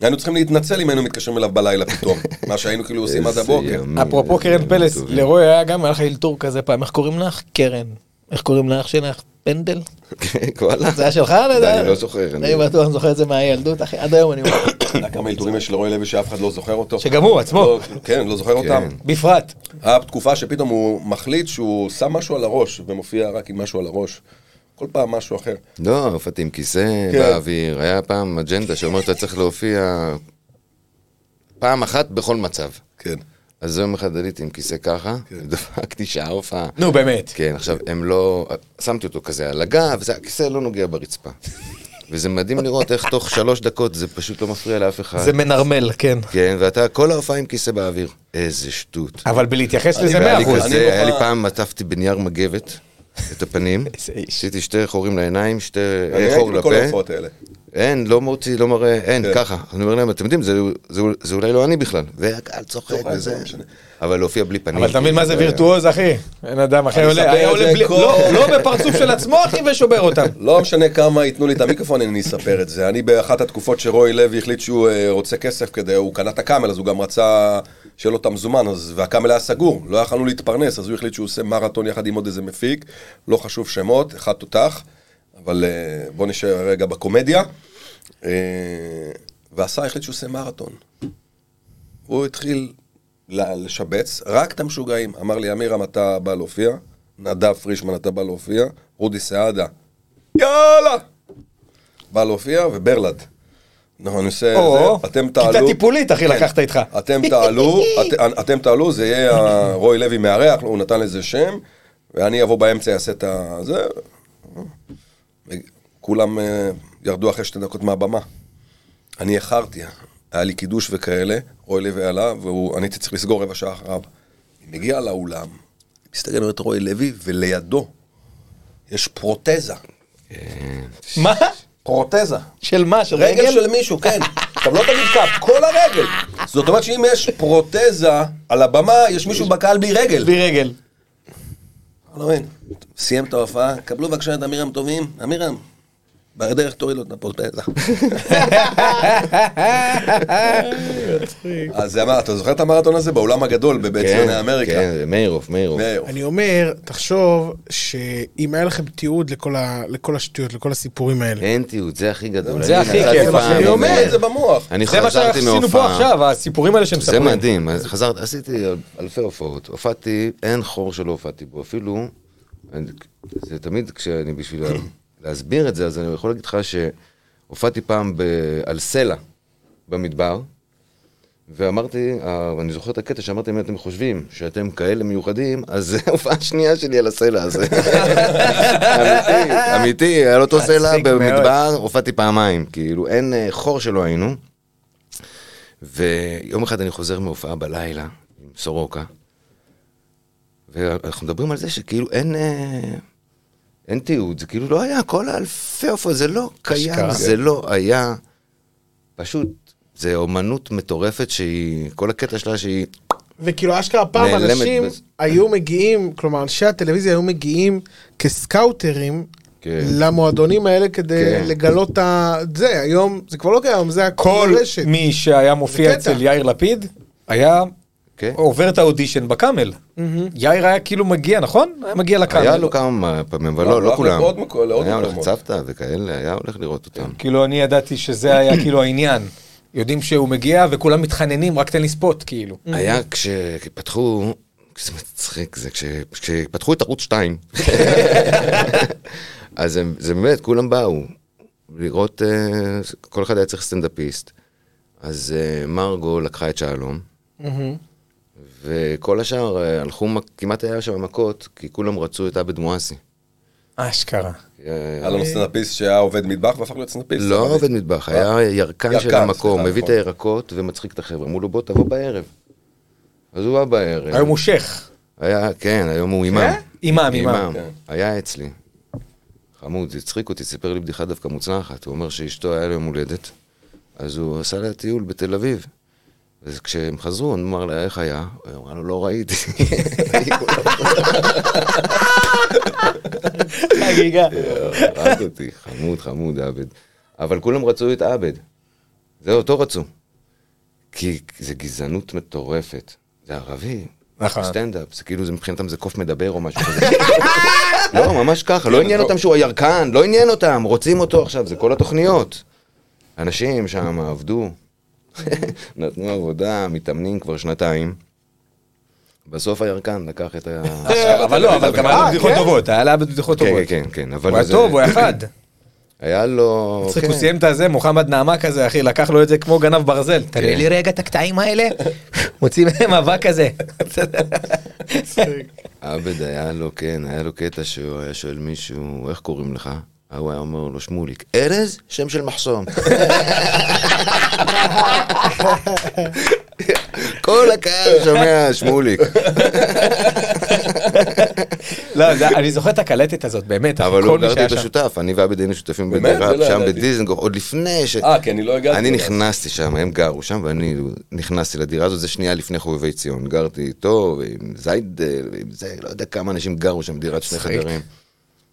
Speaker 2: היינו צריכים להתנצל אם היינו מתקשרים אליו בלילה פתאום, (laughs) מה שהיינו כאילו עושים עד
Speaker 5: איזה
Speaker 2: הבוקר.
Speaker 5: (laughs) ימים,
Speaker 4: אפרופו
Speaker 5: איזה
Speaker 4: קרן
Speaker 5: ימים
Speaker 4: פלס,
Speaker 5: טובים.
Speaker 4: לרוי היה גם, היה לך אלתור כזה פעם, איך קוראים לך? קרן. איך קוראים לאח שלך? פנדל?
Speaker 5: (laughs) כן, וואלה.
Speaker 4: זה היה שלך? לא יודע.
Speaker 5: אני לא זוכר, אני-
Speaker 4: אני בטוח אני זוכר את זה מהילדות, אחי, עד היום אני אומר.
Speaker 2: אתה יודע כמה אלתורים יש לרוי לוי שאף אחד לא זוכר אותו?
Speaker 4: שגם הוא עצמו.
Speaker 2: לא, כן, לא זוכר אותם.
Speaker 4: בפרט.
Speaker 2: היה תקופה שפתאום הוא מחליט שהוא שם משהו על הראש, ומופיע רק עם משהו על הראש. כל פעם משהו אחר.
Speaker 5: לא, הופעתי עם כיסא
Speaker 2: כן.
Speaker 5: באוויר, היה פעם אג'נדה שאומרת שאתה צריך להופיע פעם אחת בכל מצב.
Speaker 2: כן.
Speaker 5: אז יום אחד עליתי עם כיסא ככה, (laughs) דפקתי שעה הופעה.
Speaker 4: נו, באמת.
Speaker 5: כן, עכשיו, הם לא... שמתי אותו כזה על הגב, וזה- הכיסא לא נוגע ברצפה. וזה מדהים לראות איך תוך שלוש דקות זה פשוט לא מפריע לאף אחד.
Speaker 4: זה מנרמל, כן.
Speaker 5: כן, ואתה כל ההופעה עם כיסא באוויר. איזה שטות.
Speaker 4: אבל בלהתייחס
Speaker 2: אני
Speaker 4: לזה
Speaker 2: בעלי
Speaker 5: והיה לי
Speaker 4: 100%.
Speaker 2: אחוז.
Speaker 5: כזה,
Speaker 2: אני לא
Speaker 5: היה לי
Speaker 2: בהופעה-
Speaker 5: פעם, עטפתי בנייר מגבת
Speaker 2: (laughs)
Speaker 5: את הפנים.
Speaker 4: איזה איש.
Speaker 5: עשיתי שתי חורים לעיניים, שתי...
Speaker 2: אני
Speaker 5: אה, חור
Speaker 2: ראיתי בכל
Speaker 5: לפה.
Speaker 2: ההופעות האלה.
Speaker 5: אין, לא מוציא, לא מראה, אין,
Speaker 2: כן.
Speaker 5: ככה. אני אומר להם, אתם יודעים, זה- זה- זה אולי לא אני בכלל. והקהל צוחק
Speaker 2: צוחק, זה
Speaker 5: וזה.
Speaker 2: לא משנה.
Speaker 5: אבל להופיע בלי פנים. כן.
Speaker 4: אבל אתה מבין מה זה וירטואוז, אחי? אין אדם אחר
Speaker 2: אני
Speaker 4: עולה,
Speaker 2: אספר
Speaker 4: היה
Speaker 2: את
Speaker 4: עולה
Speaker 2: זה
Speaker 4: בלי-
Speaker 2: כל-
Speaker 4: לא- לא בפרצוף של עצמו, אחי, ושובר אותם.
Speaker 2: לא משנה כמה ייתנו לי את המיקרופון, אני אספר את זה. אני באחת התקופות שרוי לוי החליט שהוא אה, רוצה כסף כדי, הוא קנה את הקאמל, אז הוא גם רצה שיהיה לו את המזומן, אז- והקאמל היה סגור, לא יכלנו להתפרנס, אז הוא החליט שהוא עושה מרתון יחד עם עוד איזה מפיק, לא חשוב שמות, אחד תותח, אבל אה, בוא נשאר רגע בקומדיה. אה, והשר החליט שהוא עושה מרתון. הוא התחיל ל- לשבץ רק את המשוגעים. אמר לי, אמירם, אתה בא להופיע, נדב פרישמן, אתה בא להופיע, רודי סעדה, יאללה! בא להופיע, וברלד. נכון, אני עושה...
Speaker 4: או,
Speaker 2: זה, אתם
Speaker 4: כיתה
Speaker 2: תעלו...
Speaker 4: טיפולית, אחי,
Speaker 2: כן.
Speaker 4: לקחת איתך.
Speaker 2: אתם
Speaker 4: (laughs)
Speaker 2: תעלו, את, אתם תעלו, זה יהיה ה- רוי לוי מארח, הוא נתן לזה שם, ואני אבוא באמצע, אעשה את ה... זה... כולם אה, ירדו אחרי שתי דקות מהבמה. אני איחרתי, היה לי קידוש וכאלה, רוי לוי עלה, ואני הייתי צריך לסגור רבע שעה אחריו. אני מגיע לאולם, מסתכל על רוי לוי, ולידו יש פרוטזה.
Speaker 4: מה?
Speaker 2: פרוטזה.
Speaker 4: של מה? של
Speaker 2: רגל
Speaker 4: רגל?
Speaker 2: של מישהו, כן. עכשיו לא תגיד כף, כל הרגל. זאת אומרת שאם יש פרוטזה על הבמה, יש מישהו בקהל בלי רגל.
Speaker 4: בלי רגל.
Speaker 2: לא מבין. סיים את ההופעה, קבלו בבקשה את אמירם טובים. אמירם, בדרך תוריד לו את הפרוטזה. אז זה אמר, אתה זוכר את המרתון הזה? באולם הגדול בבית ציוני אמריקה.
Speaker 5: כן, מאירוף, מאירוף.
Speaker 2: מאיר.
Speaker 3: אני אומר, תחשוב שאם היה לכם תיעוד לכל ה- לכל השטויות, לכל הסיפורים האלה.
Speaker 5: אין תיעוד, זה הכי גדול.
Speaker 4: זה
Speaker 5: אני
Speaker 4: הכי
Speaker 5: נסעתי
Speaker 4: כיף,
Speaker 5: פעם,
Speaker 4: אחי.
Speaker 2: אני אומר
Speaker 5: אה,
Speaker 2: את זה במוח.
Speaker 5: אני
Speaker 4: זה מה
Speaker 5: חזרתי
Speaker 4: שעשינו פה
Speaker 5: מהופעה.
Speaker 4: עכשיו, הסיפורים האלה
Speaker 5: זה
Speaker 4: שמספרים.
Speaker 5: מדהים, אז חזרתי, עשיתי אלפי הופעות, הופעתי, אין חור שלא הופעתי בו, אפילו, אני- זה תמיד כשאני בשביל
Speaker 4: (coughs)
Speaker 5: לה- להסביר את זה, אז אני יכול להגיד לך שהופעתי פעם ב, על סלע במדבר, ואמרתי, אה, ואני זוכר את הקטע שאמרתי, אם אתם חושבים שאתם כאלה מיוחדים, אז זו ההופעה השנייה שלי על הסלע הזה. אמיתי, אמיתי, על אותו סלע
Speaker 4: מצחיק מאוד.
Speaker 5: במדבר, הופעתי פעמיים, כאילו, אין אה, חור שלא היינו. ויום אחד אני חוזר מהופעה בלילה עם סורוקה, ואנחנו מדברים על זה שכאילו אין, אה, אין תיעוד, זה כאילו לא היה, כל האלפי הופעות, זה לא קיים,
Speaker 4: אשכרה.
Speaker 5: זה לא היה. פשוט, זה אומנות מטורפת שהיא, כל הקטע שלה שהיא...
Speaker 3: וכאילו אשכרה פעם
Speaker 5: נעלמת
Speaker 3: אנשים
Speaker 5: בזה.
Speaker 3: היו מגיעים, כלומר אנשי הטלוויזיה היו מגיעים כסקאוטרים
Speaker 5: כן.
Speaker 3: למועדונים האלה כדי
Speaker 5: כן.
Speaker 3: לגלות את זה, היום זה כבר לא קיים, זה הכל
Speaker 4: כל
Speaker 3: רשת.
Speaker 4: מי שהיה מופיע
Speaker 3: זה קטע.
Speaker 4: אצל יאיר לפיד, היה
Speaker 5: כן.
Speaker 4: עובר את האודישן בקאמל. יאיר היה כאילו מגיע, נכון? היה מגיע לקאמל.
Speaker 5: היה לו כמה פעמים, אבל לא,
Speaker 2: הוא
Speaker 5: לא
Speaker 2: הלך
Speaker 5: כולם.
Speaker 2: לעוד מקום- לעוד
Speaker 5: היה הולך
Speaker 2: מקומות.
Speaker 5: לצוותא וכאלה, היה הולך לראות אותם.
Speaker 4: כאילו אני ידעתי שזה היה כאילו העניין. יודעים שהוא מגיע וכולם מתחננים, רק תן לי ספוט, כאילו.
Speaker 5: היה כשפתחו, זה מצחיק, זה כש- כשפתחו את ערוץ
Speaker 2: (laughs)
Speaker 5: 2. אז הם- זה באמת, כולם באו לראות, אה, כל אחד היה צריך סטנדאפיסט. אז אה, מרגו לקחה את שלום, וכל השאר אה, הלכו, מק- כמעט היה שם מכות, כי כולם רצו את עבד מואסי.
Speaker 4: אשכרה.
Speaker 5: אה,
Speaker 2: היה לנו סטנדאפיסט שהיה עובד מטבח והפך להיות סטנדאפיסט.
Speaker 5: לא
Speaker 2: אבל-
Speaker 5: עובד מטבח, היה ירקן של
Speaker 2: אה, ירקן,
Speaker 5: המקום,
Speaker 2: סליחה,
Speaker 5: מביא את
Speaker 2: נכון.
Speaker 5: הירקות ומצחיק את החבר'ה. אמרו לו, בוא תבוא בערב. אז הוא בא בערב.
Speaker 4: היום הוא שייח.
Speaker 5: היה, כן, היום הוא אימאם.
Speaker 4: אימאם, אימאם.
Speaker 2: כן.
Speaker 5: היה אצלי. חמוד, זה הצחיק אותי, סיפר לי בדיחה דווקא מוצלחת. הוא אומר שאשתו היה לו יום הולדת, אז הוא עשה לה טיול בתל אביב. אז כשהם חזרו, הוא אמר לה, איך היה? היא אמרה לו, לא ראיתי. (laughs)
Speaker 4: חגיגה.
Speaker 5: הרג אותי, חמוד, חמוד, עבד. אבל כולם רצו את עבד. זה אותו רצו. כי זה גזענות מטורפת. זה ערבי.
Speaker 4: נכון.
Speaker 5: סטנדאפ, זה כאילו, זה מבחינתם זה קוף מדבר או משהו כזה. (laughs) לא, ממש ככה, לא עניין אותם שהוא הירקן, לא עניין אותם, רוצים אותו עכשיו, זה כל התוכניות. אנשים שם עבדו, (laughs) נתנו עבודה, מתאמנים כבר שנתיים. בסוף הירקן לקח את ה...
Speaker 4: (laughs) אבל לא, אבל גם היה לו
Speaker 3: אה,
Speaker 4: בדיחות
Speaker 3: כן?
Speaker 4: טובות, היה לה בדיחות
Speaker 5: כן,
Speaker 4: טובות.
Speaker 5: כן, כן, אבל
Speaker 4: הוא היה
Speaker 5: זה-
Speaker 4: טוב, הוא היה חד.
Speaker 5: היה לו...
Speaker 4: מצחיק,
Speaker 5: כן.
Speaker 4: הוא סיים את הזה, מוחמד נעמה כזה, אחי, לקח לו את זה כמו גנב ברזל. תראה לי רגע את הקטעים האלה. מוציא מהם אבק כזה.
Speaker 5: עבד היה לו, כן, היה לו קטע שהוא היה שואל מישהו, איך קוראים לך? ההוא היה אומר לו, שמוליק. ארז? שם של מחסום. כל הקהל שומע, שמוליק.
Speaker 4: לא, זה- אני זוכר את הקלטת הזאת, באמת,
Speaker 5: אבל
Speaker 2: לא
Speaker 4: כל
Speaker 5: הוא
Speaker 4: מי
Speaker 5: גרתי
Speaker 4: שהיה שם.
Speaker 5: בשותף, אני ועבד היינו שותפים
Speaker 2: באמת? זה לא
Speaker 5: בדירה, שם
Speaker 2: ידעתי.
Speaker 5: בדיזנגוף, עוד לפני ש...
Speaker 2: אה, כי אני לא הגעתי.
Speaker 5: אני
Speaker 2: אליו.
Speaker 5: נכנסתי שם, הם גרו שם, ואני נכנסתי לדירה הזאת, זה שנייה לפני חובבי ציון. גרתי איתו, ועם זיידל, ועם זה, לא יודע כמה אנשים גרו שם, דירת שני
Speaker 4: מצחיק.
Speaker 5: חדרים.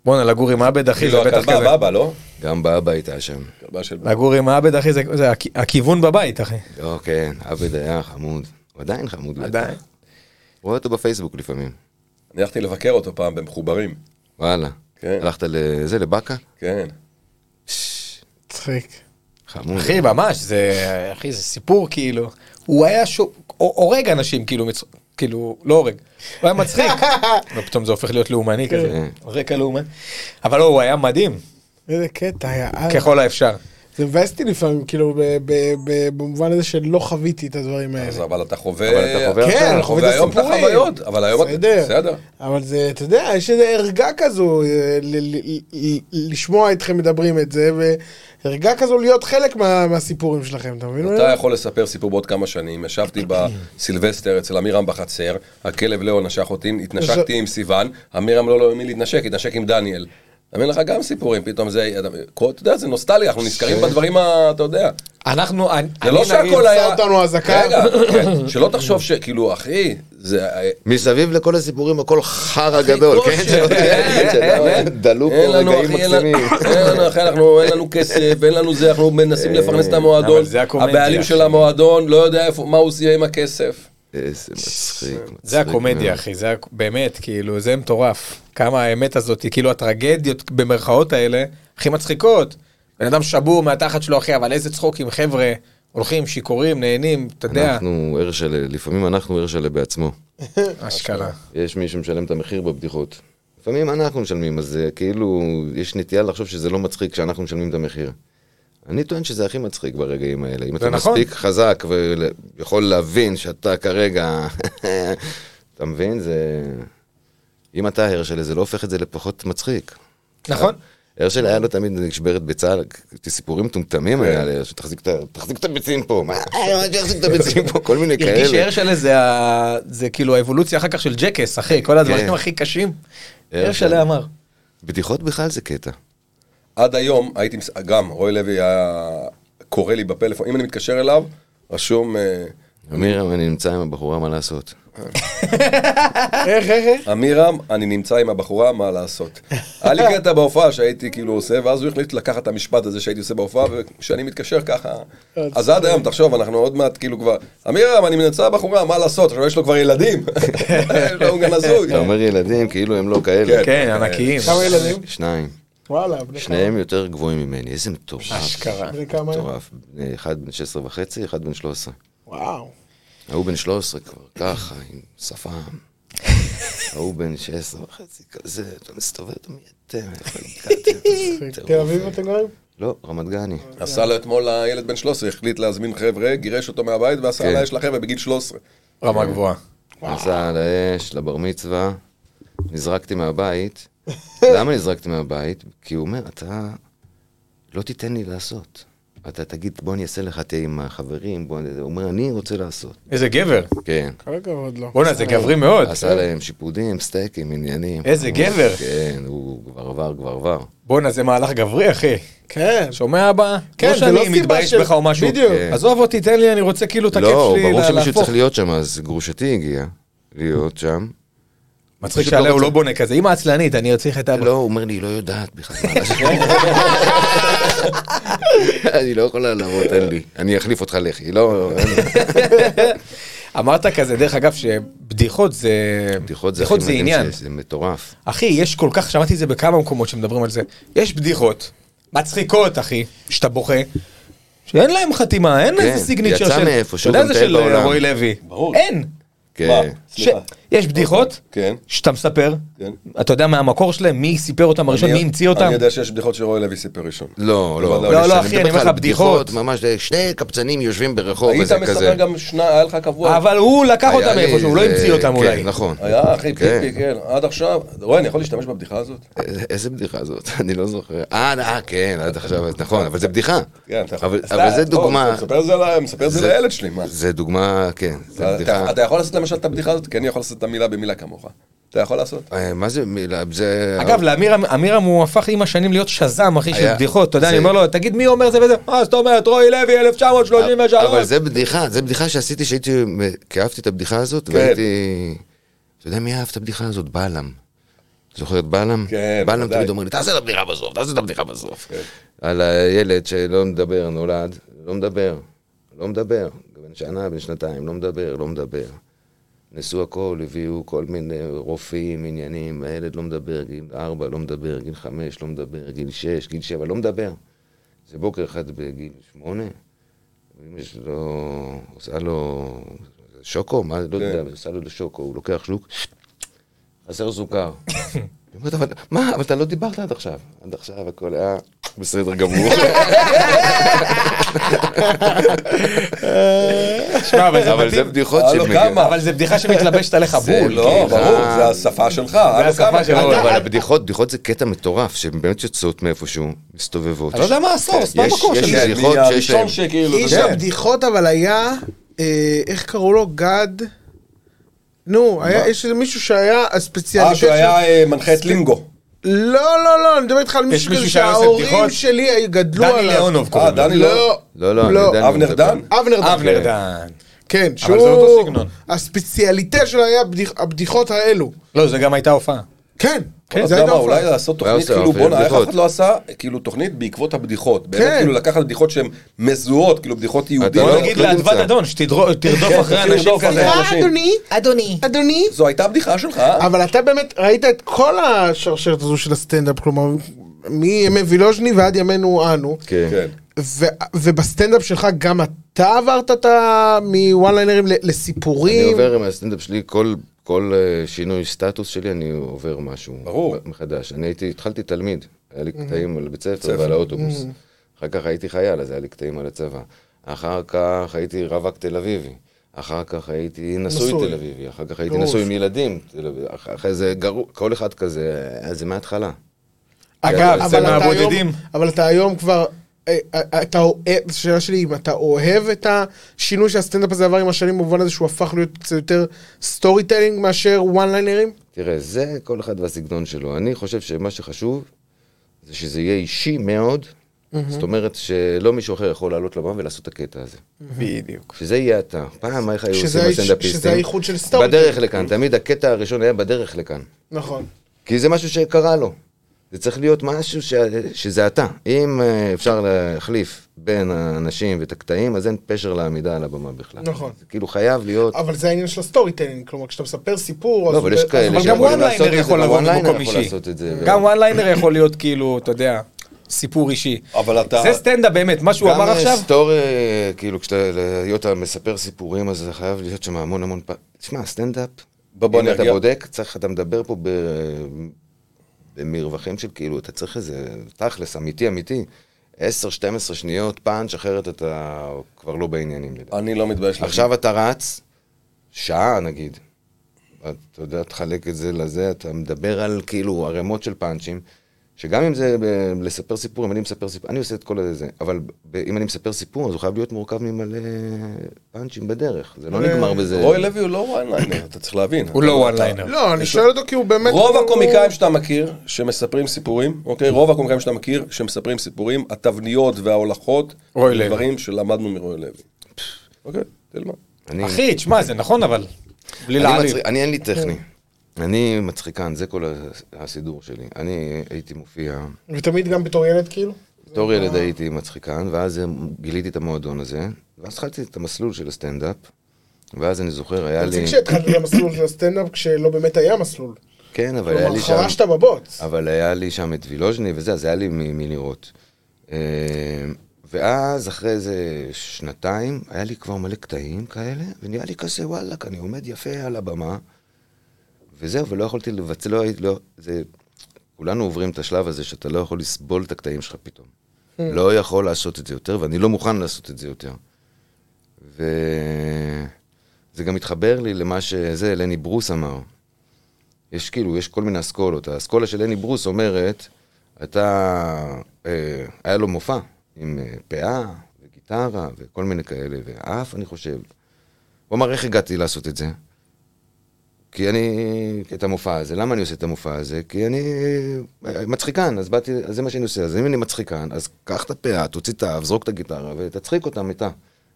Speaker 4: בואנה, לגור עם עבד, אחי, זה
Speaker 2: כאילו,
Speaker 4: בטח
Speaker 2: הכלבה
Speaker 4: כזה.
Speaker 2: בבא, לא?
Speaker 5: גם באבא הייתה שם.
Speaker 2: הכלבה של...
Speaker 4: לגור עם עבד, אחי, זה- זה הכ- הכיוון בבית, אחי.
Speaker 5: לא, כן, עבד היה חמוד. הוא עדיין חמוד. בטח.
Speaker 4: עדיין.
Speaker 5: רואה אותו בפייסבוק לפעמים.
Speaker 2: אני הלכתי לבקר אותו פעם במחוברים.
Speaker 5: וואלה.
Speaker 2: כן.
Speaker 5: הלכת לזה, לבאקה?
Speaker 2: כן.
Speaker 3: מצחיק.
Speaker 5: חמוד.
Speaker 4: אחי, ממש, זה, אחי, זה סיפור, כאילו. הוא היה שו... הו- הורג אנשים, כאילו, מצ... כאילו, לא הורג. הוא היה
Speaker 2: (laughs)
Speaker 4: מצחיק. ופתאום זה הופך להיות לאומני
Speaker 2: כן.
Speaker 4: כזה. רקע לאומני. אבל לא, הוא היה מדהים,
Speaker 3: איזה קטע,
Speaker 2: אה.
Speaker 3: יאללה.
Speaker 4: ככל האפשר.
Speaker 3: זה מבאס אותי לפעמים, כאילו, ב- ב- ב- במובן הזה שלא חוויתי את הדברים
Speaker 2: אז
Speaker 3: האלה.
Speaker 2: אבל אתה חווה...
Speaker 5: אבל אתה חווה
Speaker 3: כן,
Speaker 5: עכשיו.
Speaker 3: אני חווה את
Speaker 2: היום את
Speaker 3: הסיפורים.
Speaker 2: החוויות, אבל היום... אתה-
Speaker 3: בסדר.
Speaker 2: בסדר.
Speaker 3: אבל זה, אתה יודע, יש איזו ערגה כזו, אה, ל- ל- ל- לשמוע אתכם מדברים את זה, וערגה כזו להיות חלק מה- מהסיפורים שלכם, אתה מבין? מה אני
Speaker 2: אתה
Speaker 3: אומר?
Speaker 2: יכול לספר סיפור בעוד כמה שנים, ישבתי בסילבסטר אצל עמירם בחצר, הכלב לאו נשך אותי, התנשקתי עם סיוון, עמירם לא לא האמין להתנשק, התנשק עם דניאל. אני אומר לך גם סיפורים, פתאום זה, אתה יודע, זה נוסטליה, אנחנו נזכרים בדברים ה... אתה יודע.
Speaker 4: אנחנו, אני,
Speaker 2: זה לא
Speaker 4: אני נגיד-
Speaker 2: שהכל היה...
Speaker 3: עשה אותנו אזעקה.
Speaker 2: רגע, כן, שלא תחשוב שכאילו, אחי, זה...
Speaker 5: מסביב לכל הסיפורים הכל חרא גדול,
Speaker 2: הכי
Speaker 5: כן?
Speaker 2: כושר, (laughs) כן,
Speaker 5: שאתה
Speaker 2: כן.
Speaker 5: דלוק
Speaker 2: אין
Speaker 5: פה
Speaker 2: לנו,
Speaker 5: רגעים
Speaker 2: אחי, אין לנו- (laughs)
Speaker 5: מקסימים.
Speaker 2: אין לנו, אחי, אנחנו- אין לנו כסף, אין לנו זה, אנחנו מנסים לפרנס את המועדון.
Speaker 4: אבל זה הקומדיה,
Speaker 2: הבעלים
Speaker 4: אחי.
Speaker 2: של המועדון לא יודע איפה- מה הוא עושה עם הכסף.
Speaker 5: איזה מצחיק.
Speaker 4: זה
Speaker 5: מצחיק
Speaker 4: הקומדיה,
Speaker 5: מאוד.
Speaker 4: אחי, זה הק- באמת, כאילו, זה מטורף. כמה האמת הזאת, היא, כאילו, הטרגדיות במרכאות האלה, הכי מצחיקות. בן אדם שבור מהתחת שלו, אחי, אבל איזה צחוקים, חבר'ה, הולכים, שיכורים, נהנים, אתה יודע,
Speaker 5: אנחנו ער שלה, לפעמים אנחנו ער שלה בעצמו.
Speaker 4: אשכרה.
Speaker 5: יש מי שמשלם את המחיר בבדיחות. לפעמים אנחנו משלמים, אז אה, כאילו, יש נטייה לחשוב שזה לא מצחיק כשאנחנו משלמים את המחיר. אני טוען שזה הכי מצחיק ברגעים האלה. אם
Speaker 4: זה
Speaker 5: אתה
Speaker 4: נכון.
Speaker 5: מספיק חזק ויכול להבין שאתה כרגע... (laughs) אתה מבין? זה... אם אתה הר שלה, זה לא הופך את זה לפחות מצחיק.
Speaker 4: נכון?
Speaker 5: הרשל היה לו תמיד נשברת ביצה, סיפורים מטומטמים
Speaker 4: כן.
Speaker 5: היה לי, שתחזיק את ה- תחזיק את הביצים פה, מה, (laughs) אה, תחזיק את הביצים פה, כל מיני
Speaker 4: הרגיש
Speaker 5: כאלה.
Speaker 4: שהר שלה זה ה- זה כאילו האבולוציה אחר כך של ג'קס, אחי, כל הדברים
Speaker 5: כן.
Speaker 4: הכי קשים.
Speaker 5: הרשלה.
Speaker 4: הר שלה אמר.
Speaker 5: בדיחות בכלל זה קטע.
Speaker 2: עד היום הייתי, מס- גם רועי לוי היה קורא לי בפלאפון, אם אני מתקשר אליו, רשום אה,
Speaker 5: אמיר, אני נמצא עם הבחורה, מה לעשות?
Speaker 3: איך, איך,
Speaker 2: אה,
Speaker 3: איך?
Speaker 2: עמירם, אני נמצא עם הבחורה, מה
Speaker 4: (laughs)
Speaker 2: לעשות. היה לי קטע בהופעה שהייתי כאילו עושה, ואז הוא החליט לקחת את המשפט הזה שהייתי עושה בהופעה, וכשאני מתקשר ככה... אז עד היום, תחשוב, אנחנו עוד מעט כאילו כבר, עמירם, אני מנצא בחורה, מה לעשות? עכשיו יש לו כבר
Speaker 4: (laughs)
Speaker 2: ילדים. יש לו, הוא גם נשוי.
Speaker 5: אתה אומר ילדים, כאילו הם לא
Speaker 2: כן.
Speaker 5: כאלה.
Speaker 4: כן, ענקיים.
Speaker 3: כמה ילדים?
Speaker 5: שניים.
Speaker 3: וואלה, בני כמה?
Speaker 5: שניהם יותר גבוהים ממני, איזה מטורף.
Speaker 4: אשכרה.
Speaker 3: בני כמה? הם?
Speaker 5: מטורף. בני- אחד בן 16 וחצי, אחד בן 13.
Speaker 3: וואו.
Speaker 5: ההוא בן 13 כבר, ככה, עם שפם. ההוא בן 16 וחצי, כזה, אתה מסתובב, אתה מייתם.
Speaker 3: תל אביב אתם גרים?
Speaker 5: לא, רמת גני.
Speaker 2: עשה לו אתמול הילד בן 13, החליט להזמין חבר'ה, גירש אותו מהבית ועשה
Speaker 5: כן.
Speaker 2: על האש לחבר'ה בגיל 13.
Speaker 4: רמה גבוהה.
Speaker 5: נסע על האש, לבר מצווה,
Speaker 4: (laughs)
Speaker 5: נזרקתי מהבית. למה נזרקתי מהבית? כי הוא אומר, אתה לא תיתן לי לעשות. אתה תגיד, בוא אני אעשה לך, תהיה עם החברים, בוא... אני-" הוא אומר, אני רוצה לעשות.
Speaker 4: איזה גבר.
Speaker 5: כן.
Speaker 3: כל הכבוד לא. לו.
Speaker 4: בואנה, זה גברי מאוד.
Speaker 5: עשה להם שיפודים, סטייקים, עניינים.
Speaker 4: אוקיי. איזה גבר.
Speaker 5: כן, הוא כבר עבר, כבר עבר.
Speaker 4: בואנה, זה מהלך גברי, אחי.
Speaker 3: כן.
Speaker 4: שומע אבא?
Speaker 3: כן,
Speaker 4: לא
Speaker 3: זה לא
Speaker 4: שאני
Speaker 3: סיבה
Speaker 4: מתבייש
Speaker 3: של-
Speaker 4: בך או משהו.
Speaker 3: בדיוק.
Speaker 5: כן.
Speaker 4: עזוב אותי, תן לי, אני רוצה כאילו את הכיף
Speaker 5: לא,
Speaker 4: שלי
Speaker 5: ברור
Speaker 4: לה-
Speaker 5: שמישהו
Speaker 4: להפוך.
Speaker 5: צריך להיות שם, אז גרושתי הגיעה להיות שם.
Speaker 4: מצחיק
Speaker 5: פשוט
Speaker 4: שעליה הוא
Speaker 5: לא רוצה.
Speaker 4: לא בונה כזה, אמא עצלנית, אני ארציח את אבא.
Speaker 5: לא, הוא אומר לי, היא לא יודעת בכלל. מה לעשות." אני לא יכולה להראות, אין לי. אני אחליף אותך לחי, לא... אין לי.
Speaker 4: אמרת כזה, דרך אגב, שבדיחות זה...
Speaker 5: בדיחות זה
Speaker 4: בדיחות
Speaker 5: הכי
Speaker 4: זה
Speaker 5: מדהים
Speaker 4: עניין.
Speaker 5: שיש, זה מטורף.
Speaker 4: אחי, יש כל כך, שמעתי את זה בכמה מקומות שמדברים על זה. יש בדיחות, מצחיקות, אחי, שאתה בוכה, שאין להם חתימה, אין
Speaker 5: כן,
Speaker 4: איזה סיגניצ'ר של...
Speaker 5: יצא מאיפשהו,
Speaker 4: אתה יודע
Speaker 5: גם
Speaker 4: זה
Speaker 5: טייל
Speaker 4: של
Speaker 5: בעולם.
Speaker 4: רוי לוי.
Speaker 2: ברור.
Speaker 4: אין.
Speaker 5: אה, כן.
Speaker 2: מה? סליחה.
Speaker 4: ש- יש בדיחות
Speaker 2: כן.
Speaker 4: שאתה מספר,
Speaker 2: כן.
Speaker 4: אתה יודע מה המקור שלהם, מי סיפר אותם הראשון,
Speaker 2: אני-
Speaker 4: מי המציא אותם.
Speaker 2: אני יודע שיש בדיחות שרוי לוי סיפר ראשון.
Speaker 5: לא, לא,
Speaker 2: בוודאי.
Speaker 4: לא,
Speaker 5: יש-
Speaker 4: לא, אחי,
Speaker 5: מדבר
Speaker 4: אני אומר
Speaker 5: לך
Speaker 4: לך
Speaker 5: על
Speaker 4: בדיחות.
Speaker 5: ממש, שני קבצנים יושבים ברחוב,
Speaker 2: היית
Speaker 5: איזה כזה.
Speaker 2: מספר גם שנה, היה לך קבוע.
Speaker 4: אבל הוא לקח
Speaker 5: היה
Speaker 4: אותם
Speaker 5: לי
Speaker 4: מאיפשהו, הוא לא
Speaker 5: איזה-
Speaker 4: המציא אותם אולי.
Speaker 5: כן, נכון.
Speaker 2: היה אחי
Speaker 5: כן.
Speaker 2: פיפי, כן, עד עכשיו. רועי, אני יכול להשתמש בבדיחה הזאת?
Speaker 5: איזה- איזה בדיחה זאת? (laughs) אני לא זוכר. אה, אה, כן, עד עכשיו, נכון, אבל זה בדיחה.
Speaker 2: כן, אתה יכול.
Speaker 5: אבל
Speaker 2: אז
Speaker 5: אבל
Speaker 2: אתה-
Speaker 5: זה
Speaker 2: בוא,
Speaker 5: דוגמה,
Speaker 2: מספר את זה ל- מספר את זה
Speaker 5: זה-
Speaker 2: לילד שלי, מה?
Speaker 5: זה דוגמה, כן, זה בדיחה.
Speaker 2: אתה- אתה יכול לעשות למשל את הבדיחה הזאת? כי אני יכול לעשות את המילה במילה כמוך. אתה יכול לעשות?
Speaker 5: אה, מה זה מילה? זה...
Speaker 4: אגב, לאמירם, אמירם הוא הפך עם השנים להיות שזם, אחי, של
Speaker 5: היה-
Speaker 4: בדיחות. אתה יודע,
Speaker 5: זה-
Speaker 4: אני אומר לו, תגיד מי אומר זה וזה, מה זאת אומרת, רועי לוי, 1933.
Speaker 5: אבל זה בדיחה, זה בדיחה שעשיתי שהייתי, כי אהבתי את הבדיחה הזאת, והייתי... אתה יודע מי אהב את הבדיחה הזאת? בלם. זוכר את בלם?
Speaker 2: כן,
Speaker 5: בלם
Speaker 2: בוודאי.
Speaker 5: תמיד אומר לי, תעשה את הבדיחה בסוף, תעשה את הבדיחה בסוף. על הילד שלא מדבר, נולד, לא מדבר, לא מדבר. בן שנה, בן שנתיים, לא מדבר, לא מדבר. ניסו הכל, הביאו כל מיני רופאים, עניינים, הילד לא מדבר, גיל ארבע לא מדבר, גיל חמש לא מדבר, גיל שש, גיל שבע לא מדבר. זה בוקר אחד בגיל שמונה, אמא שלו לא עושה לו שוקו, מה, לא יודע,
Speaker 4: כן.
Speaker 5: עושה לו שוקו, הוא לוקח שלוק,
Speaker 4: (laughs)
Speaker 5: חסר סוכר. היא אומרת, אבל מה, אבל אתה לא דיברת עד עכשיו. עד עכשיו הכל היה בסדר גמור.
Speaker 4: שמע, אבל זה
Speaker 5: אבל
Speaker 4: מדהים. אה, לא,
Speaker 5: זה בדיחות
Speaker 2: הלו,
Speaker 5: שמגיע-
Speaker 2: כמה?
Speaker 4: אבל זה בדיחה שמתלבשת עליך
Speaker 2: זה
Speaker 4: בול.
Speaker 2: לא,
Speaker 5: כן,
Speaker 2: ברור,
Speaker 5: זה-
Speaker 2: זה השפה שלך.
Speaker 4: זה
Speaker 2: אנו
Speaker 4: השפה
Speaker 2: כמה-
Speaker 4: שלו.
Speaker 2: אתה-
Speaker 5: לא, אבל הבדיחות, בדיחות זה קטע מטורף, שהן באמת יוצאות מאיפשהו, מסתובבות.
Speaker 4: אני לא יודע מה הסורס, מה
Speaker 5: יש-
Speaker 4: המקור
Speaker 5: יש
Speaker 4: של
Speaker 2: כן,
Speaker 4: זה?
Speaker 5: איזה- בדיחות
Speaker 2: מי
Speaker 5: שיש
Speaker 2: הראשון
Speaker 5: להם.
Speaker 2: שכאילו...
Speaker 3: איש
Speaker 2: אתה יודע.
Speaker 3: הבדיחות אבל היה, אה, איך קראו לו? גד? נו, היה- יש איזה מישהו שהיה
Speaker 2: אה,
Speaker 3: הספציאליטט
Speaker 2: שהוא היה אה, מנחה את לינגו.
Speaker 3: לא, לא, לא, אני מדבר איתך על מישהו
Speaker 4: מישהו
Speaker 3: כזה
Speaker 4: שהיה עושה
Speaker 3: שההורים
Speaker 4: בדיחות?
Speaker 3: שלי היו- גדלו עליו.
Speaker 4: לא, דני ליאונוב
Speaker 2: אה,
Speaker 4: קוראים לו.
Speaker 2: דני
Speaker 3: לא.
Speaker 2: לא.
Speaker 5: לא, לא, אני יודע, אני
Speaker 2: אבנר
Speaker 5: מדבר.
Speaker 2: דן?
Speaker 3: אבנר דן.
Speaker 4: אבנר דן.
Speaker 3: כן, שהוא...
Speaker 4: אבל זה אותו סגנון.
Speaker 3: הספציאליטה שלו היה הבדיח- הבדיחות האלו.
Speaker 4: לא, זה גם הייתה הופעה.
Speaker 3: כן,
Speaker 2: כן,
Speaker 3: זה
Speaker 2: אתה
Speaker 3: הייתה
Speaker 2: יודע מה,
Speaker 3: הופעה.
Speaker 2: אולי לעשות
Speaker 5: הוא היה
Speaker 2: תוכנית,
Speaker 5: עושה
Speaker 2: כאילו,
Speaker 5: הופעה,
Speaker 2: בואנה, איך אף אחד
Speaker 5: בדיחות.
Speaker 2: לא עשה, כאילו, תוכנית בעקבות הבדיחות. באמת,
Speaker 3: כן.
Speaker 2: כאילו, לקחת בדיחות שהן מזוהות, כאילו, בדיחות יהודיות.
Speaker 5: לא-
Speaker 4: בוא נגיד
Speaker 5: לא
Speaker 4: לאדוות
Speaker 5: נמצא.
Speaker 4: אדון, שתרדוף
Speaker 2: כן,
Speaker 4: אחרי
Speaker 2: תתחיל
Speaker 4: אנשים
Speaker 2: לרדוף
Speaker 4: כזה.
Speaker 2: אחרי אנשים.
Speaker 3: אה, אדוני, אדוני.
Speaker 2: זו הייתה הבדיחה שלך.
Speaker 5: אה,
Speaker 3: אבל אתה באמת ראית את כל השרשרת הזו של הסטנדאפ, כלומר, מימי וילוז'ני ועד ימינו אנו.
Speaker 5: כן.
Speaker 2: כן.
Speaker 3: ו- ובסטנדאפ שלך גם אתה עברת את ה... מוואן ליינרים ל-
Speaker 5: אני
Speaker 3: לסיפורים.
Speaker 5: עובר עם הסטנדאפ שלי, כל, כל אה, שינוי סטטוס שלי, אני עובר משהו.
Speaker 2: ברור.
Speaker 5: מחדש. אני הייתי, התחלתי תלמיד, היה לי קטעים על בית ספר ועל האוטובוס. אחר כך הייתי חייל, אז היה לי קטעים על הצבא. אחר כך הייתי רווק תל אביבי. אחר כך הייתי נשוי
Speaker 3: נשוי.
Speaker 5: תל אביבי, אחר כך הייתי
Speaker 3: גרוש.
Speaker 5: נשוי עם ילדים, תל אביב. אח- אחרי זה גרו, כל אחד כזה, אה, זה מההתחלה.
Speaker 4: אגב,
Speaker 3: אבל
Speaker 4: זה
Speaker 3: אתה היום-
Speaker 4: מהבודדים.
Speaker 3: אבל אתה היום כבר... אה, אה, אתה אוהב, זו שאלה שלי, אם אתה אוהב את השינוי שהסטנדאפ הזה עבר עם השנים במובן הזה שהוא הפך להיות קצת יותר סטורי טלינג מאשר וואן ליינרים?
Speaker 5: תראה, זה כל אחד והסגנון שלו. אני חושב שמה שחשוב זה שזה יהיה אישי מאוד. זאת אומרת שלא מישהו אחר יכול לעלות לבמה ולעשות את הקטע הזה.
Speaker 4: בדיוק.
Speaker 5: שזה יהיה אתה. פעם איך היו
Speaker 3: שזה
Speaker 5: עושים
Speaker 3: האיש-
Speaker 5: הסטנדאפיסטים?
Speaker 3: שזה האיחוד של סטורי.
Speaker 5: בדרך לכאן, תמיד הקטע הראשון היה בדרך לכאן.
Speaker 3: נכון.
Speaker 5: כי זה משהו שקרה לו. זה צריך להיות משהו ש... שזה אתה. אם אה, אפשר להחליף בין האנשים ואת הקטעים, אז אין פשר לעמידה על הבמה בכלל.
Speaker 3: נכון.
Speaker 5: זה כאילו חייב להיות...
Speaker 3: אבל זה העניין של הסטורי טלינג, כלומר כשאתה מספר סיפור,
Speaker 5: לא,
Speaker 3: אז
Speaker 5: אבל יש
Speaker 3: אז-
Speaker 5: כאלה
Speaker 3: אבל
Speaker 4: גם
Speaker 3: גם
Speaker 5: שיכולים
Speaker 3: וואן
Speaker 4: וואן
Speaker 5: לעשות
Speaker 4: ליינר
Speaker 5: את זה,
Speaker 4: יכול
Speaker 5: גם
Speaker 4: לבוא
Speaker 5: וואן ליינר
Speaker 4: ממקום
Speaker 5: יכול
Speaker 4: אישי.
Speaker 5: לעשות את זה,
Speaker 4: גם
Speaker 5: ו-
Speaker 4: וואן ליינר יכול להיות כאילו, אתה יודע, סיפור אישי.
Speaker 2: אבל אתה...
Speaker 4: זה סטנדאפ באמת, מה שהוא אמר
Speaker 5: גם אה,
Speaker 4: עכשיו,
Speaker 5: סטורי, כאילו, כשאתה להיות מספר סיפורים, אז זה חייב להיות שם המון המון פעמים. תשמע, סטנדאפ,
Speaker 2: בוא, בוא,
Speaker 5: אם
Speaker 2: אני
Speaker 5: אתה
Speaker 2: ארגיע.
Speaker 5: בודק, צריך, אתה מדבר פה ב... אה, במרווחים של כאילו, אתה צריך איזה תכלס, אמיתי, אמיתי. 10-12 שניות פאנץ', אחרת אתה כבר לא בעניינים. לדעתי.
Speaker 2: אני לא מתבייש להגיד.
Speaker 5: עכשיו אתה רץ, שעה נגיד. אתה יודע, תחלק את זה לזה, אתה מדבר על כאילו ערימות של פאנצ'ים, שגם אם זה ב- לספר סיפור, אם אני מספר סיפור, אני עושה את כל הזה, אבל ב- אם אני מספר סיפור, אז הוא חייב להיות מורכב ממלא פאנצ'ים בדרך. זה לא נגמר בזה.
Speaker 2: רוי לוי הוא לא וואן ליינר, אתה צריך להבין.
Speaker 4: הוא לא
Speaker 2: אתה-
Speaker 4: וואן ליינר.
Speaker 3: לא, אני שואל אותו כי הוא באמת...
Speaker 2: רוב
Speaker 3: הוא-
Speaker 2: הקומיקאים שאתה מכיר, שמספרים סיפורים, אוקיי? רוב הקומיקאים שאתה מכיר, שמספרים סיפורים, התבניות וההולכות,
Speaker 4: רוי לוי.
Speaker 2: דברים שלמדנו מרוי לוי. אוקיי, תלמד.
Speaker 5: אני-
Speaker 4: אחי, תשמע, זה נכון אבל, בלי
Speaker 5: אני
Speaker 4: להעליב.
Speaker 5: מצחיק- אני אין לי טכני. אני מצחיקן, זה כל הס- הסידור שלי. אני הייתי מופיע,
Speaker 3: ותמיד גם בתור ילד כאילו?
Speaker 5: בתור ילד הייתי מצחיקן, ואז גיליתי את המועדון הזה, ואז התחלתי את המסלול של הסטנדאפ, ואז אני זוכר, היה לי...
Speaker 3: מצחיק שהתחלת למסלול של הסטנדאפ כשלא באמת היה מסלול.
Speaker 5: כן, אבל היה
Speaker 3: כלומר,
Speaker 5: לי שם...
Speaker 3: חרשת בבוץ.
Speaker 5: אבל היה לי שם את וילוז'ני וזה, אז היה לי מ- מלראות. אה, ואז אחרי איזה שנתיים, היה לי כבר מלא קטעים כאלה, ונראה לי כזה, וואלכ, אני עומד יפה על הבמה, וזהו, ולא יכולתי לבצע, לא הייתי, לא, זה, כולנו עוברים את השלב הזה שאתה לא יכול לסבול את הקטעים שלך פתאום. לא יכול לעשות את זה יותר, ואני לא מוכן לעשות את זה יותר. וזה גם מתחבר לי למה שזה, לני ברוס אמר. יש כאילו, יש כל מיני אסכולות. האסכולה של לני ברוס אומרת, אתה, אה, היה לו מופע עם אה, פאה וגיטרה וכל מיני כאלה, ואף, אני חושב. הוא אמר, איך הגעתי לעשות את זה? כי אני, את המופע הזה, למה אני עושה את המופע הזה? כי אני אה, מצחיקן, אז באתי, אז זה מה שאני עושה. אז אם אני מצחיקן, אז קח את הפאה, תוציא את האף, זרוק את הגיטרה ותצחיק אותם איתה.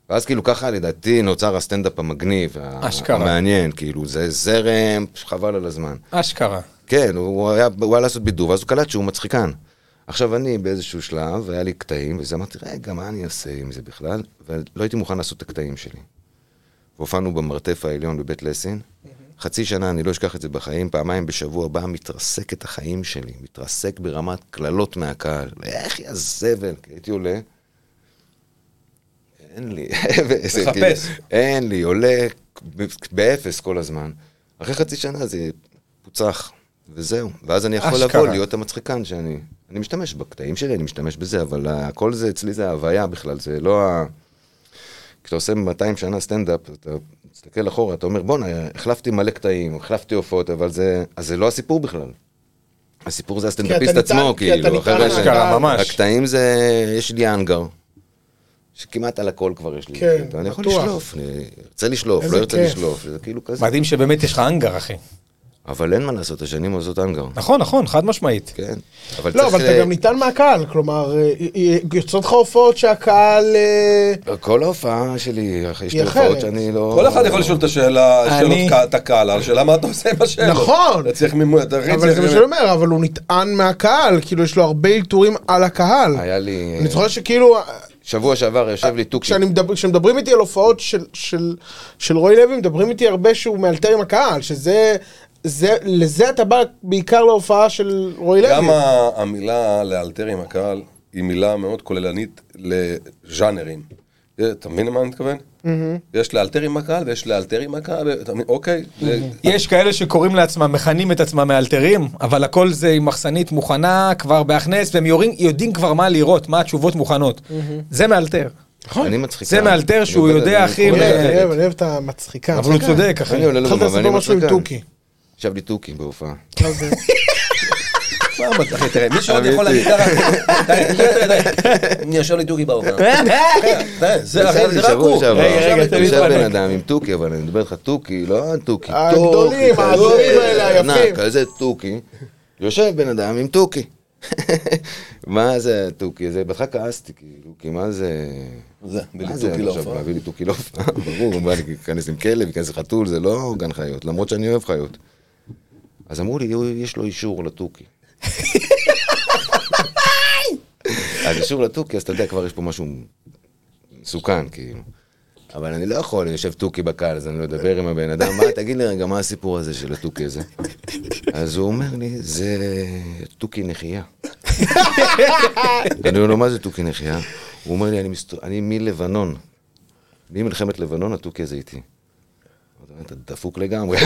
Speaker 5: ואז כאילו ככה לדעתי נוצר הסטנדאפ המגניב, ה-
Speaker 4: אשכרה.
Speaker 5: המעניין, כאילו זה זרם, חבל על הזמן.
Speaker 4: אשכרה.
Speaker 5: כן, הוא הוא היה, הוא היה לעשות בידור, ואז הוא קלט שהוא מצחיקן. עכשיו אני באיזשהו שלב, היה לי קטעים, ואז אמרתי, רגע, מה אני אעשה עם זה בכלל? ולא הייתי מוכן לעשות את הקטעים שלי. והופענו במרתף העליון בבית לסין. חצי שנה, אני לא אשכח את זה בחיים, פעמיים בשבוע בא, מתרסק את החיים שלי, מתרסק ברמת קללות מהקהל. איך יא זבל, כי הייתי עולה. אין לי, (laughs) וזה כאילו,
Speaker 4: מחפש.
Speaker 5: אין לי, עולה ב- באפס כל הזמן. אחרי חצי שנה זה פוצח, וזהו. ואז אני יכול
Speaker 4: אשכרה.
Speaker 5: לבוא להיות המצחיקן שאני... אני משתמש בקטעים שלי, אני משתמש בזה, אבל הכל זה אצלי זה ההוויה בכלל, זה לא ה... כשאתה עושה 200 שנה סטנדאפ, אתה מסתכל אחורה, אתה אומר, בואנה, החלפתי מלא קטעים, החלפתי הופעות, אבל זה... אז זה לא הסיפור בכלל. הסיפור זה הסטנדאפיסט
Speaker 3: ניתן-
Speaker 5: עצמו,
Speaker 3: כי אתה
Speaker 5: כאילו,
Speaker 3: ניתן
Speaker 5: אחרת-
Speaker 4: אשכרה, ממש.
Speaker 5: הקטעים זה, יש לי האנגר, שכמעט על הכל כבר יש לי.
Speaker 3: כן,
Speaker 5: אני יכול
Speaker 3: בטוח.
Speaker 5: לשלוף, אני ארצה לשלוף,
Speaker 3: איזה
Speaker 5: לא ארצה
Speaker 3: כיף.
Speaker 5: לשלוף, זה כאילו כזה.
Speaker 4: מדהים שבאמת יש לך אנגר, אחי.
Speaker 5: אבל אין מה לעשות, השנים עושות האנגר.
Speaker 4: נכון, נכון, חד משמעית.
Speaker 5: כן. אבל
Speaker 3: לא,
Speaker 5: צריך...
Speaker 3: אבל אתה
Speaker 5: ל-
Speaker 3: גם ניתן מהקהל, כלומר, אה, אה, יוצאות לך הופעות שהקהל... אה,
Speaker 5: כל ההופעה שלי, יש
Speaker 3: היא
Speaker 5: לי הופעות
Speaker 3: אחרת.
Speaker 5: שאני לא...
Speaker 2: כל אחד יכול לשאול את השאלה,
Speaker 4: אני-
Speaker 2: שאלות קה- את הקהל, השאלה מה אתה עושה עם השאלות.
Speaker 3: נכון.
Speaker 2: אתה צריך מימון, אתה הכי
Speaker 3: אבל
Speaker 2: צריך
Speaker 3: זה מה שאני אומר, אבל הוא נטען מהקהל, כאילו יש לו הרבה אלתורים על הקהל.
Speaker 5: היה
Speaker 2: אה,
Speaker 5: לי...
Speaker 3: אני זוכר שכאילו, אה,
Speaker 5: שבוע שעבר יושב לי תוכי.
Speaker 3: כשאני מדבר- כשמדברים איתי על הופעות של- של- של רועי לוי, מדברים איתי הרבה שהוא מאלתר עם הקהל, שזה... זה, לזה אתה בא בעיקר להופעה של רועי לוי.
Speaker 2: גם ה- המילה לאלתר עם הקהל היא מילה מאוד כוללנית לז'אנרים. אה, אתה מבין למה אני מתכוון? יש לאלתר עם הקהל ויש לאלתר עם הקהל, אתה מבין? אוקיי. זה-
Speaker 4: יש כאלה שקוראים לעצמם, מכנים את עצמם מאלתרים, אבל הכל זה עם מחסנית מוכנה, כבר בהכנס, והם יורים, יודעים כבר מה לראות, מה התשובות מוכנות. זה מאלתר.
Speaker 5: אני מצחיקה.
Speaker 4: זה מאלתר שהוא
Speaker 5: אני
Speaker 4: יודע,
Speaker 5: אני
Speaker 4: אחי,
Speaker 5: קורא
Speaker 3: אני
Speaker 5: לזה
Speaker 3: אוהב- אני
Speaker 5: אחרת.
Speaker 3: אוהב- אני אוהב את המצחיקה.
Speaker 4: אבל הוא
Speaker 3: אה,
Speaker 4: צודק, אחי.
Speaker 5: אני עולה
Speaker 3: התחלת
Speaker 5: לבמה ואני
Speaker 3: לספר לא משהו עם
Speaker 5: מצחיקן.
Speaker 3: תוכי.
Speaker 5: ישב לי תוכי בהופעה.
Speaker 2: מה, מה, אחי, תראה, מי שעוד יכול להגיד ככה, די, די, די, די. יושב לי דוגי באופן. זה
Speaker 5: ישב
Speaker 2: אחי,
Speaker 5: לי
Speaker 2: זה רק
Speaker 5: שבוע
Speaker 2: הוא. אה,
Speaker 5: שעבר.
Speaker 4: רגע, רגע, תן לי
Speaker 5: ישב בן
Speaker 4: להתפנק.
Speaker 5: אדם עם תוכי, אבל אני מדבר איתך תוכי, לא תוכי,
Speaker 3: הגדולים,
Speaker 5: כזה,
Speaker 3: הגדולים האלה, היפים.
Speaker 5: ענק, כזה תוכי. יושב בן אדם עם תוכי. (laughs) מה זה תוכי? זה בהתחלה כעסתי, כאילו, כי מה זה...
Speaker 2: זה, כאילו בלי
Speaker 5: מה זה,
Speaker 2: תוכי
Speaker 5: אני
Speaker 2: להופעה.
Speaker 5: עכשיו להביא לי תוכי להופעה, (laughs) ברור, הוא בא להיכנס עם כלב, להיכנס עם חתול, זה לא גן חיות, למרות שאני אוהב חיות. אז אמרו לי, "הוא- יש לו אישור לתוכי. אז אישור לתוכי, אז אתה יודע, כבר יש פה משהו מסוכן, כאילו. אבל אני לא יכול, יושב תוכי בקהל, אז אני לא אדבר עם הבן אדם, מה, תגיד לי רגע, מה הסיפור הזה של התוכי הזה? אז הוא אומר לי, זה תוכי נחייה. אני אומר לו, מה זה תוכי נחייה? הוא אומר לי, "אני מסת- אני מלבנון. ממלחמת לבנון התוכי הזה איתי. אז אמרתי, אתה דפוק לגמרי.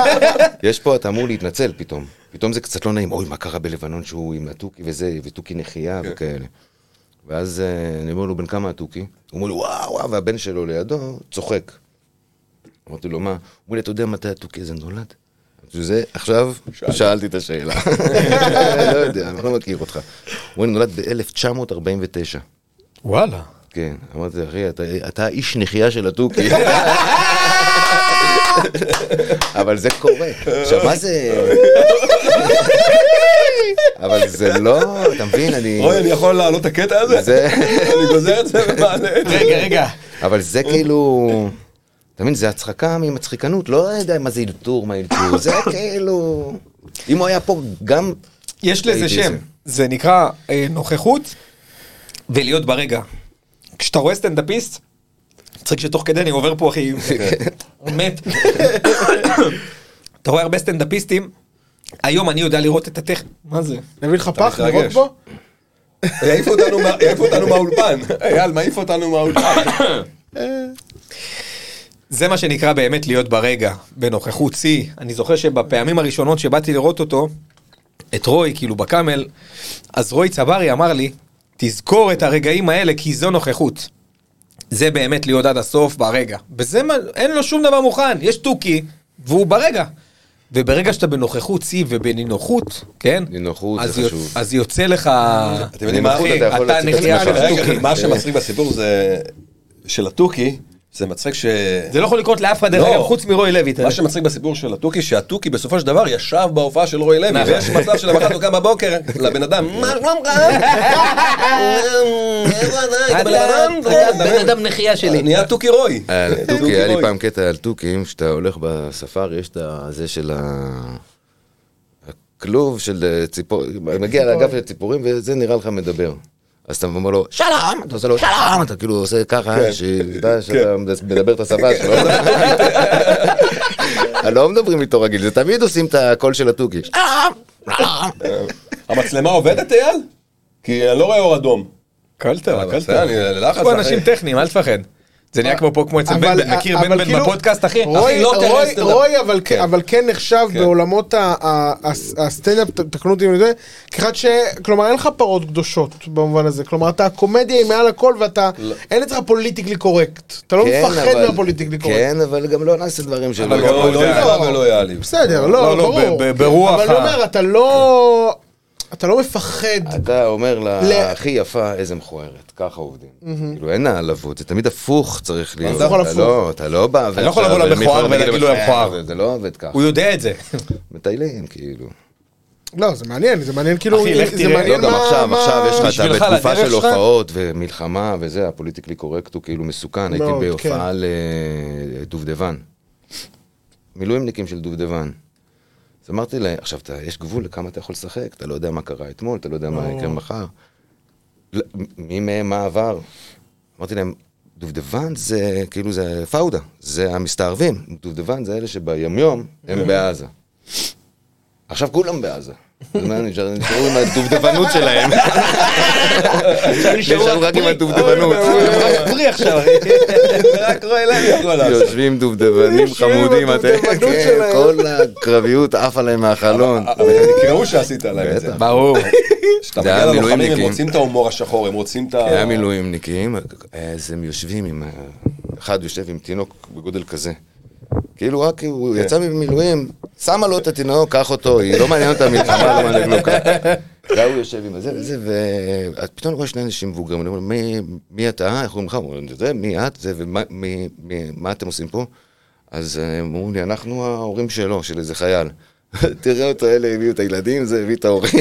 Speaker 5: (laughs) יש פה, אתה אמור להתנצל פתאום. פתאום זה קצת לא נעים, אוי, מה קרה בלבנון שהוא עם התוכי וזה, ותוכי נחייה וכאלה. ואז אה, אני אומר לו, בן כמה התוכי? הוא אומר לי, וואו, וואו, והבן שלו לידו צוחק. אמרתי לו, מה? הוא אומר לי, אתה יודע מתי התוכי הזה נולד? אמרתי לו, זה, עכשיו שאלתי את השאלה. לא יודע, אני לא מכיר אותך. הוא אומר, נולד ב-1949.
Speaker 4: וואלה.
Speaker 5: כן, אמרתי לו, אחי, אתה- אתה האיש נחייה של התוכי. (laughs) אבל זה קורה. עכשיו, מה זה... אבל זה לא, אתה מבין, אני...
Speaker 2: רועי, אני יכול להעלות את הקטע הזה?
Speaker 5: זה-
Speaker 2: אני גוזר את זה ומעלה את זה.
Speaker 4: רגע, רגע.
Speaker 5: אבל זה כאילו... אתה מבין, זה הצחקה ממצחיקנות, לא יודע מה זה אלתור, מה אלתור, זה כאילו... אם הוא היה פה גם...
Speaker 4: יש לזה
Speaker 5: ראיתי
Speaker 4: שם,
Speaker 5: את
Speaker 4: זה נקרא אה, נוכחות ולהיות ברגע. כשאתה רואה סטנדאפיסט, מצחיק שתוך כדי אני עובר פה (laughs) אחי, מת. (laughs) אתה רואה הרבה סטנדאפיסטים, היום אני יודע לראות את הטכ... מה זה?
Speaker 3: נביא לך פח,
Speaker 2: מתרגש.
Speaker 3: לראות בו?
Speaker 2: יעיף אותנו מה- יעיף אותנו מהאולפן. אייל, מעיף אותנו מהאולפן.
Speaker 4: זה מה שנקרא באמת להיות ברגע, בנוכחות שיא. אני זוכר שבפעמים הראשונות שבאתי לראות אותו, את רוי, כאילו בקאמל, אז רוי צברי אמר לי, תזכור את הרגעים האלה כי זו נוכחות. זה באמת להיות עד הסוף ברגע. בזה מה, אין לו שום דבר מוכן, יש תוכי, והוא ברגע. וברגע שאתה בנוכחות שיא ובנינוחות, כן?
Speaker 5: נינוחות זה
Speaker 4: אז יוצ-
Speaker 5: חשוב.
Speaker 4: אז יוצא לך...
Speaker 2: אתם יודעים מה,
Speaker 5: בנינוחות
Speaker 2: אחי,
Speaker 5: אתה יכול
Speaker 4: אתה
Speaker 5: להוציא את
Speaker 4: נחייה
Speaker 5: עצמך.
Speaker 4: של
Speaker 2: רגע,
Speaker 4: התוכי.
Speaker 2: מה שמצחיק בסיפור זה של התוכי, זה מצחיק ש...
Speaker 4: זה לא יכול לקרות לאף אחד, דרך
Speaker 2: לא.
Speaker 4: אגב, חוץ מרוי לוי. תראה.
Speaker 2: מה שמצחיק בסיפור של התוכי, שהתוכי בסופו של דבר ישב בהופעה של רוי לוי,
Speaker 4: נכון.
Speaker 2: ויש מצב
Speaker 4: (laughs)
Speaker 2: שלמחרת הוא קם בבוקר לבן אדם, מה שלומך?
Speaker 4: אתה- אתה בן אדם נחייה שלי.
Speaker 2: "אה, נהיה תוכי רוי.
Speaker 5: על אה, תוכי,
Speaker 2: תוכי
Speaker 5: היה לי
Speaker 2: רוי.
Speaker 5: פעם קטע על תוכים, שאתה הולך בספארי, יש את הזה של ה... הכלוב של אה, ציפור, מגיע לאגף של ציפורים וזה נראה לך מדבר. אז אתה אומר לו, שלום, אתה עושה לו, שלום, אתה כאילו עושה ככה, שידע שאתה מדבר את השפה שלו. (laughs) לא מדברים איתו רגיל, זה תמיד עושים את הקול של התוכי.
Speaker 2: המצלמה עובדת אייל? כי אני לא רואה אור אדום.
Speaker 4: הכל טוב,
Speaker 2: אבל
Speaker 4: הכל
Speaker 2: בסדר,
Speaker 4: טוב.
Speaker 2: אני ללחץ,
Speaker 4: יש פה
Speaker 2: אחי.
Speaker 4: אנשים טכניים, אל תפחד. זה נהיה כמו פה, כמו אצל בן
Speaker 3: אבל-
Speaker 4: בן, מכיר
Speaker 3: אבל
Speaker 4: בן בן
Speaker 3: כאילו,
Speaker 4: בפודקאסט, אחי?
Speaker 3: רוי-
Speaker 2: אחי, לא תראה
Speaker 3: רוי-
Speaker 2: סטנדאפ.
Speaker 3: רוי אבל כן-
Speaker 2: כן.
Speaker 3: אבל כן נחשב
Speaker 2: כן.
Speaker 3: בעולמות ה- ה- הס- הסטנדאפ, ת- תקנו אותי אם אני טועה, כאחד ש... כלומר אין לך פרות קדושות במובן הזה, כלומר אתה הקומדיה היא מעל הכל ואתה,
Speaker 4: לא.
Speaker 3: אין אצלך פוליטיקלי קורקט, אתה לא
Speaker 5: כן,
Speaker 3: מפחד
Speaker 5: אבל-
Speaker 3: מהפוליטיקלי קורקט.
Speaker 5: כן, אבל גם לא נעשה דברים שלא...
Speaker 2: אבל גם
Speaker 5: יכול-
Speaker 2: לא יפגע ולא
Speaker 5: (laughs)
Speaker 2: יעליב.
Speaker 3: בסדר,
Speaker 4: לא,
Speaker 3: לא,
Speaker 4: לא,
Speaker 3: ברור.
Speaker 4: ב- ב- ברוח
Speaker 3: אבל
Speaker 4: ה- אה,
Speaker 3: אני אומר, אתה לא... אתה לא מפחד.
Speaker 5: אתה אומר לה,
Speaker 3: ל-
Speaker 5: הכי יפה, איזה מכוערת, ככה עובדים. כאילו, אין העלבות, זה תמיד הפוך צריך להיות.
Speaker 3: זה יכול
Speaker 5: אתה
Speaker 3: הפוך?
Speaker 5: לא- אתה לא בא...
Speaker 4: לא יכול לבוא
Speaker 5: ועכשיו
Speaker 4: למכוער
Speaker 5: מישהו
Speaker 4: ולהגיד
Speaker 5: מגיע
Speaker 4: לו, "המכוער".
Speaker 5: זה- זה לא עובד ככה.
Speaker 4: הוא יודע את זה.
Speaker 5: מטיילים, כאילו.
Speaker 3: לא, זה מעניין, זה מעניין כאילו...
Speaker 4: אחי, לך
Speaker 3: זה
Speaker 4: תראה,
Speaker 5: לא,
Speaker 3: מעניין
Speaker 5: גם
Speaker 3: מה-
Speaker 5: עכשיו,
Speaker 3: מה-
Speaker 5: עכשיו יש לך, אתה
Speaker 4: בשבילך,
Speaker 5: בתקופה
Speaker 4: לדרך
Speaker 5: של
Speaker 4: שלך?
Speaker 5: הופעות ומלחמה וזה, הפוליטיקלי קורקט הוא כאילו מסוכן. הייתי
Speaker 3: מאוד,
Speaker 5: בהופעה
Speaker 4: כן.
Speaker 5: לדובדבן. מילואימניקים של דובדבן. אז אמרתי להם, עכשיו, אתה- יש גבול לכמה אתה יכול לשחק, אתה לא יודע מה קרה אתמול, אתה לא יודע מה יקרה מחר. לא, מ- מי מהם מה עבר? אמרתי להם, דובדבן זה כאילו זה פאודה, זה המסתערבים, דובדבן זה אלה שביומיום
Speaker 3: כן.
Speaker 5: הם בעזה. עכשיו כולם בעזה. אז מה, נשאר- נשארו עם הדובדבנות שלהם. נשארו רק עם הדובדבנות.
Speaker 2: (laughs)
Speaker 4: פרי עכשיו, אחי. רק רואה לוי יכול לעשות.
Speaker 5: יושבים דובדבנים
Speaker 3: יושבים עם
Speaker 5: חמודים, אתה-
Speaker 3: הדובדבנות
Speaker 5: כן,
Speaker 3: שלהם.
Speaker 5: כל הקרביות עפה להם מהחלון.
Speaker 2: אבל הם יקראו שעשית להם את זה.
Speaker 5: בטח.
Speaker 4: ברור.
Speaker 2: כשאתה
Speaker 5: זה
Speaker 2: מגיע
Speaker 5: היה
Speaker 2: ללוחמים, הם
Speaker 5: מילואימניקים.
Speaker 2: רוצים את ההומור השחור, הם רוצים את ה...
Speaker 5: היה מילואימניקים, אה, אז הם יושבים עם... ה- אחד יושב עם תינוק בגודל כזה. כאילו רק הוא יצא ממילואים, שמה לו את התינוק, קח אותו, היא לא מעניין אותה מלחמה, לא מעניין לו כלום. והוא יושב עם הזה וזה, ופתאום רואה שני אנשים מבוגרים, אני אומר, "מי- מי אתה? איך קוראים לך? הוא אומר, זה, מי את? זה, ומה מי- מי- מה אתם עושים פה? אז אה, הם אמרו לי, אנחנו ההורים שלו, של איזה חייל. (laughs) תראה אותו, אלה הביאו את הילדים, זה הביא את (laughs) ההורים.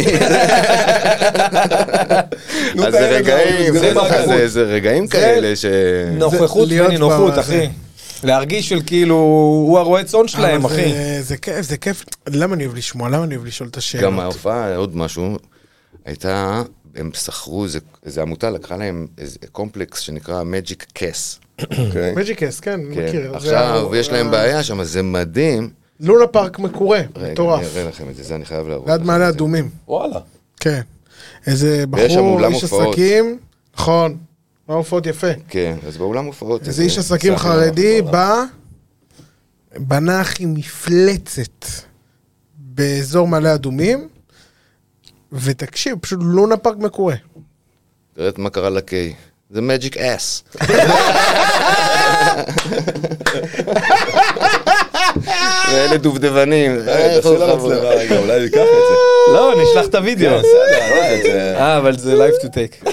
Speaker 2: נו,
Speaker 5: אז זה
Speaker 2: תאר לך,
Speaker 5: רגעים,
Speaker 2: זה
Speaker 5: זה-
Speaker 2: נוכחות.
Speaker 5: זה- זה רגעים כאלה ש...
Speaker 4: נוכחות
Speaker 3: להיות
Speaker 4: ונינוחות,
Speaker 3: ב-
Speaker 4: אחי. להרגיש של כאילו, הוא הרועה צאן שלהם,
Speaker 3: אבל זה-
Speaker 4: אחי.
Speaker 3: זה כיף, זה כיף. למה אני אוהב לשמוע? למה אני אוהב לשאול את השאלות?
Speaker 5: גם ההופעה, עוד משהו, הייתה, הם שכרו, זה- איזה עמותה לקחה להם איזה קומפלקס שנקרא Magic Case.
Speaker 2: אוקיי.
Speaker 3: מג'יקס, כן, מכיר.
Speaker 5: כן.
Speaker 3: זה
Speaker 5: עכשיו,
Speaker 3: ה-
Speaker 5: יש להם
Speaker 3: ה-
Speaker 5: בעיה שם, זה מדהים.
Speaker 3: לונה פארק מקורה,
Speaker 5: רגע,
Speaker 3: מטורף.
Speaker 5: אני אראה לכם את זה, זה אני חייב להראות.
Speaker 3: ליד
Speaker 5: לכם
Speaker 3: מעלה
Speaker 5: את זה.
Speaker 3: אדומים,
Speaker 2: וואלה.
Speaker 3: כן. איזה
Speaker 5: ויש שם
Speaker 3: בחור,
Speaker 5: אולם
Speaker 3: איש
Speaker 5: הופעות.
Speaker 3: עסקים, נכון, מה הופעות יפה.
Speaker 5: כן, אז באולם הופעות.
Speaker 3: איזה איש עסקים
Speaker 5: סחר
Speaker 3: חרדי
Speaker 5: בעולם.
Speaker 3: בא, בנה הכי מפלצת באזור מעלה אדומים, ותקשיב, פשוט לונה פארק מקורה.
Speaker 5: תראה את מה קרה לקיי. זה Magic
Speaker 3: (laughs)
Speaker 5: Ass. ואלה דובדבנים.
Speaker 2: אה, תעשה לה מצלמה רגע, אולי ניקח את זה.
Speaker 4: לא, נשלח את הוידאו.
Speaker 2: בסדר, אולי זה...
Speaker 4: אה, אבל זה לייב טו טייק.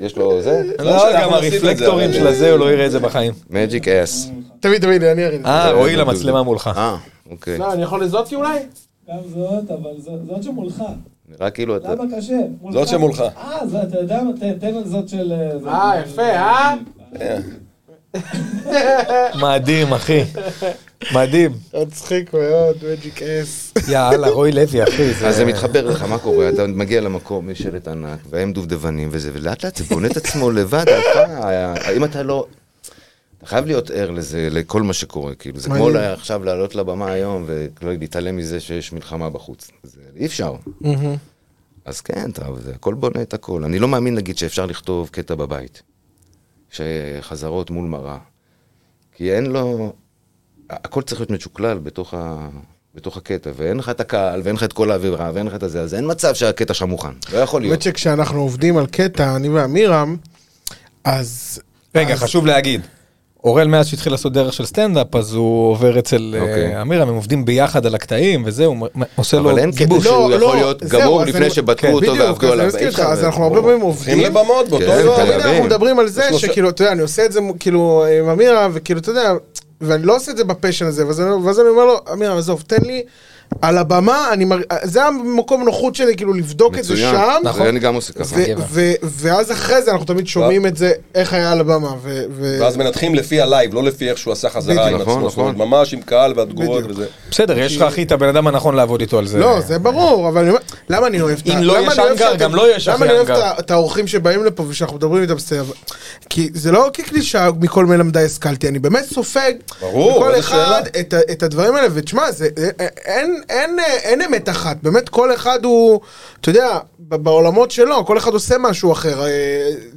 Speaker 5: יש לו זה?
Speaker 4: לא, גם הרפלקטורים של הזה, הוא לא יראה את זה בחיים.
Speaker 5: Magic Ass.
Speaker 3: תביא, תביא לי, אני אראה. לך.
Speaker 4: אה, רועי למצלמה מולך.
Speaker 5: אה, אוקיי.
Speaker 3: לא, אני יכול לזאת אולי?
Speaker 1: גם זאת, אבל ז- זאת שמולך.
Speaker 5: נראה כאילו אתה...
Speaker 1: למה קשה? מולך.
Speaker 2: זאת שמולך.
Speaker 1: אה, זה- אתה יודע מה? תן- תן זאת של... אה, זאת.
Speaker 3: אה, יפה, אה?
Speaker 4: מדהים, אחי. מדהים.
Speaker 3: מצחיק מאוד, מג'יק אס.
Speaker 4: יאללה, רועי לוי, אחי.
Speaker 5: אז זה מתחבר לך, מה קורה? אתה מגיע למקום, יש שלט ענק, והם דובדבנים וזה, ולאט לאט זה בונה את עצמו לבד, אתה- אם אתה לא... אתה חייב להיות ער לזה, לכל מה שקורה, כאילו, זה כמו
Speaker 3: מעניין.
Speaker 5: לה- עכשיו לעלות לבמה היום ולהתעלם מזה שיש מלחמה בחוץ. זה אי אפשר. אז כן, אתה, זה הכל בונה את הכל. אני לא מאמין, נגיד, שאפשר לכתוב קטע בבית, שחזרות מול מראה. כי אין לו... הכל צריך להיות משוקלל בתוך, ה... בתוך הקטע, ואין לך את הקהל, ואין לך את כל האווירה, ואין לך את הזה, אז אין מצב שהקטע שם מוכן. לא יכול להיות.
Speaker 3: האמת שכשאנחנו עובדים על קטע, אני ואמירם, אז...
Speaker 4: רגע,
Speaker 3: אז-
Speaker 4: חשוב להגיד. אורל מאז שהתחיל לעשות דרך של סטנדאפ, אז הוא עובר אצל
Speaker 5: אוקיי.
Speaker 4: אה, אמירם, הם עובדים ביחד על הקטעים וזהו, מ- מ- עושה לו
Speaker 5: אבל אין קטע
Speaker 4: גיבוש.
Speaker 3: לא,
Speaker 5: שהוא
Speaker 3: לא,
Speaker 5: יכול להיות
Speaker 3: זהו,
Speaker 5: גמור
Speaker 3: אז
Speaker 5: לפני
Speaker 3: אני-
Speaker 5: שבדקו
Speaker 4: כן,
Speaker 5: אותו
Speaker 3: בדיוק,
Speaker 5: ועבדו
Speaker 3: אז
Speaker 5: עליו.
Speaker 3: אני מסכים
Speaker 5: אי
Speaker 3: איתך,
Speaker 5: אפשר,
Speaker 3: אז
Speaker 5: זה
Speaker 3: אנחנו
Speaker 5: ברור.
Speaker 3: הרבה פעמים עובדים.
Speaker 2: הולכים לבמות באותו
Speaker 5: כן,
Speaker 2: יום.
Speaker 3: תמיד אנחנו
Speaker 5: חייבים.
Speaker 3: מדברים על זה
Speaker 2: יש לו ש-
Speaker 3: שכאילו, אתה יודע, אני עושה את זה כאילו עם אמירה, וכאילו, אתה יודע, ואני לא עושה את זה בפשן הזה, ואז אני- ואז אני אומר לו, אמירה, עזוב, תן לי על הבמה, אני מר- זה המקום נוחות שלי, כאילו, לבדוק את זה
Speaker 5: מצוין,
Speaker 3: שם.
Speaker 5: זה
Speaker 4: נכון.
Speaker 5: אני גם עושה ככה.
Speaker 3: ו- ו- ואז אחרי זה אנחנו תמיד שומעים את זה, איך היה על הבמה. ו- ו-
Speaker 2: ואז מנתחים לפי הלייב, לא לפי איך שהוא עשה חזרה
Speaker 3: בדיוק.
Speaker 2: עם
Speaker 5: נכון,
Speaker 2: עצמו, זאת אומרת,
Speaker 5: נכון.
Speaker 2: ממש עם קהל והתגובות
Speaker 3: בדיוק.
Speaker 2: וזה.
Speaker 4: בסדר, יש לך אחי את הבן אדם הנכון לעבוד איתו על זה.
Speaker 3: לא, זה ברור, אבל אני אומר, למה אני אוהב את
Speaker 4: אם לא
Speaker 3: למה
Speaker 4: יש
Speaker 3: אני אוהב
Speaker 4: האנגר,
Speaker 3: שאתם-
Speaker 4: גם לא יש
Speaker 3: למה
Speaker 4: אחי
Speaker 3: אני אוהב
Speaker 4: האנגר.
Speaker 3: את- את האורחים שבאים לפה ושאנחנו מדברים איתם סבב? כי זה לא כקלישה מכל מלמדי השכלתי, אני באמת סופג.
Speaker 2: ברור,
Speaker 3: כל
Speaker 2: איזה
Speaker 3: אחד את ה- את הדברים האלה, ותשמע, זה- אין- אין- אין- אין אמת אחת, באמת כל אחד הוא, אתה יודע, ב- בעולמות שלו, כל אחד עושה משהו אחר. אה,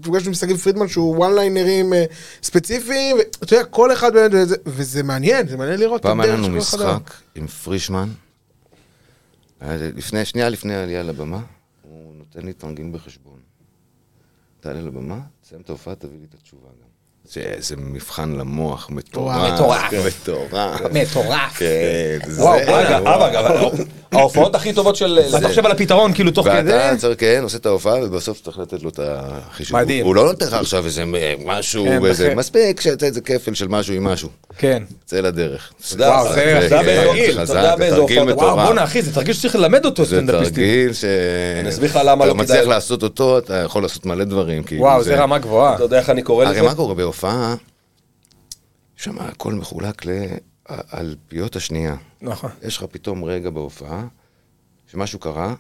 Speaker 3: תפגש עם שגיב פרידמן שהוא וואן ליינרים אה, ספציפיים, ו- אתה יודע, כל אחד באמת, וזה- וזה מעניין, זה מעניין לראות את
Speaker 5: פעם
Speaker 3: הדרך
Speaker 5: היה
Speaker 3: של כל אחד.
Speaker 5: לנו משחק עם פרישמן, היה לי- לפני, שנייה לפני העלייה לבמה, הוא נותן לי תרגיל בחשבון. תעלה לבמה, תסיים את ההופעה, תביא לי את התשובה גם. זה איזה מבחן למוח מטורף.
Speaker 4: מטורף.
Speaker 5: מטורף.
Speaker 4: מטורף.
Speaker 5: כן, זה...
Speaker 4: וואו, אוקיי, אגב, אבא, אגב, ההופעות הכי טובות של...
Speaker 5: זה-
Speaker 4: אתה חושב על הפתרון כאילו תוך כדי?
Speaker 5: ואתה צריך, כן, עושה את ההופעה, ובסוף צריך לתת לו את החישוב.
Speaker 4: מדהים.
Speaker 5: הוא לא נותן לך עכשיו איזה מ- משהו,
Speaker 4: כן,
Speaker 5: איזה...
Speaker 4: בכ-
Speaker 5: מספיק שיצא איזה כפל של משהו עם משהו.
Speaker 4: כן.
Speaker 5: צא לדרך.
Speaker 4: וואו, זה- זה
Speaker 5: כן,
Speaker 2: תרגיל,
Speaker 5: חזק,
Speaker 2: אתה יודע באיזה
Speaker 5: תרגיל
Speaker 2: הופעות-
Speaker 5: מטורף.
Speaker 4: וואו, בואנה אחי, זה תרגיש שצריך ללמד אותו
Speaker 5: זה
Speaker 4: סטנדאפיסטים.
Speaker 5: תרגיל ש...
Speaker 2: אני אסביר לך למה לא
Speaker 5: אתה
Speaker 2: כדאי.
Speaker 5: מצליח לעשות אותו, אתה יכול לעשות מלא דברים. כאילו,
Speaker 4: וואו, זה רמה גבוהה.
Speaker 2: אתה יודע איך אני קורא לזה?
Speaker 5: הרי מה קורה בהופעה? שם הכל מחולק לאלפיות השנייה.
Speaker 4: נכון.
Speaker 5: יש לך פתאום רגע בהופעה, שמשהו קרה,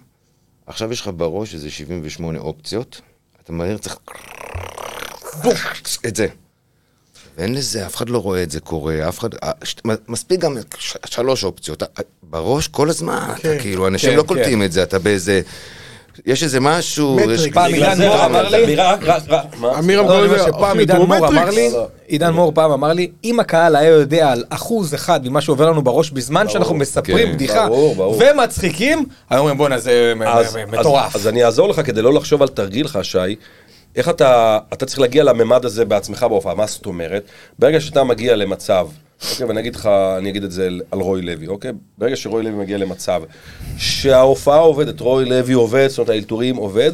Speaker 5: עכשיו יש לך בראש איזה 78 אופציות, אתה מהר צריך... בוף, את זה. ואין לזה, אף אחד לא רואה את זה קורה, אף אחד... ש- מספיק גם ש- שלוש אופציות. אה, בראש כל הזמן, אתה כאילו, אנשים
Speaker 4: כן,
Speaker 5: לא
Speaker 4: כן.
Speaker 5: קולטים את זה, אתה באיזה... יש איזה משהו...
Speaker 3: מטריקס.
Speaker 5: יש-
Speaker 4: פעם
Speaker 2: בגלל
Speaker 4: אילן
Speaker 2: זה
Speaker 4: מור
Speaker 2: רמת
Speaker 4: אמר לי-
Speaker 2: אמירה, רק- רק- רק- מה?
Speaker 4: לא,
Speaker 3: אמירם
Speaker 4: אני
Speaker 3: קורא
Speaker 4: אומר
Speaker 3: לזה
Speaker 4: שפעם
Speaker 3: אוכלית,
Speaker 4: עידן
Speaker 3: הוא
Speaker 4: מור אמר
Speaker 3: אוקיי, מטריקס.
Speaker 4: לי, עידן מור פעם אמר לי, אם הקהל היה יודע על אחוז אחד ממה שעובר לנו בראש בזמן שאנחנו מספרים
Speaker 5: כן.
Speaker 4: בדיחה
Speaker 2: ברור, ברור.
Speaker 4: ומצחיקים, היו אומרים בואנה זה מ-
Speaker 2: אז-
Speaker 4: מ- מטורף.
Speaker 2: אז, אז אני אעזור לך כדי לא לחשוב על תרגיל לך, שי. איך אתה, אתה צריך להגיע לממד הזה בעצמך בהופעה, מה זאת אומרת? ברגע שאתה מגיע למצב, אוקיי, ואני אגיד לך, אני אגיד את זה על- על רוי לוי, אוקיי? ברגע שרוי לוי מגיע למצב שההופעה עובדת, רוי לוי עובד, זאת אומרת האלתורים עובד,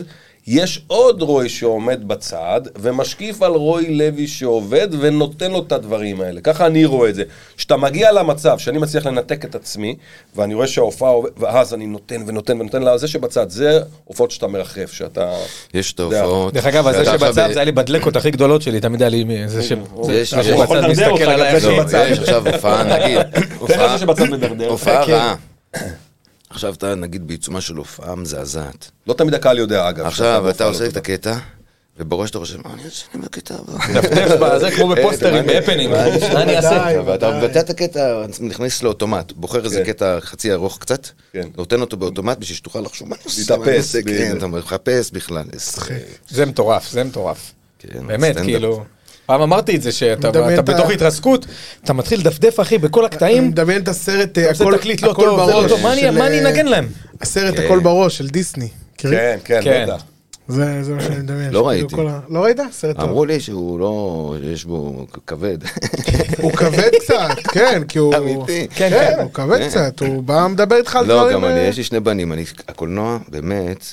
Speaker 2: יש עוד רוי שעומד בצד ומשקיף על רוי לוי שעובד ונותן לו את הדברים האלה. ככה אני רואה את זה. כשאתה מגיע למצב שאני מצליח לנתק את עצמי, ואני רואה שההופעה עובדת, ואז אני נותן ונותן ונותן לזה שבצד, זה הופעות שאתה מרחף, שאתה...
Speaker 5: יש את ההופעות.
Speaker 4: דרך אגב, זה
Speaker 5: שאתה עכשיו
Speaker 4: שבצד
Speaker 5: ב-
Speaker 4: זה היה לי בדלקות הכי גדולות שלי, תמיד היה לי מי- זה ש...
Speaker 5: יש-
Speaker 4: זה
Speaker 5: יש-
Speaker 4: שבצד
Speaker 5: יכול
Speaker 2: לדרדר
Speaker 4: מסתכל
Speaker 2: אותך
Speaker 4: עליי,
Speaker 2: גם
Speaker 4: אחי.
Speaker 5: לא,
Speaker 2: שבצד.
Speaker 5: יש עכשיו הופעה,
Speaker 4: (laughs)
Speaker 5: נגיד,
Speaker 2: זה
Speaker 5: הופעה-
Speaker 2: שבצד מדרדר.
Speaker 5: הופעה
Speaker 4: כן.
Speaker 5: רעה. עכשיו אתה נגיד בעיצומה של הופעה מזעזעת.
Speaker 2: לא תמיד הקהל יודע, אגב. שאתה
Speaker 5: עכשיו
Speaker 2: בהופעה
Speaker 5: אתה
Speaker 2: לא
Speaker 5: עושה את
Speaker 2: טובה.
Speaker 5: הקטע, ובראש אתה חושב, מה אני אעשה בקטע
Speaker 4: (laughs)
Speaker 5: הבא?
Speaker 4: נפנף בזה כמו בפוסטרים,
Speaker 5: מה אני-
Speaker 4: בהפנים.
Speaker 5: מה אני-
Speaker 4: מה אני אעשה?
Speaker 3: די,
Speaker 5: ואתה
Speaker 3: ודאי.
Speaker 5: מבטא את הקטע, נכנס לאוטומט, בוחר איזה
Speaker 2: כן.
Speaker 5: קטע חצי ארוך קצת,
Speaker 2: כן.
Speaker 5: נותן אותו באוטומט בשביל שתוכל לחשוב מה אני עושה.
Speaker 2: להתאפס,
Speaker 5: מה אני עושה,
Speaker 2: בדיוק.
Speaker 5: כן, אתה מחפש בכלל. איזה-
Speaker 4: זה מטורף, זה מטורף.
Speaker 5: כן,
Speaker 4: באמת,
Speaker 5: סטנדאפ.
Speaker 4: כאילו... פעם אמרתי את זה, שאתה
Speaker 3: מדמיין
Speaker 4: אתה
Speaker 3: את ה-
Speaker 4: בתוך התרסקות, אתה מתחיל לדפדף, אחי, בכל
Speaker 3: אני
Speaker 4: הקטעים,
Speaker 3: מדמיין את הסרט אה,
Speaker 4: עושה
Speaker 3: הכל
Speaker 4: תקליט לא
Speaker 3: הכל
Speaker 4: טוב, זה לא
Speaker 3: בראש
Speaker 4: טוב, מה אני-
Speaker 3: של,
Speaker 4: מה אני
Speaker 3: אה,
Speaker 4: אנגן להם?
Speaker 3: הסרט
Speaker 5: כן.
Speaker 3: הכל בראש של דיסני. מכירים?
Speaker 2: כן,
Speaker 4: כן.
Speaker 2: כן, בטח.
Speaker 3: זה זה מה שאני מדמיין.
Speaker 5: לא
Speaker 3: שכאילו
Speaker 5: ראיתי.
Speaker 3: כל ה- לא ראית? סרט טוב.
Speaker 5: אמרו לי שהוא לא, יש בו כבד.
Speaker 3: הוא כבד קצת, כן, כי הוא...
Speaker 5: אמיתי.
Speaker 4: כן,
Speaker 3: כן,
Speaker 4: כן.
Speaker 3: הוא כבד
Speaker 5: כן.
Speaker 3: קצת, הוא בא מדבר איתך על
Speaker 5: לא,
Speaker 3: דברים...
Speaker 5: גם אני,
Speaker 3: אה,
Speaker 5: יש לי שני בנים, אני, הקולנוע, באמת,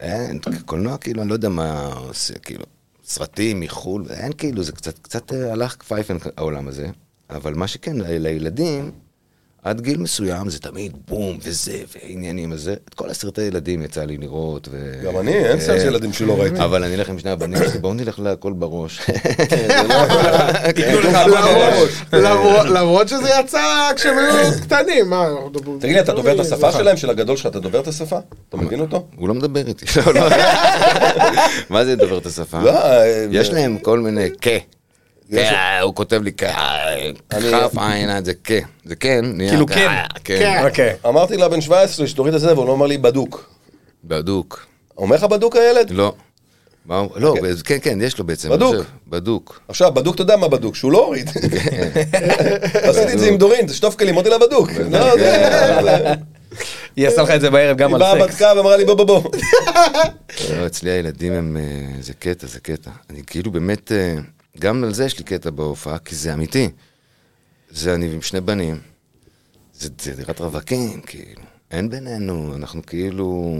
Speaker 5: אין, קולנוע כאילו, אני לא יודע מה עושה, כאילו, סרטים מחו"ל, אין כאילו, זה קצת, קצת אה, הלך פייפן העולם הזה, אבל מה שכן, ל- לילדים, עד גיל מסוים זה תמיד בום וזה, ועניינים וזה, את כל הסרטי ילדים יצא לי לראות, ו... אה,
Speaker 2: גם אני, אין סרט של ילדים שלא ראיתי.
Speaker 5: כן. אבל אני אלך עם שני הבנים שלי, בואו נלך להכל בראש.
Speaker 2: לא-
Speaker 5: (laughs)
Speaker 4: ייתנו לך הכל בראש.
Speaker 3: כאילו, למרות- למרות- למרות שזה יצא כשהם היו קטנים, מה, אנחנו מדברים...
Speaker 2: תגיד לי, אתה דובר את
Speaker 5: לא,
Speaker 2: השפה שלהם, של הגדול שלך, אתה דובר את השפה? אתה מבין אותו?
Speaker 5: הוא לא מדבר איתי. לא, לא. מה זה לדבר את השפה?
Speaker 2: לא, אה,
Speaker 5: יש
Speaker 2: אה,
Speaker 5: להם כל מיני כ. כ- הוא כותב לי כ... כף עין, זה כ. זה כן. נהיה
Speaker 4: כאילו
Speaker 5: כ-
Speaker 4: כן.
Speaker 3: אה.
Speaker 5: כן.
Speaker 4: אוקיי.
Speaker 2: אמרתי לה בן 17 שתוריד את זה, והוא לא אמר לי בדוק.
Speaker 5: בדוק.
Speaker 2: אומר לך בדוק הילד?
Speaker 5: לא. מה הוא- לא, אז כן, כן, יש לו בעצם.
Speaker 2: בדוק.
Speaker 5: אני חושב, בדוק.
Speaker 2: עכשיו, בדוק, אתה יודע מה בדוק, שהוא לא הוריד. (laughs) עשיתי את זה עם דורין, תשטוף כלים, אמרתי לה בדוק. לא, זה- זה-
Speaker 4: היא עשה לך את זה בערב גם
Speaker 2: היא
Speaker 4: על
Speaker 2: באה,
Speaker 4: סקס.
Speaker 2: בדקה ואמרה לי בוא בוא בוא.
Speaker 4: כן.
Speaker 5: לא, אצלי הילדים הם... אה, זה קטע, זה קטע. אני כאילו באמת... אה, גם על זה יש לי קטע בהופעה, כי זה אמיתי. זה אני עם שני בנים. זה זה דירת רווקים, כאילו. אין בינינו, אנחנו כאילו...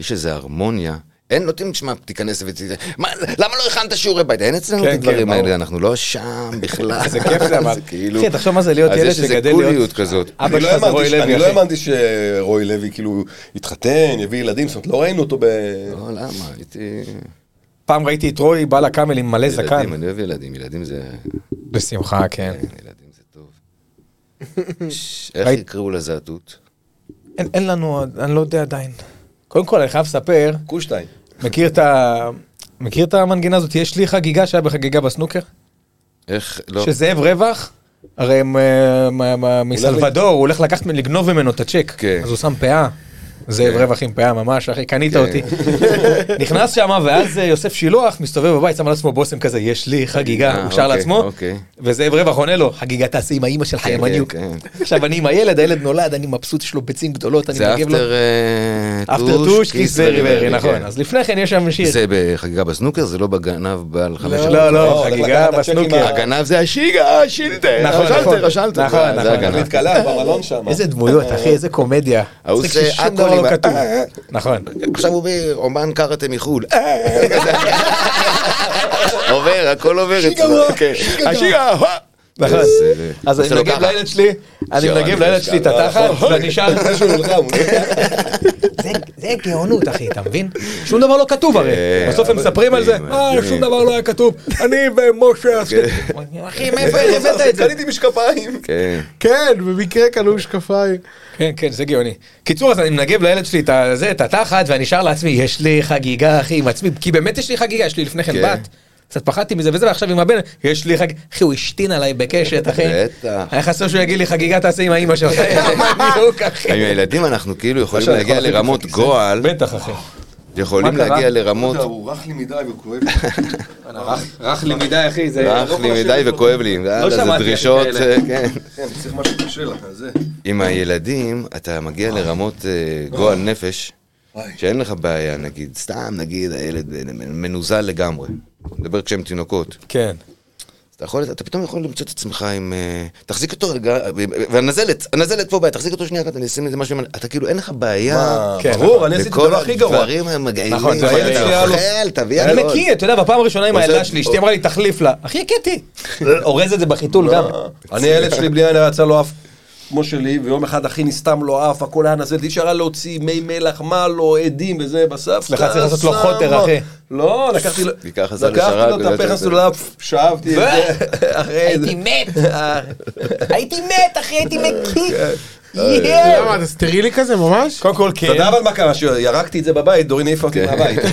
Speaker 5: יש איזו הרמוניה. אין, נותנים, תשמע, תיכנס ות... מה, למה לא הכנת שיעורי בית? אין אצלנו
Speaker 4: כן,
Speaker 5: את
Speaker 4: כן,
Speaker 5: הדברים
Speaker 4: ברור.
Speaker 5: האלה, אנחנו
Speaker 4: (laughs)
Speaker 5: לא שם בכלל.
Speaker 4: זה כיף זה
Speaker 5: (laughs)
Speaker 4: אבל.
Speaker 5: כאילו...
Speaker 4: אחי, תחשוב מה זה להיות
Speaker 5: אז
Speaker 4: ילד
Speaker 5: יש איזה
Speaker 4: שגדל להיות-
Speaker 5: קוליות כזאת.
Speaker 4: אבא
Speaker 2: אני לא
Speaker 4: שלך זה
Speaker 2: האמנתי
Speaker 4: רוי
Speaker 2: ש-
Speaker 4: לוי,
Speaker 2: אני לא
Speaker 4: אחי.
Speaker 2: האמנתי שרוי לוי כאילו יתחתן, יביא ילדים, זאת אומרת, לא ראינו אותו ב...
Speaker 5: לא, למה? הייתי...
Speaker 4: פעם ראיתי את רוי בא לקאמל עם מלא זקן.
Speaker 5: ילדים, אני אוהב ילדים, ילדים זה...
Speaker 4: בשמחה, כן.
Speaker 5: כן, ילדים זה טוב. (laughs) ש- איך
Speaker 4: ראית-
Speaker 5: יקראו לזה התות?
Speaker 4: אין, אין לנו, עוד- אני לא יודע עדיין. קודם כל, אני חייב לספר,
Speaker 2: קושטיין.
Speaker 4: מכיר את, ה... מכיר את המנגינה הזאת? יש לי חגיגה שהיה בחגיגה בסנוקר?
Speaker 5: איך, לא.
Speaker 4: שזאב רווח, הרי הם, אה, מ- מ- מסלבדור, הוא הולך לקחת, מ- לגנוב ממנו את הצ'ק.
Speaker 5: כן.
Speaker 4: אז הוא שם פאה. זאב רווח עם פאה ממש, אחי, קנית אותי. נכנס שמה, ואז אה, יוסף שילוח מסתובב בבית, שם על עצמו בושם כזה, יש לי חגיגה,
Speaker 5: אה,
Speaker 4: הוא שר
Speaker 5: אוקיי,
Speaker 4: לעצמו,
Speaker 5: אוקיי.
Speaker 4: וזאב רווח עונה לו, חגיגה תעשי עם האימא שלך,
Speaker 5: כן,
Speaker 4: יא
Speaker 5: כן,
Speaker 4: מניוק.
Speaker 5: כן.
Speaker 4: עכשיו אני עם הילד, הילד נולד, אני מבסוט, יש לו ביצים גדולות, אני
Speaker 5: זה
Speaker 4: מגיב לו.
Speaker 5: אפטר אה,
Speaker 4: אפטר טוש, כיס ורי ורי, נכון.
Speaker 5: כן.
Speaker 4: אז לפני כן יש שם שיר.
Speaker 5: זה בחגיגה בסנוקר, זה לא בגנב בעל חמש...
Speaker 4: לא,
Speaker 2: לא,
Speaker 4: לא,
Speaker 2: הולך
Speaker 4: חגיגה
Speaker 2: לקחת את הצ'ק עם
Speaker 4: בסנוקר.
Speaker 2: ה-
Speaker 5: הגנב זה השיגה, אה, השילטר,
Speaker 4: נכון, נכון.
Speaker 5: השלטר, השלטר.
Speaker 4: נכון,
Speaker 5: אה, זה- זה
Speaker 4: נכון.
Speaker 5: הגנב.
Speaker 2: מתקלח במלון שם.
Speaker 4: איזה דמויות, אחי, איזה קומדיה.
Speaker 5: ההוא
Speaker 4: מצחיק
Speaker 5: עושה
Speaker 4: ששום
Speaker 5: הכל
Speaker 4: דבר לא
Speaker 5: עם ה- אה,
Speaker 4: כתוב. נכון.
Speaker 5: עכשיו הוא באומן קראטה מחו"ל. אה, (laughs) עובר, הכל עובר אצלו. כן. השיגה, וואה.
Speaker 4: נכון.
Speaker 5: איזה-
Speaker 4: אז אני
Speaker 5: עושה לו
Speaker 4: מנגב
Speaker 5: ככה.
Speaker 4: לילד שלי, אני
Speaker 5: שואו,
Speaker 4: מנגב
Speaker 5: אני נכון.
Speaker 4: לילד שלי את
Speaker 5: נשכח.
Speaker 4: התחת, ואני שר...
Speaker 5: (laughs)
Speaker 2: זה שהוא נלחם. הוא נלחם.
Speaker 4: זה- זה גאונות, אחי, אתה מבין? שום דבר לא כתוב הרי. בסוף הם מספרים על זה,
Speaker 5: כן, מדהים,
Speaker 4: אה,
Speaker 5: מדהים. כן.
Speaker 4: שום דבר לא היה כתוב, אני ומשה... עשינו-" אחי, מאיפה הבאת
Speaker 5: (laughs)
Speaker 4: את זה?
Speaker 2: קניתי משקפיים.
Speaker 5: כן.
Speaker 3: כן, במקרה קנו משקפיים.
Speaker 4: כן, כן, זה גאוני. קיצור, אז אני מנגב לילד שלי את ה- זה, את התחת, ואני שר לעצמי, יש לי חגיגה, אחי, עם עצמי, כי באמת יש לי חגיגה, יש לי לפני כן
Speaker 5: כן.
Speaker 4: בת. קצת פחדתי מזה וזה, ועכשיו עם הבן, יש לי חגיגה, אחי, הוא השתין עליי בקשת, אחי.
Speaker 5: בטח.
Speaker 4: היה חסר שהוא יגיד לי, חגיגה תעשה עם האימא
Speaker 5: (laughs)
Speaker 4: שלך. (laughs) איזה מניוק, אחי.
Speaker 5: עם הילדים אנחנו כאילו יכולים
Speaker 2: עכשיו,
Speaker 5: להגיע
Speaker 2: יכול להחליף
Speaker 5: לרמות גועל,
Speaker 4: בטח, אחי.
Speaker 5: יכולים
Speaker 4: מה קרה?
Speaker 5: להגיע לרמות
Speaker 2: הוא רך לי מדי והוא כואב.
Speaker 4: (laughs) רך לי מדי, אחי, זה...
Speaker 5: רך לי מדי וכואב לי, יאללה, זה
Speaker 4: שמעתי
Speaker 5: דרישות,
Speaker 4: על כאלה.
Speaker 5: אה, כן.
Speaker 2: כן, צריך משהו קשה לך, זה.
Speaker 5: עם הילדים אתה מגיע לרמות אה, גועל נפש,
Speaker 2: וואי.
Speaker 5: שאין לך בעיה, נגיד, סתם נגיד הילד אה, מנוזל לגמרי, מדבר כשהם תינוקות.
Speaker 4: כן.
Speaker 5: אתה יכול, אתה פתאום יכול למצוא את עצמך עם... אה, תחזיק אותו רגע, אה, והנזלת, הנזלת פה בעיה, תחזיק אותו שנייה אחת, אני אשים איזה משהו, עם ה- אתה כאילו אין לך בעיה.
Speaker 4: כן,
Speaker 2: ברור, אני עשיתי את
Speaker 5: בכל
Speaker 2: הדבר הכי גרוע.
Speaker 5: הדברים המגעילים,
Speaker 4: נכון, זה
Speaker 5: האלה,
Speaker 4: הילד
Speaker 5: אתה
Speaker 4: שלי היה לו-
Speaker 5: אוכל, תביא
Speaker 4: אני
Speaker 5: הכל.
Speaker 4: מכיר, אתה יודע, בפעם הראשונה עם
Speaker 5: הוא עושה-
Speaker 4: הילדה שלי, אשתי אמרה לי, תחליף לה. אחי, קטי. אורז את זה בחיתול גם.
Speaker 2: אני הילד שלי בלי עין הרע יצא לו אף כמו שלי, ויום אחד אחי נסתם לו אף, הכל היה נזלת, אי אפשר היה להוציא מי מלח, מה לא, עדים וזה, בסוף.
Speaker 4: סליחה,
Speaker 2: אתה
Speaker 4: צריך לעשות לו
Speaker 2: שם-
Speaker 4: חוטר, אחי.
Speaker 2: לא, לקחתי לו,
Speaker 5: ייקח איזה
Speaker 2: לקחתי
Speaker 5: לשר"פ,
Speaker 2: לו את
Speaker 5: ולא
Speaker 2: הפח
Speaker 5: יודע.
Speaker 2: הסוללה, פפ, שאבתי את זה. (laughs) אחרי זה.
Speaker 4: מת. הייתי מת, אחי, הייתי מקיא.
Speaker 3: למה, אתה סטרילי כזה ממש?
Speaker 4: כן. קודם כל,
Speaker 2: אתה
Speaker 4: כן.
Speaker 2: יודע אבל מה קרה, שירקתי את זה בבית, דורין העיפה אותי מהבית. (laughs)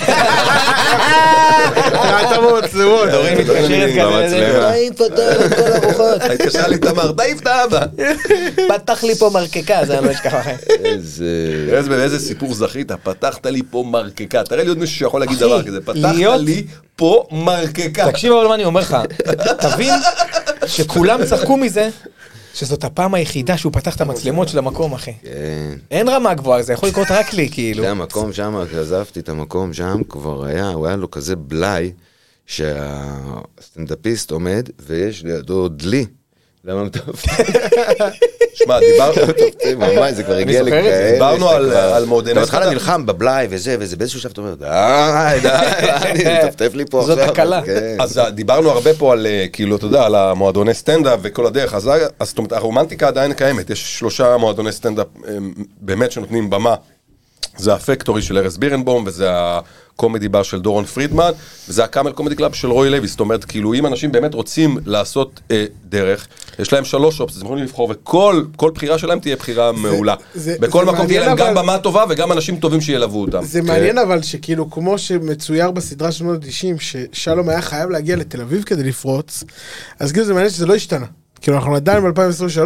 Speaker 3: אתה במצלמות.
Speaker 4: כן, דורין מתקשרת כזה,
Speaker 5: במצלמה.
Speaker 4: לזה, "אלוהים, פתח לי כל הרוחות,
Speaker 2: התקשרה לי תמר, תעיף את האבא.
Speaker 4: פתח לי פה מרקקה, זה אני לא אשכח לכם.
Speaker 5: איזה...
Speaker 2: איזה איזה סיפור זכית, פתחת לי פה מרקקה. תראה לי עוד מישהו שיכול להגיד דבר כזה, פתחת
Speaker 4: להיות-
Speaker 2: לי פה מרקקה.
Speaker 4: תקשיב אבל מה אני אומר לך, תבין שכולם צחקו מזה, שזאת הפעם היחידה שהוא פתח את המצלמות של המקום, אחי.
Speaker 5: כן.
Speaker 4: אין רמה גבוהה, זה יכול לקרות רק לי, כאילו.
Speaker 5: זה המקום שם, עזבתי את המקום שם, כבר היה, הוא היה לו כזה בלאי, שהסטנדאפיסט עומד, ויש לידו דלי. למה מטפטפים?
Speaker 4: (laughs)
Speaker 2: שמע, דיברנו...
Speaker 5: ממש, זה כבר הגיע
Speaker 4: זוכר את זה.
Speaker 5: לכאלה.
Speaker 2: דיברנו
Speaker 5: שאתה
Speaker 2: על-
Speaker 5: כבר-
Speaker 2: על מועדני
Speaker 5: אתה בהתחלה
Speaker 2: סטנדאפ.
Speaker 5: נלחם בבלאי וזה, וזה באיזשהו שלב אתה אומר, די, די,
Speaker 4: (laughs)
Speaker 5: אני מטפטף לי פה עכשיו.
Speaker 4: זאת הקלה.
Speaker 5: כן.
Speaker 2: אז אה, דיברנו הרבה פה על, אה, כאילו, אתה יודע, על המועדוני סטנדאפ וכל הדרך, אז אה, אז זאת אומרת, הרומנטיקה עדיין קיימת, יש שלושה מועדוני סטנדאפ אה, באמת שנותנים במה. זה הפקטורי של ארז בירנבום, וזה הקומדי בר של דורון פרידמן, וזה הקאמל קומדי קלאב של רוי לוי, זאת אומרת, כאילו, אם אנשים באמת רוצים לעשות אה, דרך, יש להם שלוש אופציות, הם יכולים לבחור, וכל כל בחירה שלהם תהיה בחירה מעולה.
Speaker 3: זה-
Speaker 2: בכל
Speaker 3: זה
Speaker 2: מקום תהיה להם
Speaker 3: מעניין,
Speaker 2: גם
Speaker 3: אבל-
Speaker 2: במה טובה וגם אנשים טובים שילוו אותם. כן.
Speaker 3: זה מעניין אבל שכאילו, כמו שמצויר בסדרה של שנות ה-90, ששלום היה חייב להגיע לתל אביב כדי לפרוץ, אז כאילו זה מעניין שזה לא השתנה. כאילו אנחנו עדיין ב-2023,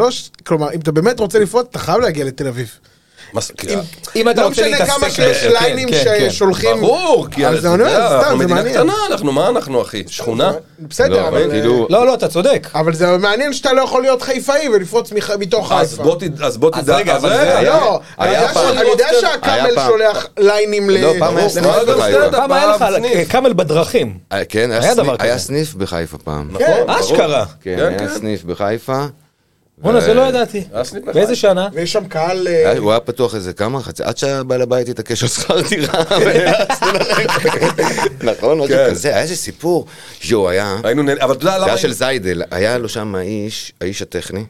Speaker 3: כלומר, אם אתה באמת רוצה לפרוץ, אתה חייב להגיע לתל אביב.
Speaker 2: מס- כאילו,
Speaker 4: אם אתה
Speaker 3: לא
Speaker 4: רוצה
Speaker 3: משנה
Speaker 4: להתעסק
Speaker 3: כמה
Speaker 4: בזה, כן,
Speaker 3: שלשליינים
Speaker 4: כן, כן.
Speaker 3: ששולחים.
Speaker 2: ברור, כי
Speaker 3: אז
Speaker 2: אתה
Speaker 3: אני אומר,
Speaker 2: יודע,
Speaker 3: סתם,
Speaker 2: אנחנו
Speaker 3: זה
Speaker 2: מדינה
Speaker 3: מעניין.
Speaker 2: קטנה, אנחנו, מה אנחנו, אחי? שכונה?
Speaker 3: בסדר,
Speaker 5: לא,
Speaker 3: אבל... אה,
Speaker 5: אבל כאילו,
Speaker 4: לא, לא, אתה צודק.
Speaker 3: אבל זה מעניין שאתה לא יכול להיות חיפאי ולפרוץ מח- מתוך
Speaker 2: אז
Speaker 3: חיפה.
Speaker 2: בוא תד- אז בוא
Speaker 4: אז
Speaker 2: תדע,
Speaker 4: רגע,
Speaker 2: אז
Speaker 4: אבל זה
Speaker 2: רגע,
Speaker 4: היה-
Speaker 3: לא, אני
Speaker 5: היה
Speaker 3: יודע
Speaker 5: פעם.
Speaker 3: ש- אני יודע
Speaker 5: היה
Speaker 3: שהכרמל
Speaker 5: פעם.
Speaker 3: שולח ליינים ל...
Speaker 5: לא, פעם היה
Speaker 3: ברור.
Speaker 5: סניף בחיפה.
Speaker 4: פעם היה לך
Speaker 2: בסניף.
Speaker 4: אה, כמל בדרכים.
Speaker 5: אה, כן, היה
Speaker 4: היה
Speaker 5: סניף-
Speaker 4: דבר כזה.
Speaker 5: היה סניף בחיפה פעם.
Speaker 2: נכון, ברור.
Speaker 4: אשכרה.
Speaker 5: כן,
Speaker 2: כן,
Speaker 5: היה
Speaker 2: כן.
Speaker 5: סניף בחיפה.
Speaker 4: בואנה, זה לא ידעתי.
Speaker 2: היה סניף בחיפה.
Speaker 4: באיזה שנה?
Speaker 3: ויש שם קהל... אה,
Speaker 5: היה- הוא היה פתוח איזה כמה חצי, עד שהבעל הבית התעקש על שכר דירה, ונאלצנו ללכת. (laughs) נכון, משהו
Speaker 2: כן.
Speaker 5: כזה, היה איזה סיפור, יו, היה,
Speaker 2: היינו נהנים, אבל אתה יודע
Speaker 5: זה
Speaker 2: למה...
Speaker 5: היה של זיידל, היה לו שם האיש, האיש הטכני,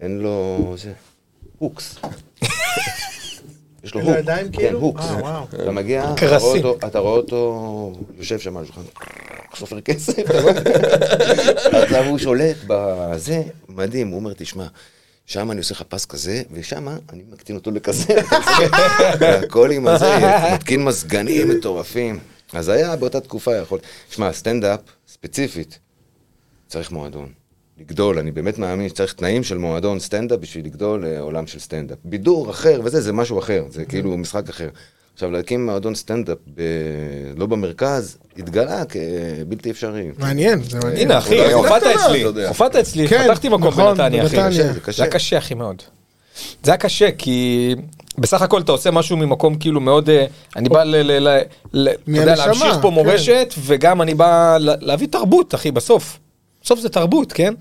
Speaker 5: אין לו, זה, הוקס. יש לו
Speaker 3: אין לו
Speaker 5: הוק,
Speaker 3: ידיים
Speaker 5: כן,
Speaker 3: כאילו?
Speaker 5: הוקס.
Speaker 3: אה, וואו.
Speaker 5: אתה מגיע, אתה רואה
Speaker 4: קרסים.
Speaker 5: אותו- אתה רואה אותו יושב שם על השולחן, סופר כסף, אתה רואה? (laughs) עכשיו הוא שולט בזה, מדהים, הוא אומר, תשמע, שם אני עושה לך פס כזה, ושם אני מקטין אותו לכזה, (laughs) הכל עם הזה, מתקין מזגנים מטורפים. אז היה באותה תקופה יכול... שמע, סטנדאפ, ספציפית, צריך מועדון. לגדול, אני באמת מאמין שצריך תנאים של מועדון סטנדאפ בשביל לגדול לעולם של סטנדאפ. בידור אחר וזה, זה משהו אחר,
Speaker 4: Mm-hmm.
Speaker 5: זה כאילו משחק אחר. עכשיו, להקים מועדון סטנדאפ ב... לא במרכז, התגלה כבלתי אפשרי.
Speaker 4: Mm-hmm.
Speaker 3: מעניין, זה מעניין.
Speaker 4: הנה, אחי,
Speaker 2: אולי הוא
Speaker 4: הופעת
Speaker 2: קטנה,
Speaker 4: אצלי.
Speaker 2: אתה יודע.
Speaker 4: הופעת אצלי,
Speaker 3: כן,
Speaker 4: פתחתי מקום
Speaker 3: נכון,
Speaker 4: בנתניה, אחי.
Speaker 3: בנתניה.
Speaker 5: זה קשה.
Speaker 4: זה היה קשה, אחי, מאוד. זה היה קשה, כי בסך הכל אתה עושה משהו ממקום כאילו מאוד... אה, אני בא ל... ל- ל- ל- אתה יודע,
Speaker 3: מהנשמה,
Speaker 4: להמשיך פה
Speaker 3: כן.
Speaker 4: מורשת, וגם אני בא ל- להביא תרבות, אחי, בסוף. בסוף זה תרבות, כן?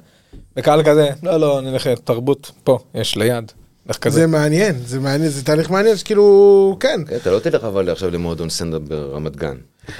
Speaker 4: וקהל כזה, לא, לא, אני אלך לתרבות, פה, יש ליד. לך כזה.
Speaker 3: זה מעניין, זה מעניין, זה תהליך מעניין, שכאילו, כן.
Speaker 5: כן, אתה לא תלך אבל עכשיו למועדון סטנדאפ ברמת גן.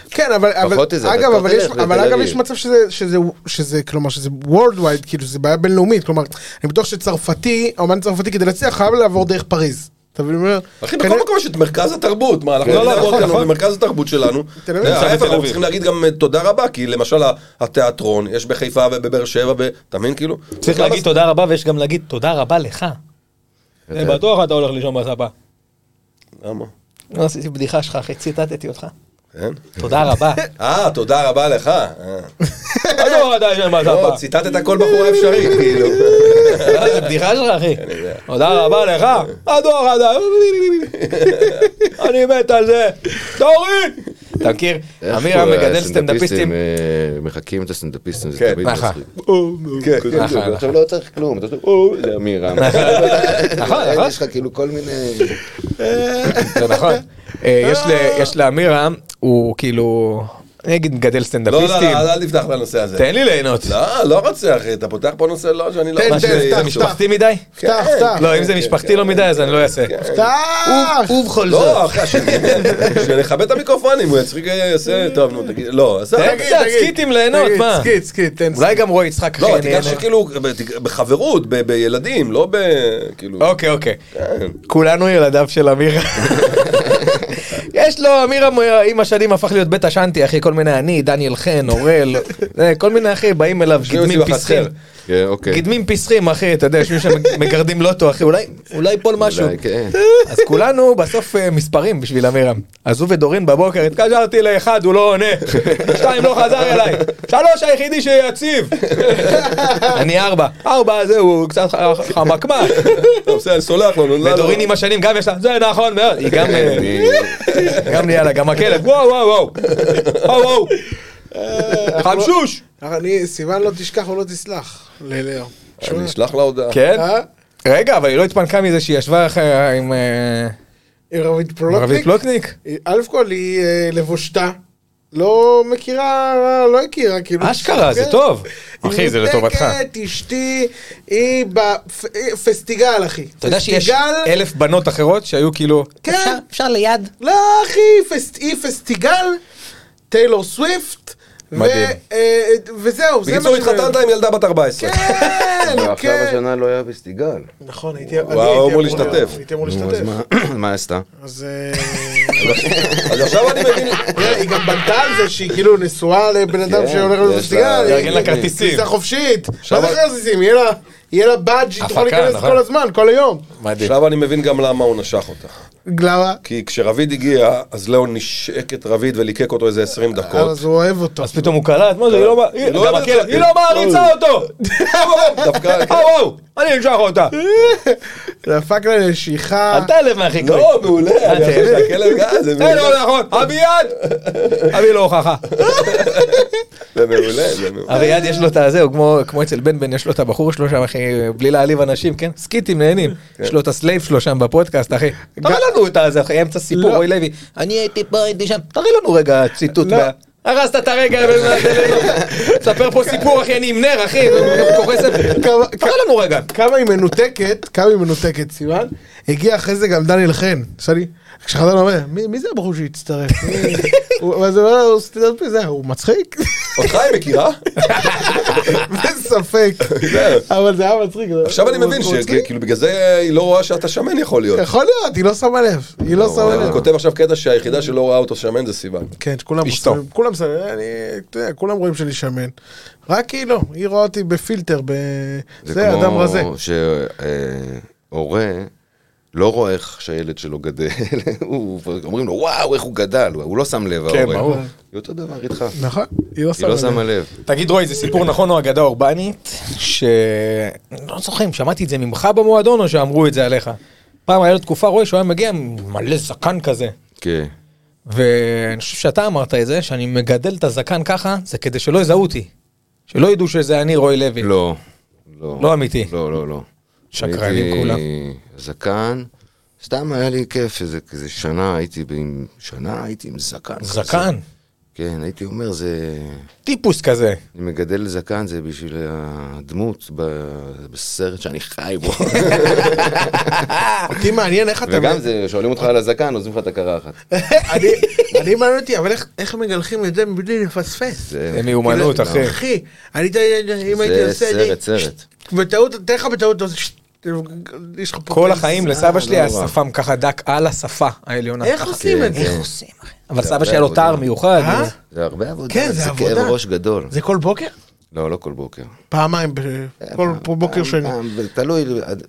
Speaker 3: כן, אבל, אבל,
Speaker 5: פחות איזה, אבל
Speaker 3: אגב,
Speaker 5: אתה
Speaker 3: אבל,
Speaker 5: תלך
Speaker 3: יש,
Speaker 5: לתל
Speaker 3: אבל אגב,
Speaker 5: אביב.
Speaker 3: יש מצב שזה, שזה, שזה, כלומר, שזה worldwide, כאילו, זה בעיה בינלאומית, כלומר, אני בטוח שצרפתי, האומן צרפתי כדי להצליח חייב לעבור דרך פריז. אתה מבין מה אני אומר?
Speaker 2: אחי,
Speaker 3: כנראה-
Speaker 2: בכל מקום יש את מרכז התרבות, מה, אנחנו
Speaker 4: לא, לא,
Speaker 2: נעבוד
Speaker 4: נכון,
Speaker 2: כאן, אבל
Speaker 4: נכון.
Speaker 2: במרכז התרבות שלנו.
Speaker 3: תל אביב.
Speaker 2: זה
Speaker 4: נמצא
Speaker 2: ההפך,
Speaker 4: בתל
Speaker 2: אנחנו
Speaker 4: אביב.
Speaker 2: צריכים להגיד גם אה, תודה רבה, כי למשל ה- התיאטרון, יש בחיפה ובבאר שבע, ו- אתה מבין, כאילו?
Speaker 4: צריך
Speaker 2: כמה
Speaker 4: להגיד תודה רבה, ויש גם להגיד תודה רבה לך. זה
Speaker 5: אתה-
Speaker 4: בטוח "אה, אתה הולך לישון בספה.
Speaker 2: זמן- למה?
Speaker 4: לא עשיתי בדיחה שלך, אחי, ציטטתי אותך.
Speaker 2: כן?
Speaker 4: תודה רבה.
Speaker 2: אה, תודה רבה לך. אה.
Speaker 4: אתה לא יודע של מה זה
Speaker 2: לא,
Speaker 4: הבא.
Speaker 2: ציטטת כל בחור האפשרי, כאילו.
Speaker 4: זה בדיחה שלך, אחי.
Speaker 2: כן,
Speaker 4: תודה רבה לך. הדואר עדיין. אני מת על זה. תוריד! אתה מכיר?
Speaker 5: איך
Speaker 4: אמיר היה
Speaker 5: כל
Speaker 4: מגדל
Speaker 5: הסטנדאפיסטים,
Speaker 4: סטנדאפיסטים. נכון. אה,
Speaker 5: אה, מחקים את הסטנדאפיסטים, זה
Speaker 2: כן,
Speaker 5: תמיד
Speaker 4: ככה.
Speaker 5: מצחיק. או, נו, כזה,
Speaker 4: ככה,
Speaker 5: ועכשיו
Speaker 4: ככה.
Speaker 5: לא צריך כלום, אתה עושה, או, זה
Speaker 4: (laughs)
Speaker 5: אמיר רם.
Speaker 4: נכון, נכון.
Speaker 5: יש לך כאילו כל מיני...
Speaker 4: זה נכון. אה, יש ל- יש לאמירה, הוא כאילו... אני אגיד מגדל
Speaker 2: לא, לא,
Speaker 4: סטנדאפיסטים.
Speaker 2: לא, אל תפתח לנושא הזה.
Speaker 4: תן לי ליהנות.
Speaker 2: לא, לא רוצה, אחי, אתה פותח פה נושא לא שאני לא...
Speaker 3: תן,
Speaker 2: מה
Speaker 4: מה
Speaker 3: תן,
Speaker 2: ש-
Speaker 4: שזה- זה
Speaker 3: תן,
Speaker 4: משפחתי מדי?
Speaker 2: כן,
Speaker 3: פתח,
Speaker 2: כן,
Speaker 3: פתח.
Speaker 2: כן,
Speaker 4: לא, אם זה
Speaker 2: כן,
Speaker 4: משפחתי
Speaker 2: כן.
Speaker 4: לא מדי אז אני לא אעשה.
Speaker 3: טאח!
Speaker 4: ובכל
Speaker 2: לא, אחי, שנכבה את המיקרופונים, הוא יצחיק, אה, יעשה, טוב, נו, תגיד, לא, עזוב.
Speaker 4: תן קצת סקיטים ליהנות,
Speaker 3: תגיד,
Speaker 4: מה?
Speaker 3: סקיט, סקיט, תן
Speaker 4: אולי גם רועי יצחק כן אחי.
Speaker 2: לא,
Speaker 4: אני
Speaker 2: תיקח
Speaker 4: נהנה.
Speaker 2: שכאילו, ב- בחברות, ב- בילדים, לא ב... כאילו...
Speaker 4: אוקיי, אוקיי.
Speaker 5: כן.
Speaker 4: כולנו ילדיו של
Speaker 5: (laughs)
Speaker 4: אמירה. יש לו, אמירה מ- עם השנים הפך להיות בית השנטי, אחי, כל מיני אני, דניאל חן,
Speaker 5: (laughs)
Speaker 4: אורל, זה, כל מיני אחי, באים אליו,
Speaker 2: כאילו
Speaker 4: גדמים
Speaker 2: אצלי
Speaker 4: פסחים.
Speaker 2: בחצר.
Speaker 5: כן, אוקיי.
Speaker 4: גדמים פסחים, אחי, אתה יודע, יושבים שם מגרדים לוטו, אחי, אולי, אולי ייפול משהו.
Speaker 5: אולי, כן.
Speaker 4: אז כולנו בסוף אה, מספרים בשביל אמירם. אז הוא ודורין בבוקר, התקשרתי לאחד, הוא לא עונה.
Speaker 5: (laughs)
Speaker 4: שתיים לא חזר אליי. שלוש היחידי
Speaker 5: (laughs)
Speaker 4: שיציב. אני ארבע. ארבע, זהו, הוא קצת ח- חמקמק.
Speaker 2: טוב, בסדר, אני סולח לו, נו, לא, לא.
Speaker 4: ודורין עם השנים גם יש לה, זה נכון מאוד. היא גם, אה,
Speaker 5: אני-
Speaker 4: גם נהיה לה, גם הכלב, וואו וואו וואו. וואו וואו. חמשוש.
Speaker 3: אני, סיוון לא תשכח ולא תסלח. ללאו.
Speaker 2: אני אשלח לה הודעה.
Speaker 4: כן.
Speaker 3: אה?
Speaker 4: רגע, אבל היא לא התפנקה מזה שהיא ישבה אחרי- עם אה,
Speaker 3: ערבית
Speaker 4: ערבית
Speaker 3: פרולוטניק?
Speaker 4: פלוטניק.
Speaker 3: א' כל היא אה, לבושתה. לא מכירה, לא הכירה, כאילו.
Speaker 4: אשכרה, זה
Speaker 3: כן.
Speaker 4: טוב.
Speaker 3: היא
Speaker 4: אחי, זה לטובתך.
Speaker 3: מותקת, אשתי, היא בפסטיגל, אחי.
Speaker 4: אתה יודע שיש
Speaker 3: פסטיגל-
Speaker 4: אלף בנות אחרות שהיו כאילו...
Speaker 3: כן. אפשר-
Speaker 4: ליד.
Speaker 3: לא, אחי, פס- היא פסטיגל, טיילור סוויפט, ו-
Speaker 4: מדהים.
Speaker 3: אה, וזהו, זה מה
Speaker 2: בקיצור, התחתנת עם ילדה בת 14.
Speaker 3: כן,
Speaker 4: (laughs)
Speaker 5: ועכשיו
Speaker 3: כן.
Speaker 5: השנה לא היה פסטיגל.
Speaker 3: נכון, הייתי אני
Speaker 2: וואו,
Speaker 3: הייתי
Speaker 2: אמור
Speaker 3: להיות-
Speaker 2: להשתתף.
Speaker 3: הייתי אמור
Speaker 5: נו, אז
Speaker 3: להשתתף.
Speaker 5: מה- (clears throat) מה עשתה?
Speaker 3: אז אה, (laughs)
Speaker 2: אז עכשיו אני מבין... כן,
Speaker 3: תראה, היא גם בנתה על זה שהיא כאילו נשואה לבן אדם
Speaker 5: כן,
Speaker 3: שהולך להיות
Speaker 5: יש לה-
Speaker 3: פסטיגל.
Speaker 5: לארגן
Speaker 4: לה
Speaker 3: היא-
Speaker 4: כרטיסים.
Speaker 3: כניסה חופשית.
Speaker 2: עכשיו-
Speaker 3: מה זה כרטיסים? יהיה לה- יהיה לה באג' שהיא תוכל
Speaker 4: הפקה,
Speaker 3: להיכנס
Speaker 4: נכון.
Speaker 3: כל הזמן, כל היום.
Speaker 4: מדהים.
Speaker 2: עכשיו אני מבין גם למה הוא נשך אותה.
Speaker 3: למה?
Speaker 2: כי כשרביד הגיע, אז לאו נשק את רביד וליקק אותו איזה 20 דקות.
Speaker 3: אז הוא אוהב אותו.
Speaker 4: אז פתאום הוא קלט, מה זה, היא לא מע- היא-
Speaker 2: לא
Speaker 4: גם
Speaker 2: יודעת-
Speaker 4: הכלב, היא לא מעריצה אותו! (laughs)
Speaker 2: דווקא...
Speaker 4: אה, וואו! אני אמשוך אותה.
Speaker 3: דפק לה נשיכה.
Speaker 4: עלתה אליו מהכי קרוב.
Speaker 2: לא, מעולה, אני חושב שהכלב גז, זה
Speaker 4: אין
Speaker 2: מעולה,
Speaker 4: עוד נכון, אביעד! אבי לא הוכחה.
Speaker 2: זה מעולה, זה מעולה.
Speaker 4: אביעד יש לו את הזה, הוא כמו- כמו אצל בן בן, יש לו את הבחור שלו שם, אחי, בלי להעליב אנשים, כן? סקיטים נהנים. יש לו את הסלייב שלו שם בפודקאסט, אחי. כן. תראה לנו את הזה, אחי, אמצע סיפור,
Speaker 3: לא.
Speaker 4: רועי לוי. אני הייתי פה, הייתי שם, תראה לנו רגע ציטוט.
Speaker 3: לא.
Speaker 4: מה- הרסת את הרגע, לא- (laughs) ספר פה סיפור, אחי, אני עם נר, (laughs) אחי, כוחסת.
Speaker 3: כמה-
Speaker 4: תראה לנו רגע.
Speaker 3: כמה היא מנותקת, כמה היא מנותקת, סימן. הגיע אחרי זה גם דניאל חן, עשה לי, כשחזרנו, אומר, "מי- מי זה הבחור
Speaker 2: (laughs)
Speaker 3: שהצטרף? מי-" הוא- ואז הוא אומר, לו, הוא סטנדאפ זה,
Speaker 2: (laughs)
Speaker 3: הוא מצחיק? (laughs)
Speaker 2: אותך היא מכירה?
Speaker 3: אין ספק. אבל זה היה מצחיק.
Speaker 2: עכשיו אני
Speaker 3: הוא-
Speaker 2: מבין
Speaker 3: הוא מצחיק.
Speaker 2: שכאילו בגלל זה היא לא רואה שאתה שמן יכול להיות.
Speaker 3: יכול להיות, היא לא שמה לב, היא לא שמה
Speaker 2: הוא
Speaker 3: לב.
Speaker 2: כותב עכשיו קטע שהיחידה שלא רואה אותו שמן זה סיוון.
Speaker 3: כן, שכולם
Speaker 4: אשתו.
Speaker 3: אשתו. כולם שמים, אני, אתה יודע, כולם רואים שאני שמן. רק היא לא, היא רואה אותי בפילטר, ב... זה,
Speaker 5: כמו
Speaker 3: אדם רזה.
Speaker 5: שהורה לא רואה איך שהילד שלו גדל, (laughs) הוא- אומרים לו וואו איך הוא גדל, הוא לא שם לב,
Speaker 4: כן,
Speaker 5: ההורה.
Speaker 4: ברור.
Speaker 5: היא אותו דבר איתך,
Speaker 3: נכון, היא לא
Speaker 5: היא
Speaker 3: שמה
Speaker 5: לא
Speaker 3: לב.
Speaker 5: שמה לב.
Speaker 4: תגיד רועי, זה סיפור נכון או אגדה אורבנית, ש... לא זוכר אם שמעתי את זה ממך במועדון או שאמרו את זה עליך. פעם היה לו תקופה, רועי, שהוא היה מגיע עם מלא זקן כזה.
Speaker 5: כן.
Speaker 4: ואני חושב שאתה אמרת את זה, שאני מגדל את הזקן ככה, זה כדי שלא יזהו אותי. שלא ידעו שזה אני רועי לוי.
Speaker 5: לא. לא.
Speaker 4: לא אמיתי.
Speaker 5: לא, לא, לא.
Speaker 4: שקרנים
Speaker 5: הייתי
Speaker 4: כולם.
Speaker 5: זקן, סתם היה לי כיף, איזה, איזה שנה הייתי עם... שנה הייתי עם זקן. כזה.
Speaker 4: זקן,
Speaker 5: כן, הייתי אומר, זה...
Speaker 4: טיפוס כזה.
Speaker 5: אני מגדל זקן, זה בשביל הדמות ב- בסרט שאני חי
Speaker 3: (laughs)
Speaker 5: בו.
Speaker 3: אותי מעניין איך אתה...
Speaker 5: וגם זה, שואלים אותך על הזקן, עוזבים לך את
Speaker 3: (laughs)
Speaker 5: הקרה אחת.
Speaker 3: אני, אני מעניין אותי, אבל איך, איך מגלחים את זה מבלי לפספס?
Speaker 4: זה
Speaker 5: זה
Speaker 4: מיומנות,
Speaker 5: כאילו,
Speaker 4: אחי.
Speaker 3: אחי, אני, אתה יודע, אם הייתי
Speaker 5: זה
Speaker 3: עושה... אני-
Speaker 5: סרט, סרט.
Speaker 3: בטעות, תן לך בטעות, אתה עושה ש- יש לך פה...
Speaker 4: כל החיים לסבא שלי
Speaker 5: לא
Speaker 4: היה
Speaker 5: נורא.
Speaker 4: שפם ככה דק על השפה העליונה.
Speaker 3: איך
Speaker 4: ככה.
Speaker 3: עושים את זה?
Speaker 5: כן.
Speaker 4: אבל
Speaker 5: זה
Speaker 4: סבא
Speaker 5: הרבה
Speaker 4: שלי היה לו
Speaker 5: עבודה.
Speaker 4: טער מיוחד.
Speaker 3: אה?
Speaker 4: הוא-
Speaker 5: זה הרבה עבודה,
Speaker 3: כן, זה
Speaker 5: זה כאב
Speaker 3: עבודה.
Speaker 5: ראש גדול.
Speaker 3: זה כל בוקר?
Speaker 5: לא, לא כל בוקר.
Speaker 3: פעמיים, ב- כל פה בוקר
Speaker 5: פעם-
Speaker 3: שני.
Speaker 5: פעם, תלוי, עד-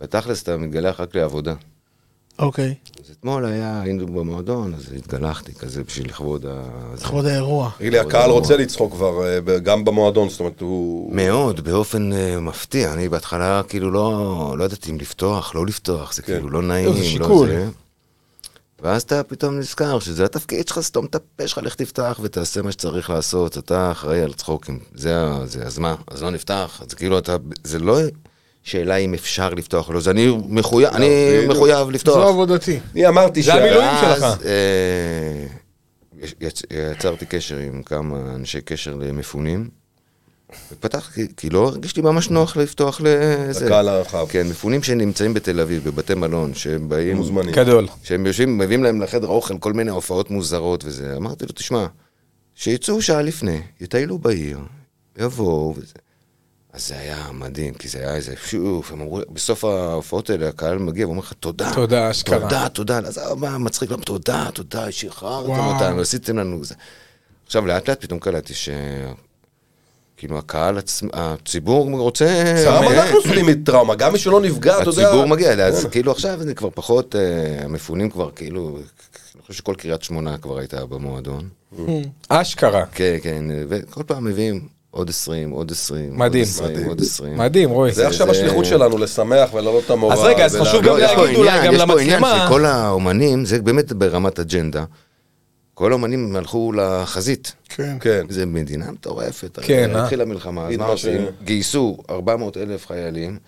Speaker 5: בתכלס אתה מתגלח רק לעבודה.
Speaker 3: אוקיי,
Speaker 5: אז אתמול היה, היינו במועדון, אז התגלחתי כזה בשביל לכבוד ה... זה.
Speaker 3: לכבוד האירוע.
Speaker 2: תגיד לי, הקהל רוצה לצחוק כבר, אה, ב- גם במועדון, זאת אומרת, הוא...
Speaker 5: מאוד, באופן אה, מפתיע. אני בהתחלה כאילו לא, לא ידעתי אם לפתוח, לא לפתוח, זה
Speaker 2: כן.
Speaker 5: כאילו לא נעים,
Speaker 4: זה
Speaker 5: לא
Speaker 4: שיקול.
Speaker 5: זה. ואז אתה פתאום נזכר שזה התפקיד שלך, סתום את הפה שלך, לך תפתח ותעשה מה שצריך לעשות, אתה אחראי על צחוקים. זה, ה- זה, אז מה, אז לא נפתח, אז כאילו אתה, זה לא שאלה אם אפשר לפתוח או לא, זה אני מחויב, אני
Speaker 2: בדיוק.
Speaker 5: מחויב לפתוח.
Speaker 3: זו עבודתי.
Speaker 2: אני אמרתי
Speaker 4: זה
Speaker 2: שה-
Speaker 4: המילואים.
Speaker 5: ואז,
Speaker 4: שלך.
Speaker 5: אה, יש- יצ- יצרתי קשר עם כמה אנשי קשר למפונים. ופתחתי, כי לא הרגישתי ממש נוח לפתוח לזה.
Speaker 2: לקהל הרחב.
Speaker 5: כן, מפונים שנמצאים בתל אביב, בבתי מלון, שהם באים...
Speaker 2: מוזמנים.
Speaker 4: גדול.
Speaker 5: שהם יושבים, מביאים להם לחדר אוכל כל מיני הופעות מוזרות וזה. אמרתי לו, תשמע, שיצאו שעה לפני, יטיילו בעיר, יבואו וזה. אז זה היה מדהים, כי זה היה איזה שוף, הם אמרו, בסוף ההופעות האלה הקהל מגיע ואומר לך, תודה.
Speaker 4: תודה, אשכרה."
Speaker 5: תודה, תודה. אז אה, מה, מצחיק, למה תודה, תודה, שחררתם
Speaker 3: וואו.
Speaker 5: אותנו, עשיתם לנו זה. עכשיו, לאט לאט פתאום קלטתי ש... כאילו, הקהל, עצמ- הציבור רוצה...
Speaker 2: גם
Speaker 5: אה,
Speaker 2: אנחנו סובלים מטראומה, גם מי שלא נפגע, אתה יודע...
Speaker 5: הציבור מגיע, אליה, אז כאילו עכשיו זה כבר פחות, אה, המפונים כבר כאילו, אני חושב שכל קריית שמונה כבר הייתה במועדון.
Speaker 4: אשכרה.
Speaker 5: כן, כן, וכל פעם מביאים עוד 20, עוד 20,
Speaker 4: מדהים.
Speaker 5: עוד 20, עוד 20.
Speaker 4: מדהים, רועי.
Speaker 2: זה עכשיו
Speaker 5: זה-
Speaker 2: השליחות שלנו, לשמח ולהעלות את המורל.
Speaker 4: אז רגע, אז
Speaker 2: ולה-
Speaker 4: חשוב
Speaker 5: לא,
Speaker 4: גם
Speaker 5: יש פה
Speaker 4: להגיד אולי,
Speaker 5: עניין,
Speaker 4: גם
Speaker 5: יש פה עניין
Speaker 4: למצלמה.
Speaker 5: שכל האומנים, זה באמת ברמת אג'נדה. כל האומנים הלכו לחזית.
Speaker 3: כן.
Speaker 2: כן.
Speaker 5: זה מדינה מטורפת. הרי
Speaker 4: כן, אה?
Speaker 5: התחילה מלחמה, אז
Speaker 2: תגיד
Speaker 5: מה
Speaker 2: מה
Speaker 5: עושים?
Speaker 2: ש-
Speaker 5: גייסו 400 אלף חיילים,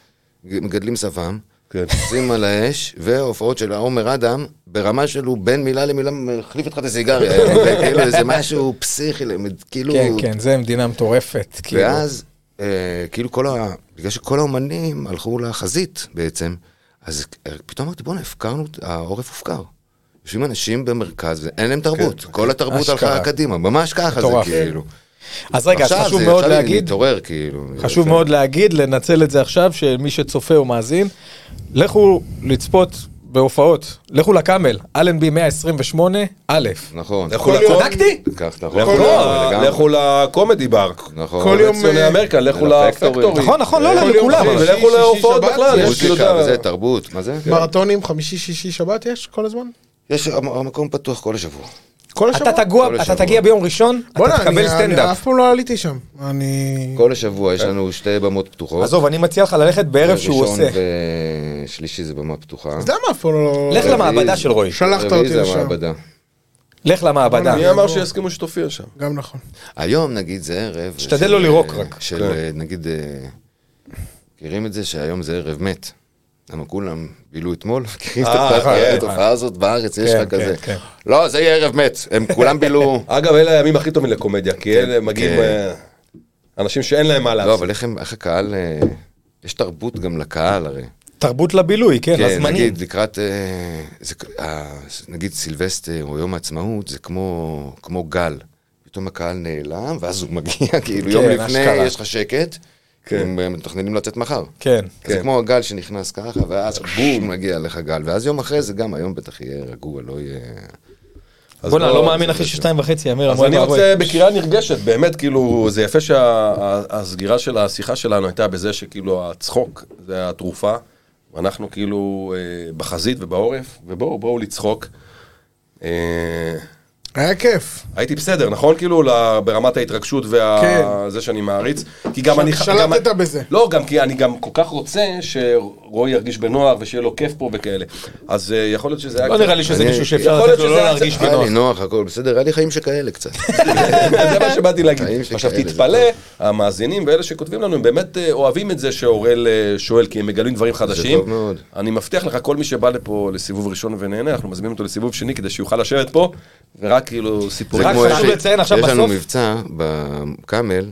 Speaker 5: ג- מגדלים שפם,
Speaker 2: כן.
Speaker 5: עושים על האש, והופעות של עומר אדם, ברמה שלו בין מילה למילה מחליף אותך את הסיגריה.
Speaker 4: (laughs)
Speaker 5: זה כאילו איזה משהו פסיכי, למד- כאילו...
Speaker 4: כן, כן, זה מדינה מטורפת. כאילו.
Speaker 5: ואז, אה, כאילו כל ה... בגלל שכל האומנים הלכו לחזית בעצם, אז אה, פתאום אמרתי, בואנה, הפקרנו, העורף הופקר. יושבים אנשים במרכז ואין להם תרבות, כל התרבות
Speaker 4: אשכרה.
Speaker 5: הלכה קדימה, ממש ככה זה
Speaker 4: כן. מטורף.
Speaker 5: כאילו.
Speaker 4: אז רגע, אז
Speaker 5: עכשיו
Speaker 4: חשוב
Speaker 5: זה-
Speaker 4: מאוד
Speaker 5: עכשיו אני
Speaker 4: להגיד,
Speaker 5: מתעורר, כאילו.
Speaker 4: חשוב מאוד להגיד, לנצל את זה עכשיו, שמי שצופה או מאזין, לכו לצפות בהופעות, לכו לקאמל, אלנבי 128 א'.
Speaker 5: נכון.
Speaker 2: לכו לצום,
Speaker 4: צדקתי?
Speaker 5: כך, נכון.
Speaker 2: לכו ל-
Speaker 5: לגמרי.
Speaker 2: לכו לקומדי בר.
Speaker 5: נכון.
Speaker 2: כל יום... ציוני אמריקה, לכו
Speaker 5: לפקטורי.
Speaker 2: לפקטורי.
Speaker 4: נכון, נכון, לא,
Speaker 2: כל יום
Speaker 4: לכולם.
Speaker 2: חמישי,
Speaker 4: אבל-
Speaker 2: ולכו
Speaker 3: שישי,
Speaker 2: להופעות
Speaker 3: שבת,
Speaker 2: בכלל. יש כן. כאילו את
Speaker 5: מוזיקה
Speaker 2: ה-
Speaker 5: וזה,
Speaker 4: כן.
Speaker 5: תרבות, מה זה? כן.
Speaker 3: מרתונים, חמישי, שישי, שבת יש כל הזמן?
Speaker 5: יש, המ- המקום פתוח כל השבוע.
Speaker 3: כל השבוע.
Speaker 4: אתה תגוע,
Speaker 5: כל
Speaker 4: אתה
Speaker 5: השבוע.
Speaker 4: תגיע ביום ראשון, אתה
Speaker 3: בוא'נה, אני-
Speaker 4: תקבל
Speaker 3: אני
Speaker 4: סטנדאפ.
Speaker 3: אף פעם לא עליתי שם. אני...
Speaker 5: כל השבוע יש
Speaker 2: כן.
Speaker 5: לנו שתי במות פתוחות.
Speaker 4: עזוב, אני מציע לך ללכת בערב שהוא
Speaker 5: ראשון
Speaker 4: עושה.
Speaker 5: ושלישי זה במה פתוחה.
Speaker 3: אז למה אף פעם לא...
Speaker 4: לך
Speaker 5: רביעי-
Speaker 4: למעבדה של רועי.
Speaker 3: שלחת
Speaker 5: רביעי
Speaker 3: אותי
Speaker 5: זה
Speaker 3: לשם.
Speaker 5: המעבדה.
Speaker 4: לך למעבדה.
Speaker 2: מי אמר שיסכימו שתופיע שם?
Speaker 3: גם נכון.
Speaker 5: היום נגיד זה ערב...
Speaker 4: תשתדל
Speaker 5: של-
Speaker 4: לא לירוק רק.
Speaker 5: של אה, נגיד... אה, מכירים את זה שהיום זה ערב מת. למה כולם בילו אתמול? (laughs) מכירים את
Speaker 2: אה,
Speaker 5: התופעה-
Speaker 2: כן.
Speaker 5: את התופעה הזאת בארץ? יש
Speaker 4: כן,
Speaker 5: לך כזה.
Speaker 4: כן, כן.
Speaker 5: לא, זה יהיה ערב מת. הם
Speaker 4: (laughs)
Speaker 5: כולם בילו...
Speaker 2: אגב, אלה הימים הכי טובים לקומדיה, כי אלה מגיעים
Speaker 5: כן.
Speaker 2: אה, אנשים שאין להם מה
Speaker 5: לא,
Speaker 2: לעשות.
Speaker 5: אבל איך הם- איך הקהל... אה, יש תרבות גם לקהל הרי.
Speaker 4: תרבות לבילוי, כן,
Speaker 5: כן,
Speaker 4: הזמנים.
Speaker 5: נגיד לקראת, אה, זה, כ- אה, נגיד סילבסטר או יום העצמאות, זה כמו, כמו גל. פתאום הקהל נעלם, ואז הוא מגיע, (laughs) כאילו יום
Speaker 4: כן,
Speaker 5: לפני
Speaker 4: אשכרה.
Speaker 5: יש לך שקט,
Speaker 2: כן.
Speaker 5: הם אה, מתכננים לצאת מחר.
Speaker 4: כן.
Speaker 5: זה
Speaker 2: כן.
Speaker 5: כמו הגל שנכנס ככה, ואז בום, מגיע לך גל, ואז יום אחרי זה גם, היום בטח יהיה רגוע, לא יהיה...
Speaker 2: אז
Speaker 4: בוא'נה,
Speaker 2: בוא-
Speaker 4: לא מאמין אחי ששתיים וחצי, אמיר,
Speaker 2: אז
Speaker 4: אמרו
Speaker 2: אני
Speaker 4: לי,
Speaker 2: רוצה בקריאה נרגשת, באמת, כאילו, זה יפה שהסגירה של השיחה שלנו הייתה בזה שכאילו הצחוק זה התרופה, ואנחנו כאילו אה, בחזית ובעורף, ובואו, בואו לצחוק. אה,
Speaker 3: היה כיף.
Speaker 2: הייתי בסדר, נכון? כאילו, ל- ברמת ההתרגשות וה...
Speaker 3: כן.
Speaker 2: זה שאני מעריץ. כי גם אני...
Speaker 3: שלטת
Speaker 2: גם-
Speaker 3: בזה.
Speaker 2: לא, גם כי אני גם כל כך רוצה שרועי ירגיש בנוער ושיהיה לו כיף פה וכאלה. אז אה, יכול להיות שזה היה...
Speaker 4: לא
Speaker 2: קצת-
Speaker 4: נראה לי שזה
Speaker 5: אני-
Speaker 4: מישהו שאפשר
Speaker 2: יכול להיות
Speaker 4: לתת לו
Speaker 2: שזה
Speaker 4: לא
Speaker 2: היה
Speaker 4: להרגיש
Speaker 2: קצת-
Speaker 5: היה
Speaker 4: בנוח.
Speaker 5: לי נוח, הכל בסדר, היה לי חיים שכאלה קצת.
Speaker 2: (laughs) זה מה
Speaker 5: (laughs)
Speaker 2: שבאתי להגיד.
Speaker 5: חיים שכאלה,
Speaker 2: עכשיו
Speaker 5: זה
Speaker 2: תתפלא, המאזינים ואלה שכותבים לנו, הם באמת אה, אוהבים את זה שאוראל אה, שואל, כי הם מגלים דברים חדשים.
Speaker 5: טוב מאוד.
Speaker 2: אני מבטיח לך, כל מי שבא לפה לסיבוב ראשון ונהנה, אנחנו מזמינים אותו לסיבוב שני כדי שיוכל לשבת פה, ורק כאילו
Speaker 5: זה
Speaker 2: סיפורים.
Speaker 4: רק
Speaker 5: כמו
Speaker 4: חשוב
Speaker 5: יש-
Speaker 4: לציין עכשיו
Speaker 5: יש לנו
Speaker 4: בסוף-
Speaker 5: מבצע בקאמל,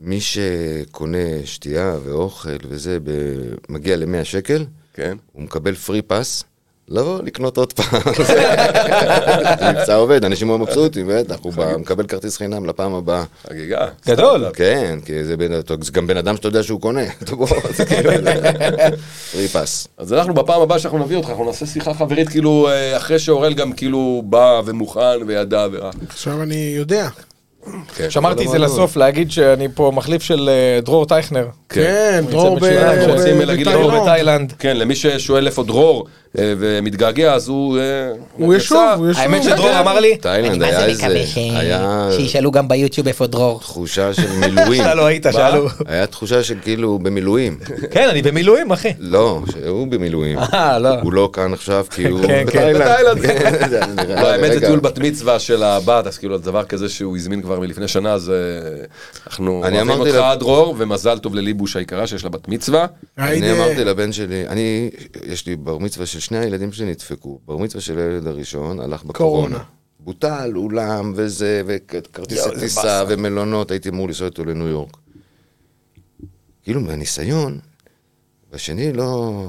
Speaker 5: מי שקונה שתייה ואוכל וזה, ב- מגיע ל-100 שקל,
Speaker 2: כן.
Speaker 5: הוא מקבל פרי פס. לבוא לקנות עוד פעם, (laughs) זה מבצע עובד, אנשים מאוד מבסוטים, בטח, הוא בא, מקבל כרטיס חינם לפעם הבאה.
Speaker 2: חגיגה.
Speaker 4: גדול.
Speaker 5: כן, כי זה בן- אתה- זה גם בן אדם שאתה יודע שהוא קונה, (laughs) אתה בוא, זה כאילו, פרי פס.
Speaker 2: אז אנחנו בפעם הבאה שאנחנו נביא אותך, אנחנו נעשה שיחה חברית, כאילו, אה, אחרי שאוראל גם כאילו בא ומוכן וידע אה, ורע.
Speaker 3: עכשיו אני יודע.
Speaker 4: שמרתי את זה לסוף להגיד שאני פה מחליף של אה, דרור טייכנר.
Speaker 3: כן, דרור ב...
Speaker 4: הוא יצא
Speaker 2: אנחנו
Speaker 4: ב-
Speaker 2: רוצים להגיד
Speaker 4: דרור
Speaker 2: דרור
Speaker 3: בתאילנד.
Speaker 4: בתאילנד.
Speaker 2: כן, למי ששואל איפה דרור אה, ומתגעגע, אז הוא... אה,
Speaker 3: הוא ישוב,
Speaker 2: יצא.
Speaker 3: הוא ישוב.
Speaker 4: האמת שדרור אמר לי,
Speaker 6: אני
Speaker 5: תאילנד
Speaker 6: מה
Speaker 5: היה
Speaker 6: זה
Speaker 5: איזה,
Speaker 6: מקווה ש-
Speaker 5: היה
Speaker 6: שישאלו גם ביוטיוב איפה דרור.
Speaker 5: תחושה של מילואים.
Speaker 4: אתה לא היית, שאלו.
Speaker 5: היה תחושה של כאילו הוא במילואים.
Speaker 4: כן, אני במילואים, אחי.
Speaker 5: לא, שהוא במילואים.
Speaker 4: אה, לא.
Speaker 5: הוא לא כאן עכשיו כי הוא
Speaker 4: כן, כן.
Speaker 2: בתאילנד.
Speaker 5: כן, (laughs) זה היה נראה
Speaker 2: לא, האמת זה
Speaker 5: רגע.
Speaker 2: טיול בת מצווה של הבת, אז כאילו דבר כזה שהוא הזמין כבר מלפני שנה, אז אה, אנחנו
Speaker 5: אני
Speaker 2: אוהבים
Speaker 5: אמרתי
Speaker 2: אותך
Speaker 5: לה-
Speaker 2: דרור, ומזל טוב לליבוש היקרה שיש לה בת מצווה.
Speaker 5: אני
Speaker 3: היידה. (laughs)
Speaker 5: אמרתי לבן שלי, אני, יש לי בר מצווה של שני הילדים שלי נדפקו. בר מצווה של הילד הראשון הלך בקורונה.
Speaker 3: קורונה.
Speaker 5: בוטל אולם וזה, וכרטיסי
Speaker 4: יואו, זה
Speaker 5: טיסה ומלונות, הייתי אמור לנסוע איתו לניו יורק. כאילו מהניסיון, בשני לא...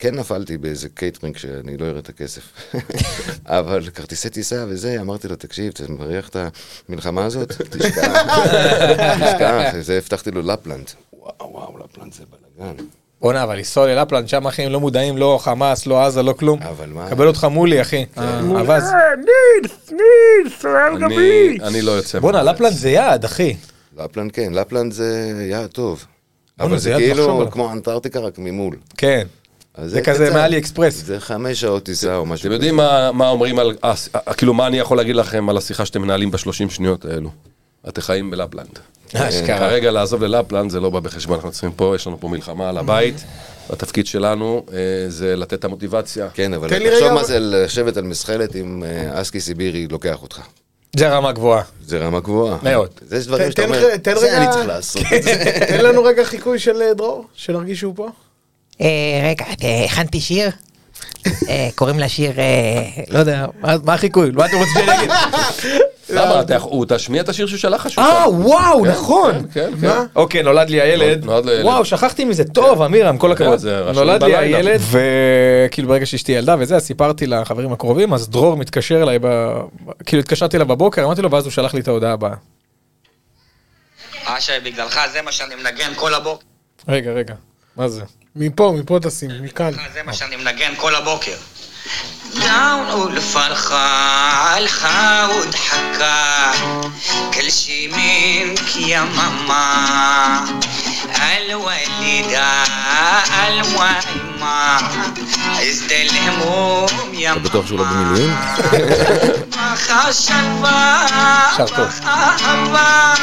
Speaker 5: כן נפלתי באיזה קייטרינג שאני לא אראה את הכסף. (laughs) אבל כרטיסי טיסה וזה, אמרתי לו, תקשיב, אתה מריח את המלחמה (laughs) הזאת? תשכח, תשכח, זה הבטחתי לו לפלנד. וואו, וואו, לפלנד זה בלאגן.
Speaker 4: בואנה, אבל לנסוע ללפלנד, שם אחי, הם לא מודעים, לא חמאס, לא עזה, לא כלום.
Speaker 5: אבל מה-
Speaker 4: קבל אותך מולי, אחי. אה, אבז.
Speaker 2: אני- אני לא יוצא.
Speaker 4: בואנה, לפלנד זה יעד, אחי.
Speaker 5: לפלנד כן, לפלנד זה יעד טוב.
Speaker 4: בואנה,
Speaker 5: אבל
Speaker 4: זה
Speaker 5: זה
Speaker 4: יעד לחשוב
Speaker 5: כאילו
Speaker 4: עליו.
Speaker 5: כמו אנטארקטיקה רק ממול.
Speaker 4: כן.
Speaker 5: אז
Speaker 4: זה כזה
Speaker 5: קצר.
Speaker 4: מאלי אקספרס.
Speaker 5: זה חמש שעות טיסה או משהו.
Speaker 2: אתם יודעים מה- מה אומרים על... אה, ס- אה, כאילו, מה אני יכול להגיד לכם על השיחה שאתם מנהלים בשלושים שניות האלו? אתם חיים בלפלנד. אה,
Speaker 4: אשכרה.
Speaker 2: כרגע לעזוב ללפלנד זה לא בא בחשבון, אנחנו צריכים פה, יש לנו פה מלחמה על הבית. התפקיד שלנו אה, זה לתת את המוטיבציה.
Speaker 5: כן, אבל
Speaker 3: תן לי
Speaker 5: תחשוב
Speaker 3: רגע,
Speaker 5: מה
Speaker 3: אבל-
Speaker 5: זה לשבת על מסחלת עם אה, אסקי סיבירי לוקח אותך.
Speaker 4: זה רמה גבוהה.
Speaker 5: זה רמה גבוהה.
Speaker 4: מאוד.
Speaker 5: זה יש דברים
Speaker 3: תן-
Speaker 5: שאתה
Speaker 3: תן
Speaker 5: אומר,
Speaker 3: ר- תן
Speaker 5: זה
Speaker 3: רגע-
Speaker 5: אני צריך לעשות. את זה."
Speaker 3: תן לנו רגע חיקוי של אה, דרור, שנרגיש שהוא פה.
Speaker 6: אה, רגע, אה, הכנתי שיר? אה, קוראים לשיר, אה,
Speaker 4: לא יודע, מה- מה החיקוי? מה אתם רוצים להגיד?
Speaker 2: למה? אתה יכול- הוא- תשמיע את השיר שהוא שלח לך. שהוא
Speaker 4: אה,
Speaker 2: שם.
Speaker 4: וואו, נכון.
Speaker 2: כן, כן.
Speaker 4: אוקיי, נולד לי הילד.
Speaker 2: נולד לו ילד.
Speaker 4: וואו, שכחתי מזה. טוב, אמירם, כל הכבוד.
Speaker 2: זה רשום
Speaker 4: נולד לי
Speaker 2: בלילה.
Speaker 4: הילד, (laughs) וכאילו ברגע שאשתי ילדה וזה, אז סיפרתי לחברים הקרובים, אז דרור מתקשר אליי, ב- כאילו התקשרתי אליו בבוקר, אמרתי לו, ואז הוא שלח לי את ההודעה הבאה.
Speaker 7: אשי, בגללך זה מה שאני מנגן כל הבוקר.
Speaker 4: רגע, רגע, מה זה?
Speaker 3: מפה, מפה תשים, מכאן.
Speaker 7: זה מה שאני מנגן כל הבוקר. داون والفرحة الخا وضحكة كل شي منك يا ماما الوالدة المهيمة ازدل هموم يا
Speaker 5: אתה בטוח שהוא לא במילואים?
Speaker 7: מחר שלווה,
Speaker 4: שר טוב.
Speaker 7: מחר אהבה,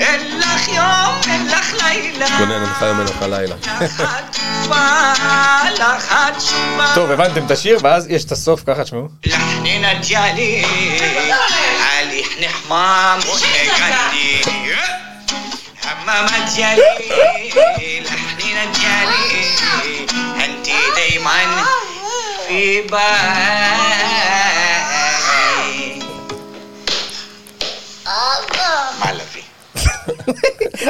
Speaker 7: אין לך יום, אין לך לילה.
Speaker 2: גונן, אינך יום אינך לילה.
Speaker 7: (laughs) לך התשובה, לך התשובה.
Speaker 4: טוב, הבנתם את השיר, ואז יש את הסוף, ככה תשמעו.
Speaker 7: لحننا ديالي علي احنا حمام وحكاني حمامة ديالي لحننا ديالي انتي دايما في بالي معلفي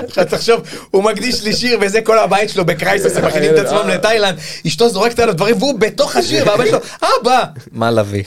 Speaker 4: עכשיו (laughs) תחשוב, הוא מקדיש לי שיר וזה כל הבית שלו בקרייסס, הם מכינים את עצמם
Speaker 2: אה.
Speaker 4: לתאילנד, אשתו זורקת עליו דברים והוא בתוך השיר, והבית שלו, אבא! מה להביא?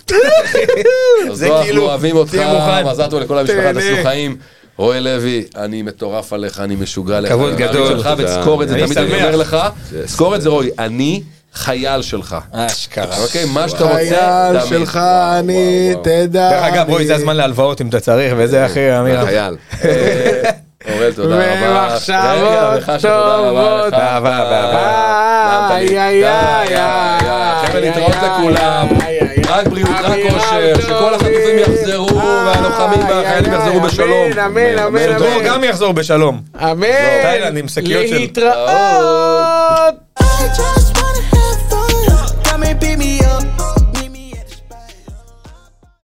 Speaker 2: זה כאילו, אנחנו אוהבים אותך,
Speaker 4: תהיה מוכן.
Speaker 2: מזל טוב לכל המשפחה,
Speaker 4: תהנה.
Speaker 2: תעשו חיים. רועי לוי, אני מטורף עליך, אני משוגע עליך.
Speaker 4: כבוד
Speaker 2: אני מעריץ
Speaker 4: גדול.
Speaker 2: שלך,
Speaker 5: תודה.
Speaker 2: ותזכור את זה,
Speaker 4: אני
Speaker 2: תמיד אני
Speaker 4: שמח.
Speaker 2: אומר לך, תזכור את זה רועי, אני חייל שלך.
Speaker 4: (laughs) אשכרה.
Speaker 2: אוקיי, מה שאתה רוצה,
Speaker 3: חייל
Speaker 2: תמיד.
Speaker 3: שלך
Speaker 2: וואו,
Speaker 3: אני,
Speaker 2: וואו, וואו.
Speaker 3: תדע.
Speaker 4: דרך אגב,
Speaker 3: אני-
Speaker 4: רועי, זה הזמן להלוואות אם אתה צריך, וזה אחי,
Speaker 3: כן.
Speaker 4: אמירה.
Speaker 2: חייל. אה, אוראל, תודה רבה.
Speaker 3: ומחשבות
Speaker 2: רגע, וחשה, תודה רבה לך.
Speaker 3: טובות.
Speaker 4: אהבה, אהבה,
Speaker 2: אה, נעמת לי. די,
Speaker 3: איי, איי, איי,
Speaker 2: די,
Speaker 3: איי,
Speaker 2: חבר'ה,
Speaker 3: איי,
Speaker 2: להתראות
Speaker 3: איי,
Speaker 2: לכולם.
Speaker 3: איי, איי,
Speaker 2: רק בריאות, רק
Speaker 3: אמירה
Speaker 2: אושר, שכל
Speaker 3: טובים.
Speaker 2: החטופים יחזרו,
Speaker 3: איי,
Speaker 2: והלוחמים
Speaker 3: איי,
Speaker 2: והחיילים
Speaker 3: איי,
Speaker 2: יחזרו
Speaker 3: אמן,
Speaker 2: בשלום.
Speaker 3: אמן, אמן, אמן.
Speaker 4: דרור לא, גם יחזור בשלום.
Speaker 3: אמן.
Speaker 4: תאילנד עם שקיות של-
Speaker 3: להתראות.
Speaker 4: אה,
Speaker 8: I just wanna have fun. Come and beat me up.